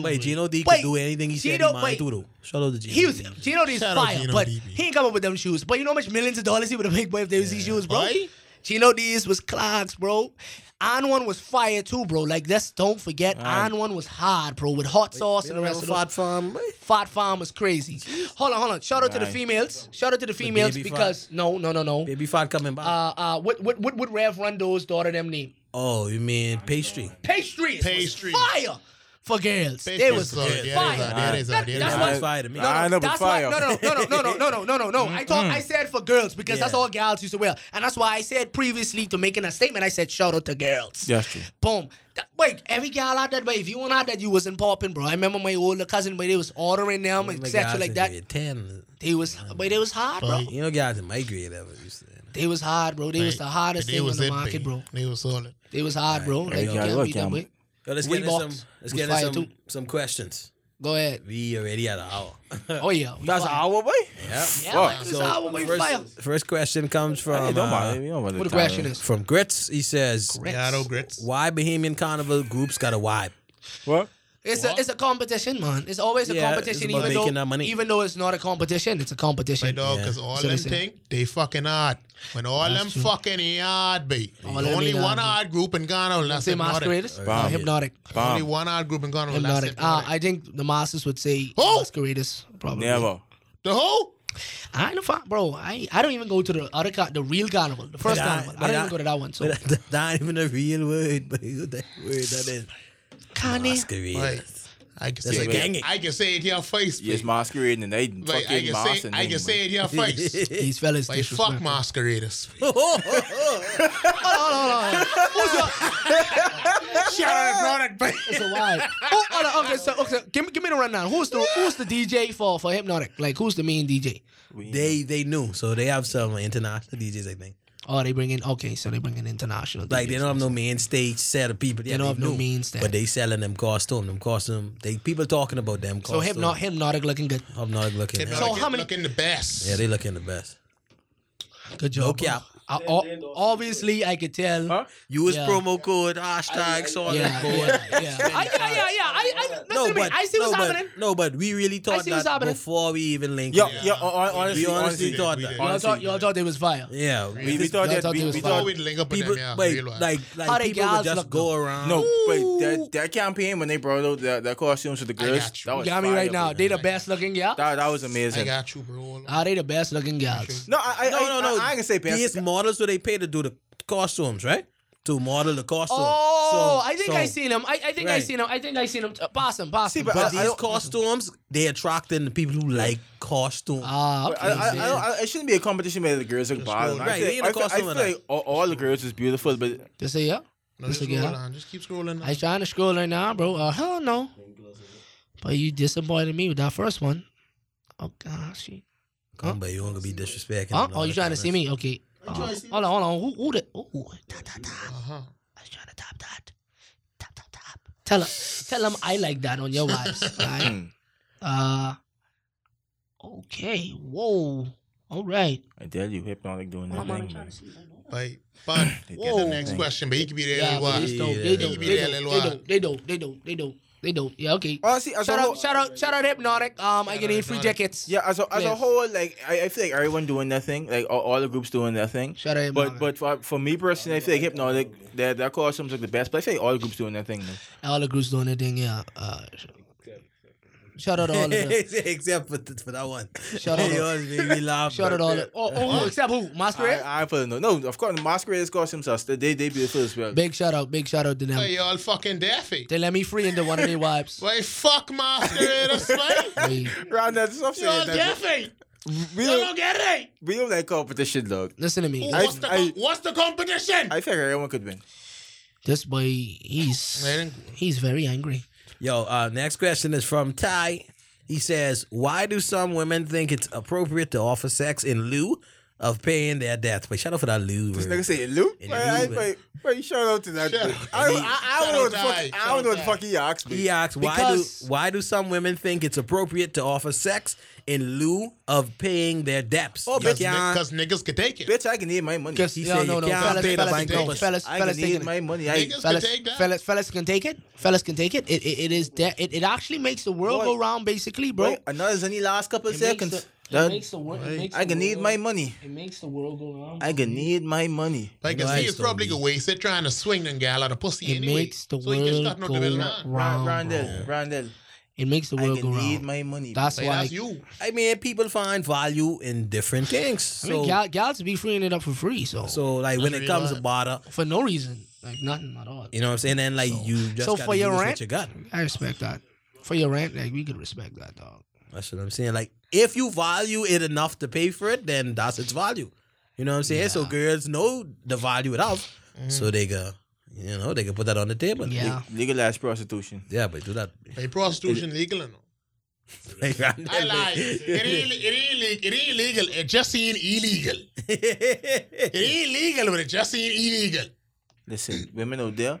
Speaker 5: Wait, Gino D
Speaker 6: Wait,
Speaker 5: can do anything he said
Speaker 6: Gino-
Speaker 5: he mind
Speaker 6: wait.
Speaker 5: to do. Shout out to Gino.
Speaker 6: He was
Speaker 5: D.
Speaker 6: Gino D's
Speaker 4: Shout out
Speaker 6: fire,
Speaker 4: Gino
Speaker 6: but
Speaker 4: D, B.
Speaker 6: he ain't come up with them shoes. But you know how much millions of dollars he would have made boy if they was these shoes, bro.
Speaker 4: Boy.
Speaker 6: Gino D's was clogs, bro. On one was fire too, bro. Like let's don't forget, on one was hard, bro, with hot sauce and the rest of
Speaker 5: Fat
Speaker 6: those.
Speaker 5: farm. wait.
Speaker 6: Fat farm was crazy. Hold on, hold on. Shout out to the
Speaker 8: Nice.
Speaker 6: females. Shout out to the females
Speaker 5: baby
Speaker 6: because no, no, no, no.
Speaker 5: Baby fat coming back.
Speaker 6: Uh, uh, what, what, what would Rev Rundo's daughter them name?
Speaker 5: oh, you mean pastry?
Speaker 6: Oh, Pastries.
Speaker 4: Pastries.
Speaker 6: Pastries. Fire. For girls, they was
Speaker 4: Pastries,
Speaker 6: good.
Speaker 4: yeah,
Speaker 6: fire.
Speaker 4: they are, they are, they are, they are.
Speaker 6: that's
Speaker 4: Yeah.
Speaker 6: what
Speaker 5: That's fire to me.
Speaker 8: I know, but
Speaker 6: that's why,
Speaker 8: fire. Mm.
Speaker 6: no, no, no, no, no, no, no, no, no, no. I thought I said for girls because that's
Speaker 5: Yeah.
Speaker 6: all girls used to wear, and that's why I said previously to making a statement. I said shout out to girls.
Speaker 8: That's true.
Speaker 6: Boom. That, wait, every girl out that way. If you want out that, you wasn't popping, bro. I remember my older cousin, but they was ordering them,
Speaker 5: My
Speaker 6: etc.
Speaker 5: guys
Speaker 6: Like
Speaker 5: in
Speaker 6: that.
Speaker 5: grade Ten.
Speaker 6: They was, but they was hard, bro.
Speaker 4: Right.
Speaker 5: You know, guys in my grade ever used to.
Speaker 6: They was hard, bro. They was the hardest thing on the market, bro.
Speaker 4: They was solid.
Speaker 6: They was hard, bro. Like you
Speaker 8: yeah,
Speaker 6: can't
Speaker 8: look,
Speaker 6: beat them,
Speaker 8: yeah.
Speaker 6: boy.
Speaker 5: Yo, let's get into
Speaker 6: Reebok
Speaker 5: some. Let's
Speaker 6: was
Speaker 5: get
Speaker 6: fire
Speaker 5: into some,
Speaker 6: too.
Speaker 5: some questions.
Speaker 6: Go ahead.
Speaker 5: We already at an hour.
Speaker 6: Oh yeah, we
Speaker 8: That's
Speaker 6: fire.
Speaker 8: our boy.
Speaker 5: yeah.
Speaker 6: Yeah,
Speaker 8: Fuck.
Speaker 6: like, it's our way. Fire.
Speaker 5: First, first question comes from
Speaker 8: Hey, don't
Speaker 5: uh,
Speaker 8: bother. You don't bother
Speaker 6: What the
Speaker 8: the time.
Speaker 6: question is?
Speaker 5: from Grits. He says,
Speaker 4: Gato grits.
Speaker 5: "Why Bohemian Carnival groups got a vibe?"
Speaker 8: What?
Speaker 6: It's a it's a competition, man. It's always a
Speaker 5: Yeah, it's
Speaker 6: competition,
Speaker 5: about
Speaker 6: even
Speaker 5: making
Speaker 6: though
Speaker 5: that money.
Speaker 6: even though it's not a competition, it's a
Speaker 4: My
Speaker 6: competition.
Speaker 4: dog, because all
Speaker 6: So
Speaker 4: them
Speaker 6: listen.
Speaker 4: thing, they fucking hard. When all them fucking hard, be.
Speaker 6: All them
Speaker 4: Only
Speaker 6: ain't
Speaker 4: one
Speaker 6: hard,
Speaker 4: hard group in Ghana, and that's
Speaker 6: Say
Speaker 4: hypnotic.
Speaker 6: masqueraders,
Speaker 8: Bomb.
Speaker 6: Uh, hypnotic,
Speaker 4: Only
Speaker 8: Bomb.
Speaker 4: one hard group in Ghana, and that's
Speaker 6: hypnotic. Uh,
Speaker 4: hypnotic.
Speaker 6: I think the masters would say
Speaker 4: Who?
Speaker 6: masqueraders, probably.
Speaker 8: Never.
Speaker 4: The who?
Speaker 6: I don't, fi- bro. I I don't even go to the other car, the real carnival, the first
Speaker 5: But I-
Speaker 6: carnival. I,
Speaker 5: but
Speaker 6: don't
Speaker 5: I-
Speaker 6: even go to that one. So
Speaker 5: But that, that ain't even a real word, but you got that word that is
Speaker 6: carnival.
Speaker 5: masquerade.
Speaker 4: Right. I can
Speaker 5: That's
Speaker 4: say
Speaker 5: a ganging.
Speaker 4: it. I can say it to your face,
Speaker 8: Yes,
Speaker 4: babe.
Speaker 8: masquerading and they fucking
Speaker 4: Like, I can say,
Speaker 8: masking.
Speaker 4: I can say it to your face.
Speaker 6: These fellas,
Speaker 4: Like,
Speaker 6: disrespect.
Speaker 4: fuck masquerators.
Speaker 6: It's a wild. Oh, hold on, okay, so okay, give me give me the rundown. Who's the who's the DJ for for hypnotic? Like who's the main DJ?
Speaker 5: They they knew, so they have some international DJs, I think.
Speaker 6: Oh, they bring in okay, so they bring in international.
Speaker 5: Like they
Speaker 6: DJs.
Speaker 5: don't have no main stage set of people. Yeah,
Speaker 6: don't have no
Speaker 5: knew.
Speaker 6: main stage.
Speaker 5: but they selling them costume, them costume. They people talking about them costume.
Speaker 6: So hypnotic, hypnotic looking good.
Speaker 5: Hypnotic looking.
Speaker 4: Hypnotic
Speaker 6: So
Speaker 5: out.
Speaker 6: how many-
Speaker 4: Looking the best.
Speaker 5: yeah, they looking the best.
Speaker 6: Good
Speaker 5: No
Speaker 6: job. bro.
Speaker 5: cap.
Speaker 6: I- o- obviously, I could tell.
Speaker 8: Huh?
Speaker 5: Use
Speaker 6: Yeah.
Speaker 5: promo code hashtag
Speaker 6: Yeah,
Speaker 5: solid
Speaker 6: yeah,
Speaker 5: gold.
Speaker 6: yeah. I, yeah, yeah, yeah. I, I, listen to me. I see what's
Speaker 5: no,
Speaker 6: happening.
Speaker 5: But, no, but we really thought
Speaker 6: see what's
Speaker 5: that
Speaker 6: happening.
Speaker 5: before we even linked.
Speaker 8: Yo,
Speaker 5: up.
Speaker 8: yo, hon- honestly,
Speaker 5: we honestly
Speaker 8: honestly,
Speaker 5: thought
Speaker 4: we
Speaker 5: that.
Speaker 4: did.
Speaker 6: Y'all thought,
Speaker 8: honestly,
Speaker 6: y'all thought they was fire.
Speaker 5: Yeah,
Speaker 8: we, we thought
Speaker 6: Y'all
Speaker 8: that
Speaker 6: thought
Speaker 8: we,
Speaker 6: it was
Speaker 8: we
Speaker 6: fire.
Speaker 4: Thought
Speaker 8: thought
Speaker 4: we'd link up with
Speaker 5: people,
Speaker 4: them, yeah.
Speaker 5: wait,
Speaker 4: real wild.
Speaker 5: like,
Speaker 6: How
Speaker 5: like
Speaker 6: they
Speaker 5: people would
Speaker 6: guys
Speaker 5: just
Speaker 6: look
Speaker 5: go around.
Speaker 8: no, wait, that that campaign when they brought out that, that costumes with the girls,
Speaker 4: got you.
Speaker 8: that
Speaker 6: You
Speaker 8: was
Speaker 6: got me
Speaker 8: fire,
Speaker 6: right now.
Speaker 8: bro.
Speaker 6: They the best looking y'all.
Speaker 8: That that was
Speaker 4: I
Speaker 8: amazing.
Speaker 4: got you, bro.
Speaker 6: Are they the best looking gals?
Speaker 8: No, I, I
Speaker 5: no, no, no.
Speaker 8: I, I can say best.
Speaker 5: These models, so they pay to do the costumes, right? To model the costume.
Speaker 6: Oh,
Speaker 5: So-
Speaker 6: I think
Speaker 5: so-
Speaker 6: I seen them. I, I think I
Speaker 5: Right.
Speaker 6: seen them. I think I seen them. Uh, pass them, pass
Speaker 8: See,
Speaker 6: them.
Speaker 8: but
Speaker 5: But
Speaker 8: I- I
Speaker 5: these
Speaker 8: don't-
Speaker 5: costumes, they attracting the people who like costumes.
Speaker 6: Ah, okay.
Speaker 8: I, I, I,
Speaker 6: see.
Speaker 8: don't- I, it shouldn't be a competition where the girls are bottom.
Speaker 5: Right,
Speaker 8: I
Speaker 5: they ain't
Speaker 8: feel,
Speaker 5: a
Speaker 8: I feel, I
Speaker 5: costume
Speaker 8: feel
Speaker 5: with that.
Speaker 8: like all, all the girls is beautiful, but
Speaker 6: They say yeah.
Speaker 4: No, just
Speaker 6: Mr. Gale.
Speaker 4: scroll on. Just keep scrolling.
Speaker 6: I trying to scroll right now, bro. Uh, hell no. But you disappointed me with that first one. Oh gosh.
Speaker 5: Come, but you don't gonna be disrespecting.
Speaker 6: Huh?
Speaker 5: them
Speaker 6: Oh,
Speaker 5: all
Speaker 6: you
Speaker 5: the
Speaker 6: trying to
Speaker 5: comments.
Speaker 6: see me? Okay. Uh, hold on, hold on. Who, who the? Oh, da, da, da.
Speaker 4: Uh huh.
Speaker 6: I was trying to top that. Top, top, top. Tell them, tell them I like that on your wives. Right? uh, okay. Whoa. All right.
Speaker 8: I tell you, hypnotic doing that thing. man.
Speaker 4: But, but
Speaker 8: Whoa.
Speaker 4: the next question, but he could be there.
Speaker 6: Yeah,
Speaker 4: Yeah,
Speaker 6: but they don't. They don't.
Speaker 4: Give me
Speaker 6: They
Speaker 4: that
Speaker 6: don't.
Speaker 4: little
Speaker 6: They
Speaker 4: while.
Speaker 6: don't. They don't. They don't. They don't. They don't. Yeah. Okay.
Speaker 8: Honestly, Oh, as
Speaker 6: Shout
Speaker 8: a whole,
Speaker 6: out, shout out, shout out, Hypnotic. Um, I
Speaker 4: Shout
Speaker 6: get
Speaker 4: out
Speaker 6: in free
Speaker 4: Hypnotic.
Speaker 6: tickets.
Speaker 8: Yeah, as a, as a
Speaker 6: Yes.
Speaker 8: whole, like I, I feel like everyone doing their thing, like all, all the groups doing their thing.
Speaker 6: Shout out
Speaker 8: but
Speaker 6: Hypnotic.
Speaker 8: but for, for me personally, I feel like hypnotic, their their costumes are the best. But I feel like all the groups doing their thing. Man.
Speaker 6: All the groups doing their thing. Yeah. Uh, Shout out all of them.
Speaker 5: Except for, th- for that one.
Speaker 6: Shout out.
Speaker 5: Yours made me laugh.
Speaker 6: Shout out all of them. Oh, oh, who? except who? Masquerade?
Speaker 3: I, I put no, no. Of course, the Masquerades costumes are still they they beautiful as well.
Speaker 6: Big shout out, big shout out to them.
Speaker 4: Why y'all fucking daffy?
Speaker 6: Um, They let me free into one of their wives.
Speaker 4: Why fuck masqueraders, man?
Speaker 6: Wait.
Speaker 3: Round that stuff,
Speaker 4: Y'all
Speaker 3: saying that
Speaker 4: daffy.
Speaker 3: we
Speaker 4: Y'all
Speaker 3: don't
Speaker 4: don't get it.
Speaker 3: we don't like competition, dog.
Speaker 6: Listen to me.
Speaker 4: Oh, What's the,
Speaker 3: I-
Speaker 4: what's the competition?
Speaker 3: I think everyone could win.
Speaker 6: This boy, he's
Speaker 4: Man.
Speaker 6: he's very angry.
Speaker 5: Yo, uh, next question is from Ty. He says, "Why do some women think it's appropriate to offer sex in lieu of paying their death?" But shout out for that lieu.
Speaker 3: This
Speaker 5: word.
Speaker 3: nigga say Lou.
Speaker 5: In
Speaker 3: Wait, I,
Speaker 5: Lou,
Speaker 3: wait, wait, shout out to that.
Speaker 4: Shout-
Speaker 3: dude. I, I, I,
Speaker 4: Shout
Speaker 3: don't know
Speaker 4: out
Speaker 3: what the fuck,
Speaker 4: to I.
Speaker 3: I don't know what the
Speaker 4: Shout out
Speaker 3: fuck E he asked me.
Speaker 5: He asked, "Why
Speaker 6: Because-
Speaker 5: do why do some women think it's appropriate to offer sex in lieu of paying their debts?"
Speaker 3: Oh,
Speaker 5: You
Speaker 3: bitch,
Speaker 5: can't-
Speaker 4: Because niggas could take it.
Speaker 3: Bitch, I can need my money.
Speaker 6: Because
Speaker 5: He
Speaker 6: no,
Speaker 5: said
Speaker 6: no,
Speaker 5: you
Speaker 6: no,
Speaker 5: can't
Speaker 6: fellas,
Speaker 5: pay the
Speaker 6: fellas,
Speaker 5: bank
Speaker 6: fellas,
Speaker 5: office.
Speaker 6: fellas,
Speaker 3: I can
Speaker 6: fellas,
Speaker 3: need
Speaker 6: taking
Speaker 3: my
Speaker 6: it.
Speaker 3: money. I,
Speaker 4: Niggas could
Speaker 6: Fellas,
Speaker 4: take that.
Speaker 6: fellas, fellas can take it. Fellas can take it. It, it, it is that. It, it actually makes the world
Speaker 3: Boy.
Speaker 6: go round, basically, bro.
Speaker 3: bro, another any last couple
Speaker 6: It makes the-
Speaker 3: seconds.
Speaker 6: it
Speaker 3: dog.
Speaker 6: makes the wor- it makes
Speaker 3: I
Speaker 6: the
Speaker 3: can need
Speaker 6: world-
Speaker 3: my money.
Speaker 6: It makes the world go round.
Speaker 3: I can need my money.
Speaker 4: Like,
Speaker 5: No,
Speaker 4: cause
Speaker 5: I
Speaker 4: he is
Speaker 5: still
Speaker 4: probably
Speaker 5: be-
Speaker 4: gonna waste it trying to swing them gal out of pussy
Speaker 6: It
Speaker 4: anyway.
Speaker 6: makes the
Speaker 4: so he can
Speaker 6: world
Speaker 4: start not
Speaker 6: go
Speaker 4: to build now.
Speaker 3: Ron-
Speaker 6: round. bro.
Speaker 3: Rondell, Rondell,
Speaker 6: It makes the
Speaker 3: I
Speaker 6: world go
Speaker 3: can need
Speaker 6: round.
Speaker 3: my money.
Speaker 6: That's
Speaker 4: Like,
Speaker 6: why.
Speaker 4: that's you.
Speaker 5: I mean, people find value in different things.
Speaker 6: I
Speaker 5: So,
Speaker 6: mean, gal, gals be freeing it up for free, so
Speaker 5: so like when
Speaker 4: That's
Speaker 5: it
Speaker 4: really
Speaker 5: comes to
Speaker 4: bad.
Speaker 5: barter,
Speaker 6: for no reason, like nothing at all.
Speaker 5: you know what I'm saying? And like you just
Speaker 6: so
Speaker 5: gotta
Speaker 6: for your
Speaker 5: use
Speaker 6: rent-
Speaker 5: what you got.
Speaker 6: I respect that. For your rant, like we could respect that, dog.
Speaker 5: That's what I'm saying. Like, if you value it enough to pay for it, then that's its value. You know what I'm saying? So girls know the value it of, so they go, you know, they can put that on the table.
Speaker 6: Mm-hmm. Yeah.
Speaker 3: Legalized prostitution.
Speaker 5: yeah, but do that.
Speaker 4: Like prostitution legal or no? I lied. It ain't, it ain't, le- it ain't legal. It just ain't illegal. It ain't legal, but it just ain't illegal.
Speaker 3: Listen, women out there,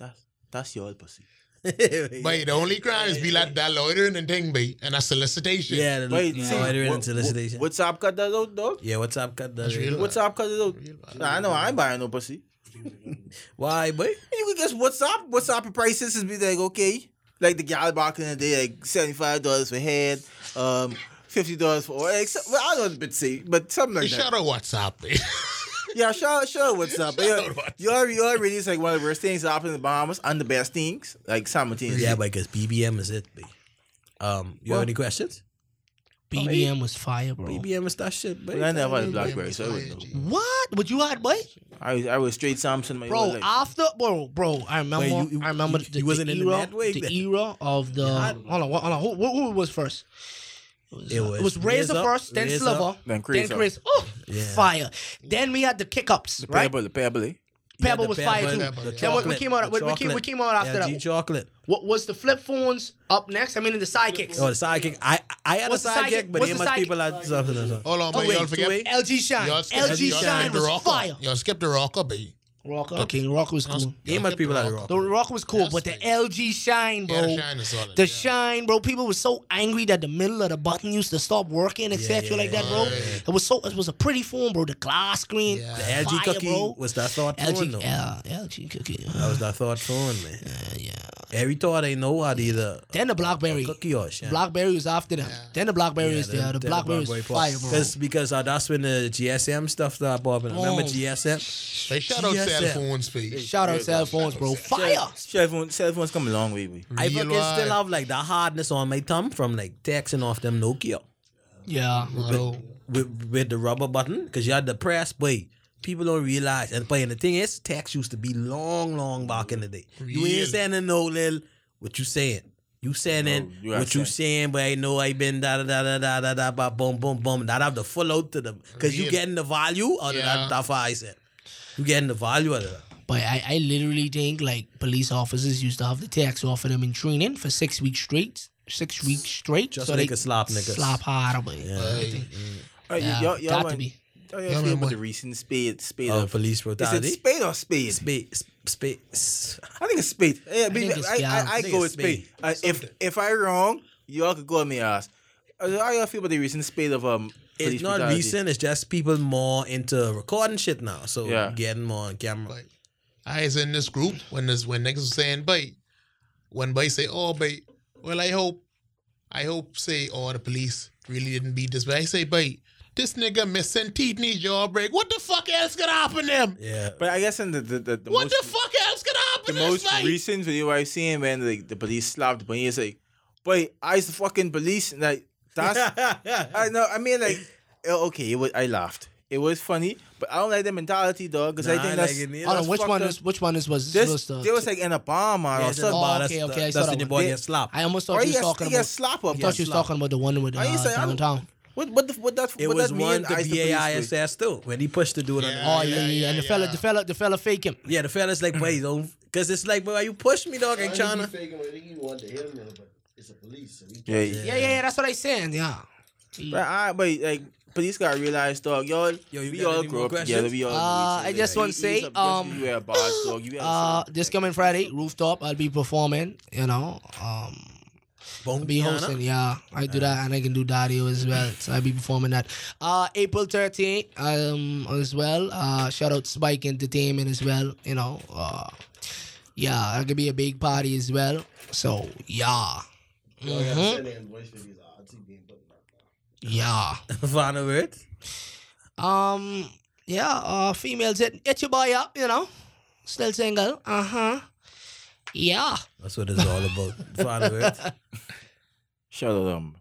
Speaker 3: that's that's your pussy.
Speaker 4: But the only crime is be like that loitering and thing, be and that's solicitation.
Speaker 5: yeah, the
Speaker 3: Wait, see,
Speaker 5: loitering
Speaker 3: what-
Speaker 5: and solicitation.
Speaker 3: What's up, cut that out, dog?
Speaker 5: yeah, what's up, cut that?
Speaker 4: That's real.
Speaker 3: What's up, cut it out? Nah, I know I ain't buying no pussy.
Speaker 5: Why, boy?
Speaker 3: You can guess what's up. What's up? Prices is be like okay, like the gal back in the day, like seventy five dollars for head, um, fifty dollars for oil. Except, well, I don't know, but see, but something
Speaker 4: Hey,
Speaker 3: like that.
Speaker 4: Shout out WhatsApp. babe.
Speaker 3: Yeah, sure, sure. What's up? But
Speaker 4: Shout
Speaker 3: yeah,
Speaker 4: out what's
Speaker 3: you already, you already is like one of the worst things that happened in the Bahamas and the best things, like simultaneously.
Speaker 5: Yeah, but because BBM is it. Boy. Um, you
Speaker 3: Well-
Speaker 5: have any questions?
Speaker 6: BBM was fire, bro.
Speaker 5: BBM is that shit, boy.
Speaker 3: But I never had a blackberry, so I wouldn't know.
Speaker 6: What? What you had, boy?
Speaker 3: I, I was straight Samson my whole
Speaker 6: Bro,
Speaker 3: life.
Speaker 6: after bro, bro, I remember,
Speaker 5: Wait, you-
Speaker 6: I remember
Speaker 5: you-
Speaker 6: the,
Speaker 5: you wasn't
Speaker 6: the
Speaker 5: in the
Speaker 6: era,
Speaker 5: mad wave then?
Speaker 6: the era of the. Hold on, wha- hold on. Who, who, who was first? It was,
Speaker 5: It
Speaker 6: it
Speaker 5: was
Speaker 6: was, Razor,
Speaker 5: Razor,
Speaker 6: first, then
Speaker 5: Razor,
Speaker 6: Sliver,
Speaker 3: then
Speaker 6: then
Speaker 3: Chris
Speaker 6: Chris.
Speaker 3: up.
Speaker 6: Oh,
Speaker 5: Yeah.
Speaker 6: fire! Then we had the kick ups, right?
Speaker 3: Pebble, Pebble. eh?
Speaker 6: Pebble was fire too.
Speaker 4: Pebble, yeah.
Speaker 6: Then what- we came out, we, we, came, we came out after
Speaker 5: G
Speaker 6: that.
Speaker 5: chocolate.
Speaker 6: What was the flip phones up next? I mean, the sidekicks.
Speaker 5: Oh, the sidekick. I I had
Speaker 6: What's
Speaker 5: a
Speaker 6: the
Speaker 5: sidekick,
Speaker 6: sidekick?
Speaker 5: but
Speaker 6: What's
Speaker 5: there
Speaker 6: the
Speaker 5: must
Speaker 6: sidekick?
Speaker 5: people at something. or something.
Speaker 4: Hold on, but
Speaker 5: Oh, wait,
Speaker 4: y'all forget.
Speaker 5: wait.
Speaker 6: LG Shine.
Speaker 4: Y'all skipped,
Speaker 6: LG
Speaker 4: y'all
Speaker 6: Shine
Speaker 4: skipped the
Speaker 6: was
Speaker 4: rocker.
Speaker 6: fire.
Speaker 4: Y'all skipped the rocker, baby.
Speaker 6: Rocker. Okay, Rocker was cool.
Speaker 5: There must people at rock.
Speaker 6: The Rocker was cool,
Speaker 4: Yes,
Speaker 6: but the
Speaker 4: nigga.
Speaker 6: LG Shine, bro.
Speaker 4: Yeah, the shine is solid.
Speaker 6: The
Speaker 4: yeah.
Speaker 6: shine, bro. People was so angry that the middle of the button used to stop working, etc.
Speaker 5: yeah,
Speaker 6: like that, bro.
Speaker 4: yeah, yeah.
Speaker 6: It was so. It was a pretty form, bro. The glass screen.
Speaker 4: Yeah. The
Speaker 5: The LG
Speaker 6: fire,
Speaker 5: cookie
Speaker 6: bro.
Speaker 5: was that thought phone.
Speaker 6: LG,
Speaker 5: though.
Speaker 6: yeah, LG cookie.
Speaker 5: That was that thought phone, man.
Speaker 6: Uh, yeah.
Speaker 5: Every thought ain't know how to either
Speaker 6: Then the BlackBerry.
Speaker 5: Oh, cookie or shit.
Speaker 6: BlackBerry was after them. Then the BlackBerry is there. The, BlackBerry is fire, bro.
Speaker 5: Because because uh, that's when the GSM stuff started popping. Remember
Speaker 6: Boom.
Speaker 5: GSM?
Speaker 4: They shout out
Speaker 5: Yes,
Speaker 4: cell
Speaker 5: sir.
Speaker 4: phones, baby.
Speaker 6: Shout out cell phones, bro. Fire.
Speaker 3: Cell, phone, cell phones come a long way, we.
Speaker 5: I
Speaker 4: Real
Speaker 5: fucking still
Speaker 4: life.
Speaker 5: have like that hardness on my thumb from like texting off them Nokia
Speaker 6: Yeah.
Speaker 4: Hello.
Speaker 5: with, with the rubber button because you had the press, but people don't realize. And but and the thing is, text used to be long, long back in the day. You
Speaker 4: Really?
Speaker 5: ain't sending no little what you saying. You sending
Speaker 3: No, you are
Speaker 5: what you saying, but I know I been da da da da da da da ba boom boom boom. That have the full out to them because you
Speaker 4: Real.
Speaker 5: getting the value out
Speaker 4: Yeah.
Speaker 5: of that. That's what I said. You getting the value out of that.
Speaker 6: But I, I literally think like police officers used to have the tax off of them in training for six weeks straight. Six weeks straight.
Speaker 5: Just so they could slap niggas.
Speaker 6: Slap hard away.
Speaker 4: Hey,
Speaker 8: Oh,
Speaker 3: All right,
Speaker 6: Yeah,
Speaker 3: y'all, y'all
Speaker 6: got to
Speaker 3: want-
Speaker 6: be.
Speaker 3: y'all
Speaker 4: Y'all
Speaker 3: feel
Speaker 4: want
Speaker 3: about
Speaker 4: what?
Speaker 3: the recent spade, spade.
Speaker 5: Oh,
Speaker 3: of-
Speaker 5: police
Speaker 3: is it
Speaker 5: brutality.
Speaker 3: spade or spade?
Speaker 5: Spade, spade, s-
Speaker 3: I think it's spade. Yeah, I, mean,
Speaker 6: think it's
Speaker 3: I, I,
Speaker 6: gal.
Speaker 3: I,
Speaker 5: I think
Speaker 3: go
Speaker 5: it's
Speaker 3: with spade.
Speaker 5: spade.
Speaker 3: Uh, if if I wrong, y'all could go on me ass. Uh, How y'all feel about the recent spade of um? police
Speaker 5: It's not
Speaker 3: brutality?
Speaker 5: recent. It's just people more into recording shit now, so
Speaker 3: Yeah.
Speaker 5: getting more on camera.
Speaker 4: Like, I was in this group when this when niggas was saying bait. When bait say, oh bait, well I hope I hope say oh the police really didn't beat this but I say bait, this nigga missing teeth needs jawbreak. What the fuck else could happen to him?
Speaker 5: yeah,
Speaker 3: But I guess in the the, the, the
Speaker 4: What
Speaker 3: most,
Speaker 4: the fuck else could happen
Speaker 3: the
Speaker 4: to this
Speaker 3: most
Speaker 4: fight?
Speaker 3: recent video I've seen when like the police slapped the bunny is like,
Speaker 8: But I used to fucking police and like that's I know I mean like uh, okay, it was I laughed. It was funny, but I don't like the mentality dog because I think that's
Speaker 6: Hold on,
Speaker 8: that's
Speaker 6: which
Speaker 8: fucked
Speaker 6: one
Speaker 8: up.
Speaker 6: is which one is was this?
Speaker 8: this
Speaker 6: was the-
Speaker 8: there was like an Obama or something.
Speaker 6: Oh, okay, okay, I saw
Speaker 5: That's when
Speaker 6: that
Speaker 5: the
Speaker 6: one.
Speaker 5: boy
Speaker 8: They-
Speaker 5: gets slapped.
Speaker 6: I almost
Speaker 8: Or
Speaker 6: thought you
Speaker 8: he
Speaker 6: was
Speaker 8: got-
Speaker 6: talking
Speaker 8: he got
Speaker 6: about.
Speaker 8: slap up.
Speaker 6: I thought you was talking about the one with
Speaker 8: I
Speaker 6: uh,
Speaker 8: used to- I-
Speaker 6: downtown.
Speaker 8: What what the, what that
Speaker 5: It
Speaker 8: what
Speaker 5: was
Speaker 8: that mean?
Speaker 5: one to
Speaker 8: I used to police with?
Speaker 5: BAISS too when he pushed the dude on the
Speaker 6: Oh yeah, yeah, yeah. And the fella, the fella, the fella fake him.
Speaker 5: Yeah, the fella's like, wait, don't, because it's like, boy, you pushed me, dog, ain't trying to.
Speaker 8: Yeah,
Speaker 6: Yeah, yeah, yeah. That's what I saying. Yeah.
Speaker 8: But I but like police gotta realize dog, y'all
Speaker 5: you
Speaker 8: we
Speaker 5: got
Speaker 8: all
Speaker 5: any
Speaker 8: grew
Speaker 5: more
Speaker 8: up together,
Speaker 5: questions?
Speaker 8: we all knew
Speaker 6: Uh,
Speaker 8: each
Speaker 6: I
Speaker 8: other,
Speaker 6: just
Speaker 8: like,
Speaker 6: wanna
Speaker 8: you-
Speaker 6: say,
Speaker 8: you was-
Speaker 6: um,
Speaker 8: you were a boss dog, you were a
Speaker 6: Uh,
Speaker 8: son.
Speaker 6: this coming Friday, rooftop. I'll be performing. You know, um,
Speaker 5: Boom,
Speaker 6: be
Speaker 5: Kiana.
Speaker 6: hosting. Yeah, I do that, and I can do Dario as well. So I'll be performing that. Uh, April thirteenth. Um, as well. Uh, shout out Spike Entertainment as well. You know. Uh, yeah, that could be a big party as well. So yeah, Mm-hmm. yeah.
Speaker 5: Final word.
Speaker 6: Um, yeah, uh, females hit, hit your boy up, you know. Still single. Uh huh. Yeah.
Speaker 5: That's what it's all about. Final word.
Speaker 8: Shout out um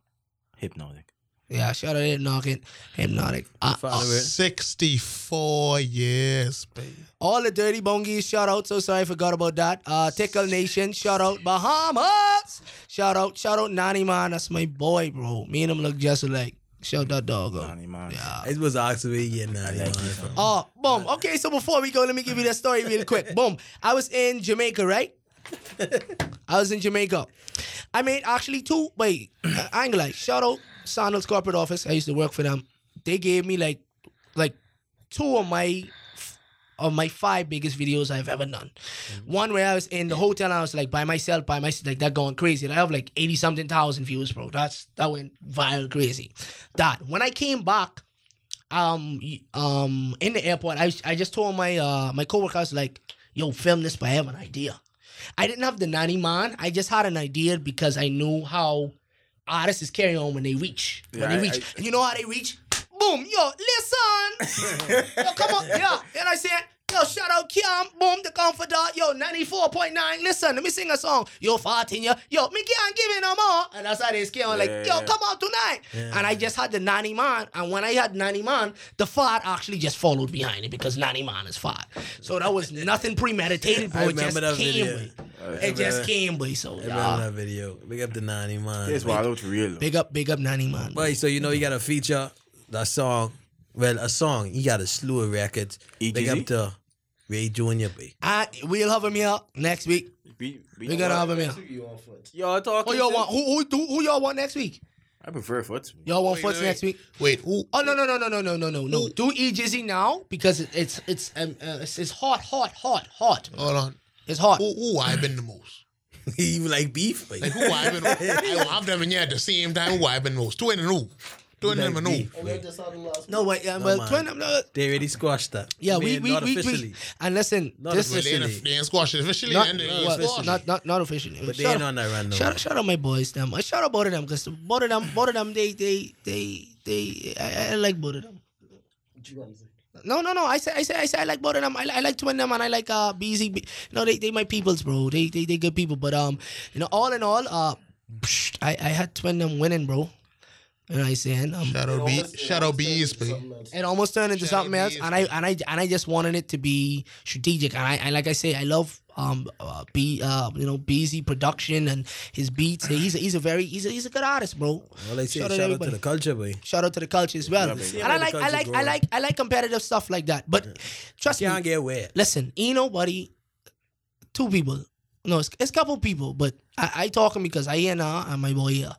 Speaker 8: hypnotic.
Speaker 6: Yeah, shout out to Hypnotic. Hypnotic. Uh,
Speaker 5: Final word.
Speaker 4: 64 Oh, years, baby.
Speaker 6: all the dirty bongies, shout out. So sorry, I forgot about that. Uh, Tickle Nation, shout out. Bahamas, shout out. Shout out Nani Man, that's my boy, bro. Me and him look just alike. Shout that dog out.
Speaker 8: Honey, man.
Speaker 5: It was actually yeah, nah, yeah, man.
Speaker 6: Oh, boom. Okay, so before we go, let me give you that story real quick. boom. I was in Jamaica, right? I was in Jamaica. I made actually two. Wait, I ain't gonna lie. Shout out Sandals Corporate Office. I used to work for them. They gave me like, like, two of my, of my five biggest videos I've ever done.
Speaker 8: Mm-hmm.
Speaker 6: One where I was in the hotel and I was like by myself, by myself, like that going crazy. And I have like eighty something thousand views, bro. That's that went viral crazy. That when I came back, um y- um in the airport I, I just told my uh my coworker I was like yo film this but I have an idea I didn't have the nanny man I just had an idea because I knew how artists carry on when they reach when
Speaker 8: Yeah,
Speaker 6: they
Speaker 8: I-
Speaker 6: reach
Speaker 8: I-
Speaker 6: and you know how they reach boom yo listen yo come on yeah and I said Yo, shout out Kiam, boom, the comforter, yo, 94.9, listen, let me sing a song. Yo, farting, yo, yo, me can't give it no more. And that's how they scare, like, yo,
Speaker 8: Yeah.
Speaker 6: come out tonight. And I just had the Nani Man. And when I had Nani Man, the fart actually just followed behind it because Nani Man is fart. So that was nothing premeditated, bro.
Speaker 5: I
Speaker 6: It just
Speaker 5: remember that
Speaker 6: came
Speaker 5: video.
Speaker 6: with.
Speaker 5: I
Speaker 6: It just
Speaker 5: remember-
Speaker 6: came with. So,
Speaker 5: I
Speaker 6: yeah.
Speaker 5: remember that video. Big up the Nani man.
Speaker 8: This wild real.
Speaker 6: Big up, big up Nani Man.
Speaker 5: Boy, so you know you got a feature, that song. Well, a song. You got a slew of records. Big
Speaker 8: EGZ?
Speaker 5: up to Ray Jr. B.
Speaker 6: I, Ah, we'll have him here next week.
Speaker 8: Be, be
Speaker 6: We're gonna have him here.
Speaker 8: Y'all talking?
Speaker 6: Who Oh, y'all
Speaker 8: to-
Speaker 6: want? Who, who, who, who y'all want next week?
Speaker 8: I prefer foot.
Speaker 6: Y'all want
Speaker 4: Wait,
Speaker 6: Foots
Speaker 4: wait.
Speaker 6: next week?
Speaker 4: Wait, who?
Speaker 6: Oh no no no no no no no no no! Do E Jizzy now because it- it's it's um, uh, it's, it's hot hot hot hot.
Speaker 4: Hold on.
Speaker 6: It's hot.
Speaker 4: Oh. Who, who I been the most?
Speaker 5: you like beef? Like,
Speaker 4: Like, who I been? I, I've them in here at the same time. Who I been the most? Two in a row. Two in a
Speaker 5: like
Speaker 4: row.
Speaker 5: beef, like,
Speaker 6: No, but yeah, but
Speaker 5: man.
Speaker 6: twin, um, uh,
Speaker 5: They already squashed that.
Speaker 6: yeah,
Speaker 5: I
Speaker 6: we
Speaker 5: mean,
Speaker 6: we,
Speaker 5: not
Speaker 6: we,
Speaker 5: officially.
Speaker 6: we and listen,
Speaker 5: Not
Speaker 6: this
Speaker 4: Well,
Speaker 6: is
Speaker 4: they
Speaker 5: officially.
Speaker 4: ain't, they ain't squashed it officially.
Speaker 6: not,
Speaker 4: and they
Speaker 6: well,
Speaker 4: ain't
Speaker 5: officially.
Speaker 4: squashed.
Speaker 6: not not not officially.
Speaker 5: But they
Speaker 6: Shout
Speaker 5: ain't
Speaker 6: out-
Speaker 5: on that random.
Speaker 6: Shout, shout out my boys, them. I shout out both of them because both of them, both of them, they, they, they, they. I, I like both of them. No, no, no. I say, I say, I say, I like both of them. I, li- I like two of them, and I like uh BZ. B- No, they, they my peoples, bro. They, they, they good people. But um, you know, all in all, uh, psh, I, I had two of them winning, bro. You know what I'm saying? Um,
Speaker 4: Shadow B. Shadow B's, please.
Speaker 6: it almost turned into
Speaker 4: Shadow
Speaker 6: something else,
Speaker 4: BS,
Speaker 6: and I and I and I just wanted it to be strategic. And I, I like I say, I love um uh, B uh you know BZ production and his beats. He's a, he's a very he's a, he's a good artist, bro.
Speaker 5: All I say shout
Speaker 6: Shout out
Speaker 5: out,
Speaker 6: everybody.
Speaker 5: to the culture, boy.
Speaker 6: Shout out to the culture as well.
Speaker 8: baby.
Speaker 6: and
Speaker 5: Yeah,
Speaker 6: I
Speaker 5: the
Speaker 6: like I
Speaker 5: culture
Speaker 6: like I
Speaker 5: growing.
Speaker 6: like I like competitive stuff like that. But trust me,
Speaker 5: Can't get wet.
Speaker 6: listen, ain't nobody, two people. No, it's, it's a couple people, but I, I talking because I and her and my boy here.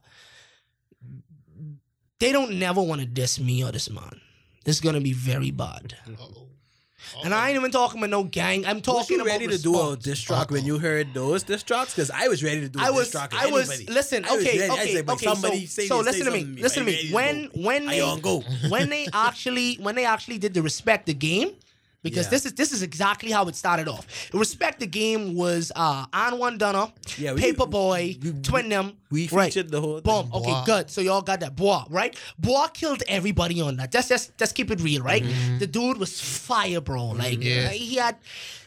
Speaker 6: They don't never want to diss me or this man. This is gonna be very bad.
Speaker 4: Uh-oh.
Speaker 6: And I ain't even talking about no gang. I'm
Speaker 5: Was
Speaker 6: talking
Speaker 5: you
Speaker 6: about
Speaker 5: ready to do a
Speaker 6: response.
Speaker 5: diss track when you heard those diss tracks? Because I was ready to do a
Speaker 6: I was,
Speaker 5: diss track. with
Speaker 6: I was.
Speaker 5: anybody.
Speaker 6: Listen,
Speaker 5: I was
Speaker 6: okay,
Speaker 5: ready. I was
Speaker 6: okay,
Speaker 5: like, but
Speaker 6: okay.
Speaker 5: somebody
Speaker 6: so,
Speaker 5: say
Speaker 6: so
Speaker 5: this, say
Speaker 6: listen to me.
Speaker 5: something.
Speaker 6: Listen to
Speaker 5: Are you
Speaker 6: me.
Speaker 5: ready
Speaker 6: When,
Speaker 5: to
Speaker 6: when
Speaker 5: go?
Speaker 6: they,
Speaker 5: I on go.
Speaker 6: when they actually, when they actually did the respect the game, because
Speaker 5: Yeah.
Speaker 6: this is this is exactly how it started off. The respect the game was uh, Anwan Dunner,
Speaker 5: Yeah, we-
Speaker 6: Paperboy,
Speaker 5: we- we-
Speaker 6: Twin them.
Speaker 5: We
Speaker 6: right.
Speaker 5: featured the whole
Speaker 6: Boom.
Speaker 5: thing.
Speaker 6: Okay,
Speaker 4: Bois.
Speaker 6: good. So y'all got that. Bois, right? Bois killed everybody on that. That's just let's keep it real, right?
Speaker 5: Mm-hmm.
Speaker 6: The dude was fire, bro. Like
Speaker 4: Yeah.
Speaker 6: he had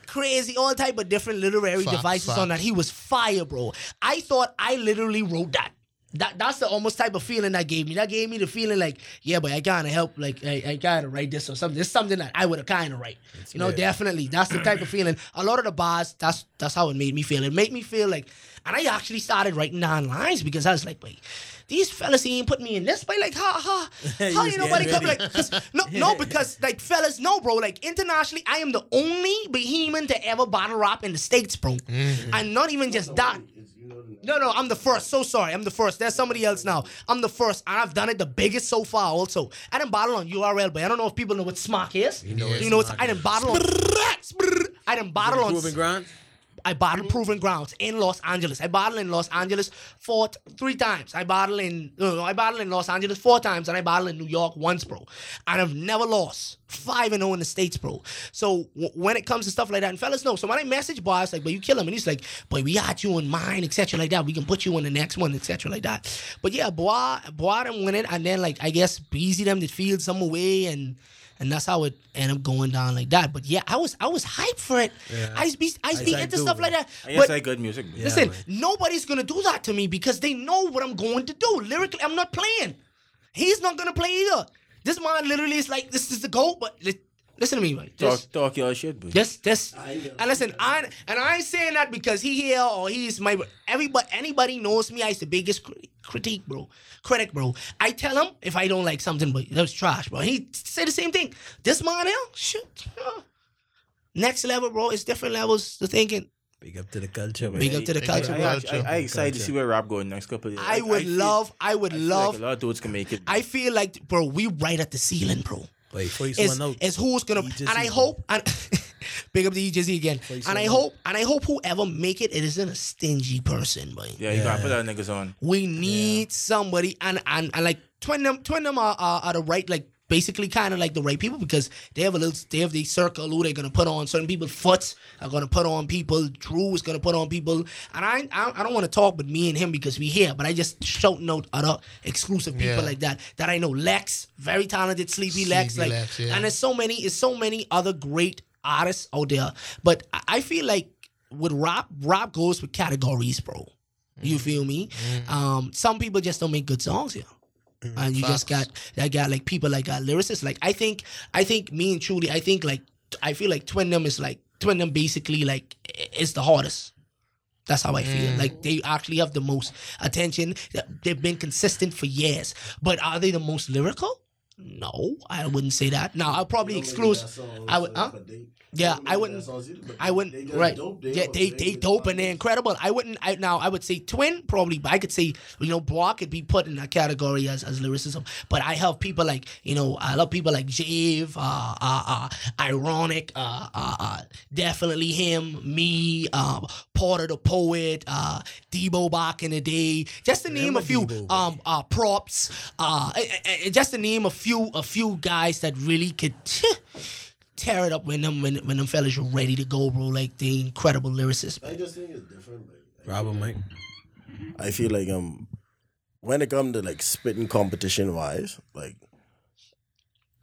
Speaker 6: crazy all type of different literary
Speaker 4: Fuck,
Speaker 6: devices
Speaker 4: fuck.
Speaker 6: on that. He was fire, bro. I thought I literally wrote that. That that's the almost type of feeling that gave me. That gave me the feeling like, yeah, but I gotta help. Like I, I gotta write this or something. It's something that I would have kind of write. you know, definitely. That's the type of feeling. A lot of the bars. That's that's how it made me feel. It made me feel like, and I actually started writing down lines because I was like, wait. These fellas he ain't put me in this, but like, ha ha, how
Speaker 5: was
Speaker 6: ain't nobody
Speaker 5: getting
Speaker 6: come
Speaker 5: ready.
Speaker 6: like, 'cause- no, no, because like, fellas, no, bro, like internationally, I am the only behemoth to ever battle rap in the states, bro, and not even just that. No, no, I'm the first. So sorry, I'm the first. There's somebody else now. I'm the first, and I've done it the biggest so far. Also, I didn't bottle on URL, but I don't know if people know what smock is. You know, you know it's, I didn't bottle on. I didn't bottle on.
Speaker 5: Proven ground.
Speaker 6: I bottled Proven Grounds in Los Angeles. I bottled in Los Angeles four, three times. I bottled in, no, no, I bottled in Los Angeles four times, and I bottled in New York once, bro. And I've never lost five and zero in the states, bro. So w- when it comes to stuff like that, and fellas know. So when I message Bar, it's like, "But you kill him," and he's like, "But we got you in mind, etc. Like that. We can put you on the next one, etc. Like that." But yeah, Bois, Bois them win it, and then like I guess Beezy them to feel some way and. And that's how it ended up going down like that. But yeah, I was I was hyped for it. Ice be Ice be
Speaker 5: I
Speaker 6: into
Speaker 5: do,
Speaker 6: stuff
Speaker 5: bro.
Speaker 6: like that.
Speaker 8: I guess
Speaker 6: But
Speaker 8: I good music. bro.
Speaker 6: listen, nobody's gonna do that to me because they know what I'm going to do. Lyrically, I'm not playing. He's not gonna play either. This man literally is like, this is the goal. But li- listen to me, man.
Speaker 8: Talk,
Speaker 6: Just,
Speaker 8: talk your shit, but
Speaker 6: just, just. And listen, I and I ain't saying that because he here or he's my everybody. Anybody knows me. I is the biggest cri- critique, bro. Critic, bro. I tell him if I don't like something, but that was trash, bro. He say the same thing. This man here, shit. uh, Next level, bro. It's different levels to thinking.
Speaker 5: Big up to the culture.
Speaker 6: Big up to the
Speaker 8: I,
Speaker 6: culture,
Speaker 8: I,
Speaker 6: bro.
Speaker 8: I, I, I excited to see where rap going next couple of years.
Speaker 6: I would
Speaker 8: feel-
Speaker 6: love, I would
Speaker 8: I feel like
Speaker 6: love.
Speaker 8: a lot of dudes can make it.
Speaker 6: I feel like, bro, we right at the ceiling, bro.
Speaker 5: Wait, before you
Speaker 6: It's,
Speaker 5: someone out.
Speaker 6: it's who's gonna,
Speaker 5: E.
Speaker 6: and I
Speaker 5: Jizzy, bro.
Speaker 6: hope, and big up the EJZ again, and I
Speaker 5: someone.
Speaker 6: hope, and I hope whoever make it, it isn't a stingy person, but
Speaker 8: yeah, you gotta put that niggas on.
Speaker 6: we need somebody, and and, and like twin them, twin them are, are, are the right, like basically kind of like the right people because they have a little, they have the circle who they're gonna put on certain people. Foot are gonna put on people. Drew is gonna put on people, and I I, I don't want to talk with me and him because we here, but I just shouting out other exclusive people
Speaker 4: Yeah.
Speaker 6: like that that I know. Lex, very talented, sleepy Lex,
Speaker 4: Sleepy
Speaker 6: like,
Speaker 4: Lex, yeah.
Speaker 6: and it's so many, it's so many other great artists out there, but I- I feel like with rap, rap goes with categories, bro. You feel me? Um, some people just don't make good songs here. And you just got that got like people like uh, lyricists. Like I think I think me and Truly, I think like t- I feel like Twin Them is like Twin Them basically like i- is the hardest. That's how I feel. Like they actually have the most attention. Th- They've been consistent for years. But are they the most lyrical? No, I wouldn't say that. Now I'll probably exclude. I would. Huh? Yeah, I wouldn't. I wouldn't. Right. yeah, they they dope and they're incredible. I wouldn't. I now I would say twin probably, but I could say you know Bra could be put in that category as as lyricism. But I have people like you know I love people like Jave, uh, uh, uh, ironic, uh, uh, uh, definitely him, me, um, Porter the poet, uh, Debo back in the day. Just to name a few. Um, uh, props. Uh, eh, eh, eh, just to name a few a few guys that really could. tear it up when them when, when them fellas are ready to go, bro. Like the incredible lyricists.
Speaker 7: I just think it's different.
Speaker 5: Robert Mike.
Speaker 7: I feel like um, when it comes to like spitting competition wise, like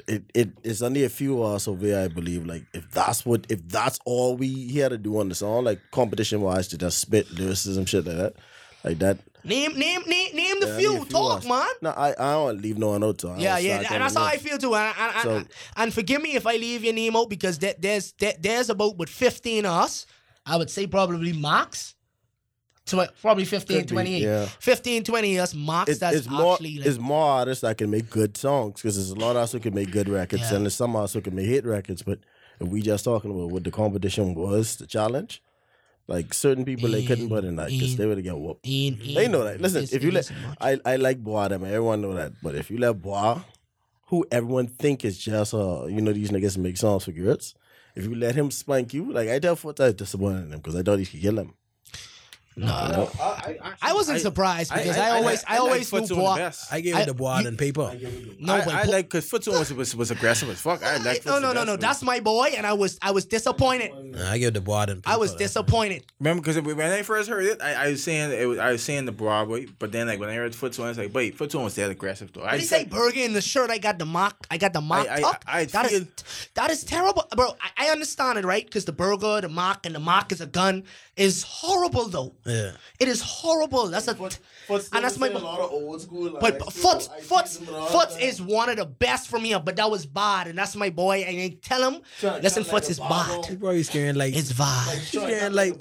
Speaker 7: it it is only a few hours away. I believe like if that's what if that's all we here to do on the song, like competition wise to just spit lyricism shit like that, like that.
Speaker 6: Name name name name the
Speaker 7: there are only
Speaker 6: few.
Speaker 7: a
Speaker 6: Talk,
Speaker 7: hours.
Speaker 6: man.
Speaker 7: No, I I don't leave no one out. Oh, So I
Speaker 6: Yeah,
Speaker 7: don't
Speaker 6: yeah,
Speaker 7: start
Speaker 6: and that's
Speaker 7: telling
Speaker 6: how I
Speaker 7: them.
Speaker 6: feel too. And, and, and,
Speaker 7: So-
Speaker 6: and forgive me if I leave your name out because there, there's there, there's about with 15 of us. I would say probably max. Tw- probably 15,
Speaker 7: Could be,
Speaker 6: 28.
Speaker 7: yeah.
Speaker 6: 15, 20 of us max.
Speaker 7: It's,
Speaker 6: that's
Speaker 7: it's more
Speaker 6: actually like,
Speaker 7: it's more artists that can make good songs because there's a lot of us who can make good records
Speaker 6: Yeah.
Speaker 7: and there's some artists who can make hit records. But if we just talking about what the competition was, the challenge, like certain people they couldn't put in that because
Speaker 6: Mm,
Speaker 7: they would get whooped.
Speaker 6: in,
Speaker 7: They know that. Listen,
Speaker 6: it's-
Speaker 7: if you
Speaker 6: it
Speaker 7: let
Speaker 6: isn't much.
Speaker 7: I, I like Bois, them everyone know that. But if you let Bois, who everyone think is just uh you know these niggas make songs for girls, if you let him spank you, like I tell Foot I disappointed in him because I thought he could kill him.
Speaker 6: no, I wasn't surprised
Speaker 5: I-
Speaker 6: because
Speaker 5: I-
Speaker 6: I,
Speaker 5: I
Speaker 6: always I,
Speaker 8: like
Speaker 6: always
Speaker 8: Futsu
Speaker 6: knew
Speaker 8: the
Speaker 6: Bois.
Speaker 8: best.
Speaker 5: I gave
Speaker 6: I-
Speaker 5: it to Bois
Speaker 6: you-
Speaker 5: and paper.
Speaker 6: No,
Speaker 8: I,
Speaker 6: but
Speaker 8: I
Speaker 6: Bo-
Speaker 8: like because Futsu was, was was aggressive as fuck. I like
Speaker 6: no,
Speaker 8: Futsu
Speaker 6: no, no,
Speaker 8: best,
Speaker 6: no.
Speaker 8: but-
Speaker 6: That's my boy, and I was I was disappointed.
Speaker 5: Nah, I gave it to Bois and paper.
Speaker 6: I was disappointed.
Speaker 8: remember because when I first heard it, I, I was saying it was, I was saying the Broadway, but then like when I heard Futsu, I was like, wait, Futsu was that aggressive though. I
Speaker 6: When he say burger in the shirt, I got the mock. I got the mock
Speaker 8: I-
Speaker 6: up.
Speaker 8: I
Speaker 6: That is-
Speaker 8: feel-
Speaker 6: that is terrible, bro. I, I understand it, right? Because the burger, the mock, and the mock is a gun is horrible though.
Speaker 5: Yeah.
Speaker 6: It is horrible. That's a and that's my.
Speaker 7: old school.
Speaker 6: But Foots, Foots, Foots is one of the best from here, but that was bad, and that's my boy. And I tell him, listen,
Speaker 7: trying like
Speaker 6: Foots
Speaker 7: a
Speaker 6: is
Speaker 7: Bible.
Speaker 6: bad.
Speaker 5: He probably scaring like
Speaker 6: It's bad.
Speaker 5: Yeah, like,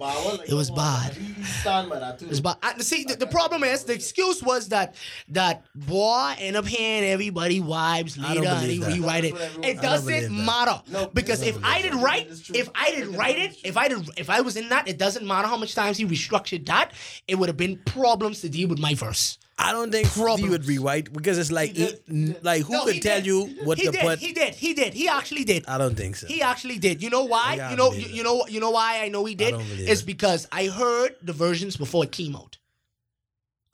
Speaker 6: it was bad. It's bad. And see, the, the problem is the excuse was that that boy end up hearing everybody vibes
Speaker 5: I don't
Speaker 6: later and he
Speaker 5: believe that.
Speaker 6: rewrite it. It doesn't
Speaker 5: believe that.
Speaker 6: matter because
Speaker 7: I don't
Speaker 6: if I did write, if I did write it, if I did, if I was in that, it doesn't matter how much times he restructured that. It would have been problems to deal with my verse.
Speaker 5: I don't think he
Speaker 6: Problems.
Speaker 5: would rewrite because it's like
Speaker 7: He did.
Speaker 5: he- like who
Speaker 6: No,
Speaker 5: could
Speaker 6: he
Speaker 5: tell
Speaker 6: did.
Speaker 5: you what
Speaker 6: he
Speaker 5: to
Speaker 6: did.
Speaker 5: put?
Speaker 6: He did. He did. He actually did.
Speaker 5: I don't think so.
Speaker 6: He actually did. You know why?
Speaker 5: Yeah, I
Speaker 6: you know.
Speaker 5: believe
Speaker 6: You,
Speaker 5: it.
Speaker 6: you know. You know why I know he did.
Speaker 5: don't believe
Speaker 6: It's
Speaker 5: it.
Speaker 6: because I heard the versions before it came out,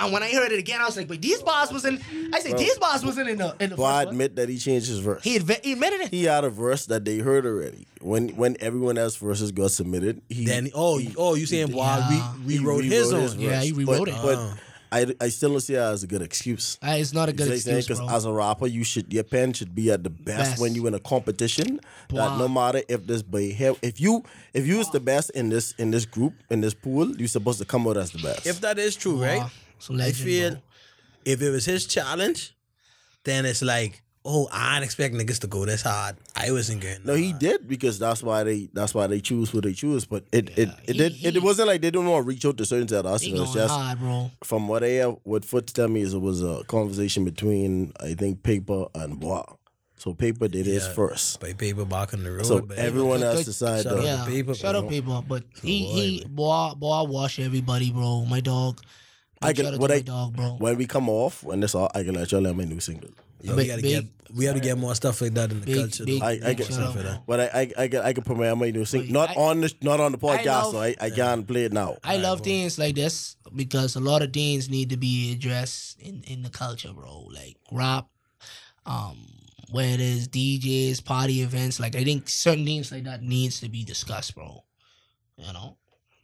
Speaker 6: and when I heard it again, I was like, "But these bars wasn't." I said, "These bars wasn't in the in the."
Speaker 7: But I
Speaker 6: first one."
Speaker 7: admit that he changed his verse.
Speaker 6: He, adv- he admitted it.
Speaker 7: he had a verse that they heard already. When when everyone else verses got submitted, he
Speaker 5: Then oh you- oh you saying why
Speaker 6: Yeah.
Speaker 5: we rewrote his own?
Speaker 6: Yeah,
Speaker 7: verse.
Speaker 6: he rewrote
Speaker 7: But-
Speaker 6: it.
Speaker 5: Ah.
Speaker 7: But I I still don't see that as a good excuse.
Speaker 6: Uh, it's not a good excuse,
Speaker 7: because
Speaker 6: bro.
Speaker 7: as a rapper, you should your pen should be at the best,
Speaker 6: Best.
Speaker 7: when you in a competition.
Speaker 6: Wow.
Speaker 7: That no matter if this behavior, if you if you is the best in this in this group in this pool, you're supposed to come out as the best.
Speaker 5: If that is true, right?
Speaker 6: Wow. It's a legend,
Speaker 5: I feel
Speaker 6: bro.
Speaker 5: if it was his challenge, then it's like oh I didn't expect niggas to go this hard. I wasn't getting.
Speaker 7: no,
Speaker 5: that
Speaker 7: he
Speaker 5: hard.
Speaker 7: did because that's why they that's why they choose who they choose. But it it, it
Speaker 6: he-
Speaker 7: did
Speaker 6: he-
Speaker 7: it wasn't like they didn't want to reach out to certain set us.
Speaker 6: He
Speaker 7: It
Speaker 6: going
Speaker 7: was just
Speaker 6: hard, bro.
Speaker 7: from what I have, what Foot tell me is it was a conversation between I think Paper and Bois. So Paper did his
Speaker 5: Yeah.
Speaker 7: first.
Speaker 5: By paper back on the road.
Speaker 7: So
Speaker 5: but
Speaker 7: everyone else
Speaker 6: Good-
Speaker 7: decided.
Speaker 5: Shut up.
Speaker 7: uh,
Speaker 6: yeah,
Speaker 5: people,
Speaker 6: shut
Speaker 5: you
Speaker 6: up,
Speaker 5: know.
Speaker 6: people. But he,
Speaker 5: Boy,
Speaker 6: he,
Speaker 5: man.
Speaker 6: boy, boy, wash everybody, bro. My dog. Shout
Speaker 7: I
Speaker 6: out
Speaker 7: can,
Speaker 6: to
Speaker 7: what
Speaker 6: my
Speaker 7: I,
Speaker 6: dog, bro.
Speaker 7: when we come off, when this all, I can let y'all know my new single.
Speaker 5: Yo, we
Speaker 6: Big-
Speaker 5: gotta get
Speaker 6: big-
Speaker 5: we gotta get more stuff like that in the
Speaker 6: Big-
Speaker 5: culture.
Speaker 6: big-
Speaker 5: though.
Speaker 7: I, I
Speaker 6: big
Speaker 7: can,
Speaker 6: shout out, bro.
Speaker 7: but I, I, I can, I can put my my new single.
Speaker 6: Wait,
Speaker 7: Not
Speaker 6: I-
Speaker 7: on the, not on the podcast,
Speaker 6: love-
Speaker 7: so I, I can't play it now.
Speaker 6: I love things like this because a lot of things need to be addressed in, in the culture, bro. Like rap, um, where there's DJs, party events. Like I think certain things like that needs to be discussed, bro. You know,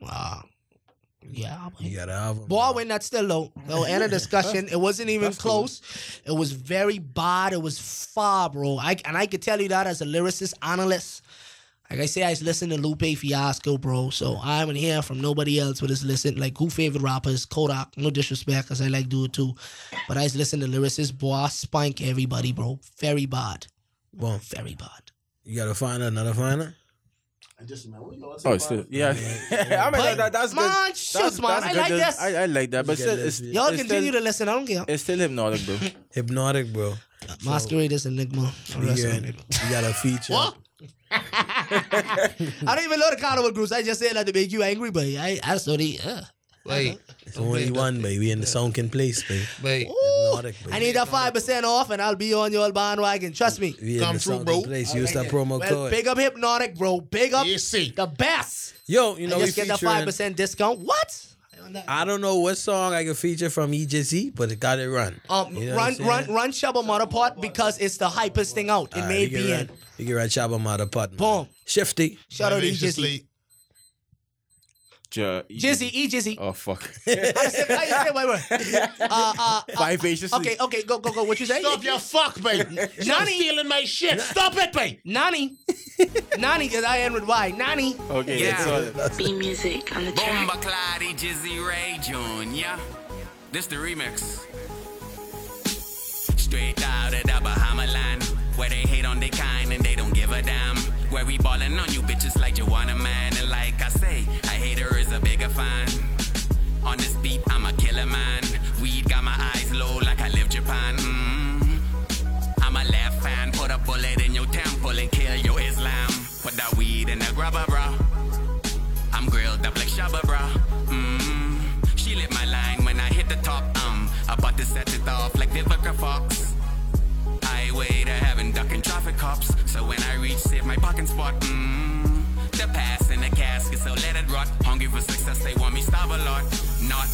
Speaker 6: uh, yeah. but-
Speaker 5: you got an album.
Speaker 6: Boy, when that's still low. No end of discussion. It wasn't even close. It was very bad. It was far, bro. I and I could tell you that as a lyricist analyst. Like I say, I listen to Lupe Fiasco, bro. So I haven't hear from nobody else with this listen. Like who favorite rappers? Kodak. No disrespect, cause I like do it too. But I just listen to lyricists. Boy, I spank everybody, bro. Very bad.
Speaker 5: Boom.
Speaker 6: Very bad.
Speaker 5: you gotta find another finder.
Speaker 8: Oh, it's still, yeah. I mean, that, that's good.
Speaker 6: Man,
Speaker 8: That's-
Speaker 6: shoots, man.
Speaker 8: that's
Speaker 6: I
Speaker 8: good.
Speaker 6: like
Speaker 8: That's-
Speaker 6: this.
Speaker 8: I, I like that, but
Speaker 5: Get
Speaker 8: still, it's,
Speaker 5: lesbian.
Speaker 6: Y'all
Speaker 8: it's
Speaker 6: continue
Speaker 8: still,
Speaker 6: to listen. I don't care.
Speaker 8: It's still hypnotic, bro.
Speaker 5: Hypnotic, bro.
Speaker 6: Masquerade is enigma.
Speaker 5: We
Speaker 6: Rest
Speaker 5: got,
Speaker 6: in it.
Speaker 5: we got a feature.
Speaker 6: What? I don't even know the carnival groups. I just said that to make you angry, but I, I saw the. Uh,
Speaker 4: Wait.
Speaker 5: It's only one, baby. We in the song can place, baby.
Speaker 4: Wait.
Speaker 6: ooh,
Speaker 5: Hypnotic,
Speaker 6: I
Speaker 5: baby.
Speaker 6: need that five percent off, and I'll be on your bandwagon. Trust me.
Speaker 5: We in
Speaker 4: Come
Speaker 5: the
Speaker 4: through,
Speaker 5: song
Speaker 4: bro.
Speaker 5: can place. Use that promo
Speaker 6: Well,
Speaker 5: code.
Speaker 6: big up hypnotic, bro. Big up
Speaker 4: You see.
Speaker 6: the best.
Speaker 5: Yo, you
Speaker 6: You
Speaker 5: know
Speaker 6: know,
Speaker 5: we
Speaker 6: just get that five
Speaker 5: featuring.
Speaker 6: percent discount. What?
Speaker 5: I don't know what song I can feature from EJC, but it got it run.
Speaker 6: Um,
Speaker 5: You know what
Speaker 6: run,
Speaker 5: I'm saying?
Speaker 6: run, run, Shubba Mother Pot because it's the hypest thing out. It
Speaker 5: All right,
Speaker 6: may
Speaker 5: we can
Speaker 6: be
Speaker 5: run-
Speaker 6: in.
Speaker 5: We can run Chaba Mata Putman.
Speaker 6: Boom.
Speaker 5: Shifty.
Speaker 6: Shout out to Jizzy.
Speaker 4: Vivaciously.
Speaker 8: Ja-
Speaker 6: Jizzy, E Jizzy.
Speaker 8: Oh fuck.
Speaker 6: I said, I said, wait, wait. Uh, uh, uh,
Speaker 8: Vivaciously.
Speaker 6: okay, okay, go, go, go. What you say?
Speaker 4: Stop your fuck, mate. You're
Speaker 6: Johnny.
Speaker 4: stealing my shit. Stop it, mate.
Speaker 6: Nani. Nani, because I end with Y. Nani.
Speaker 8: Okay, that's all.
Speaker 9: B music on the track.
Speaker 10: Bomba Clyde Jizzy Ray Jr. This the remix. Straight out of the Bahama land, where they hate on their kind and they don't give a damn. Where we ballin' on you bitches like you want a man, and like I say, a hater is a bigger fan. On this beat, I'm a killer man. Weed got my eyes low like I live Japan. Mm. I'm a left fan, put a bullet in your temple and kill your Islam. Put that weed in the grubber, bruh. I'm grilled up like Shabba, bruh. Mmm. She lit my line when I hit the top. Um, about to set it off like Vivica Fox. Highway to heaven, ducking traffic cops. So when I reach, save my parking spot. Mmm. The pass in the casket, so let it rot. Hungry for success, they want me starve a lot. Not.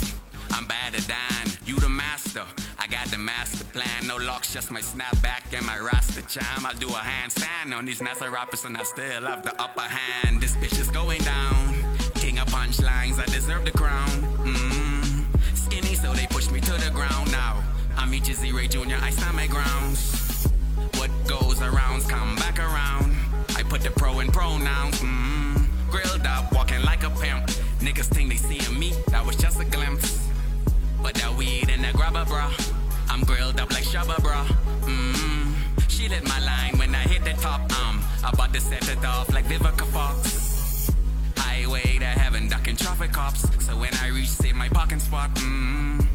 Speaker 10: I'm bad at dying. You the master. I got the master plan. No locks, just my snapback and my roster chime. I'll do a handstand on these NASA rappers, and I still have the upper hand. This bitch is going down. King of punchlines, I deserve the crown. Mm. Skinny, so they push me to the ground now. I'm E.G.Z. Ray Jr., I stand my grounds. What goes around come back mm-hmm. around. I put the pro in pronouns. Mm. Grilled up, walking like a pimp. Nigga niggas think they seeing me. That was just a glimpse. But that weed and that grubber, bro. I'm grilled up like Shabba, bro. Mmm. She lit my line when I hit the top. Um, about to set it off like Vivica Fox. Highway to heaven, ducking traffic cops. So when I reach, save my parking spot. Mmm.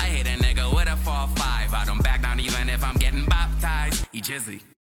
Speaker 10: I hit a nigga with a 4-5. I don't back down even if I'm getting baptized. E Jizzy.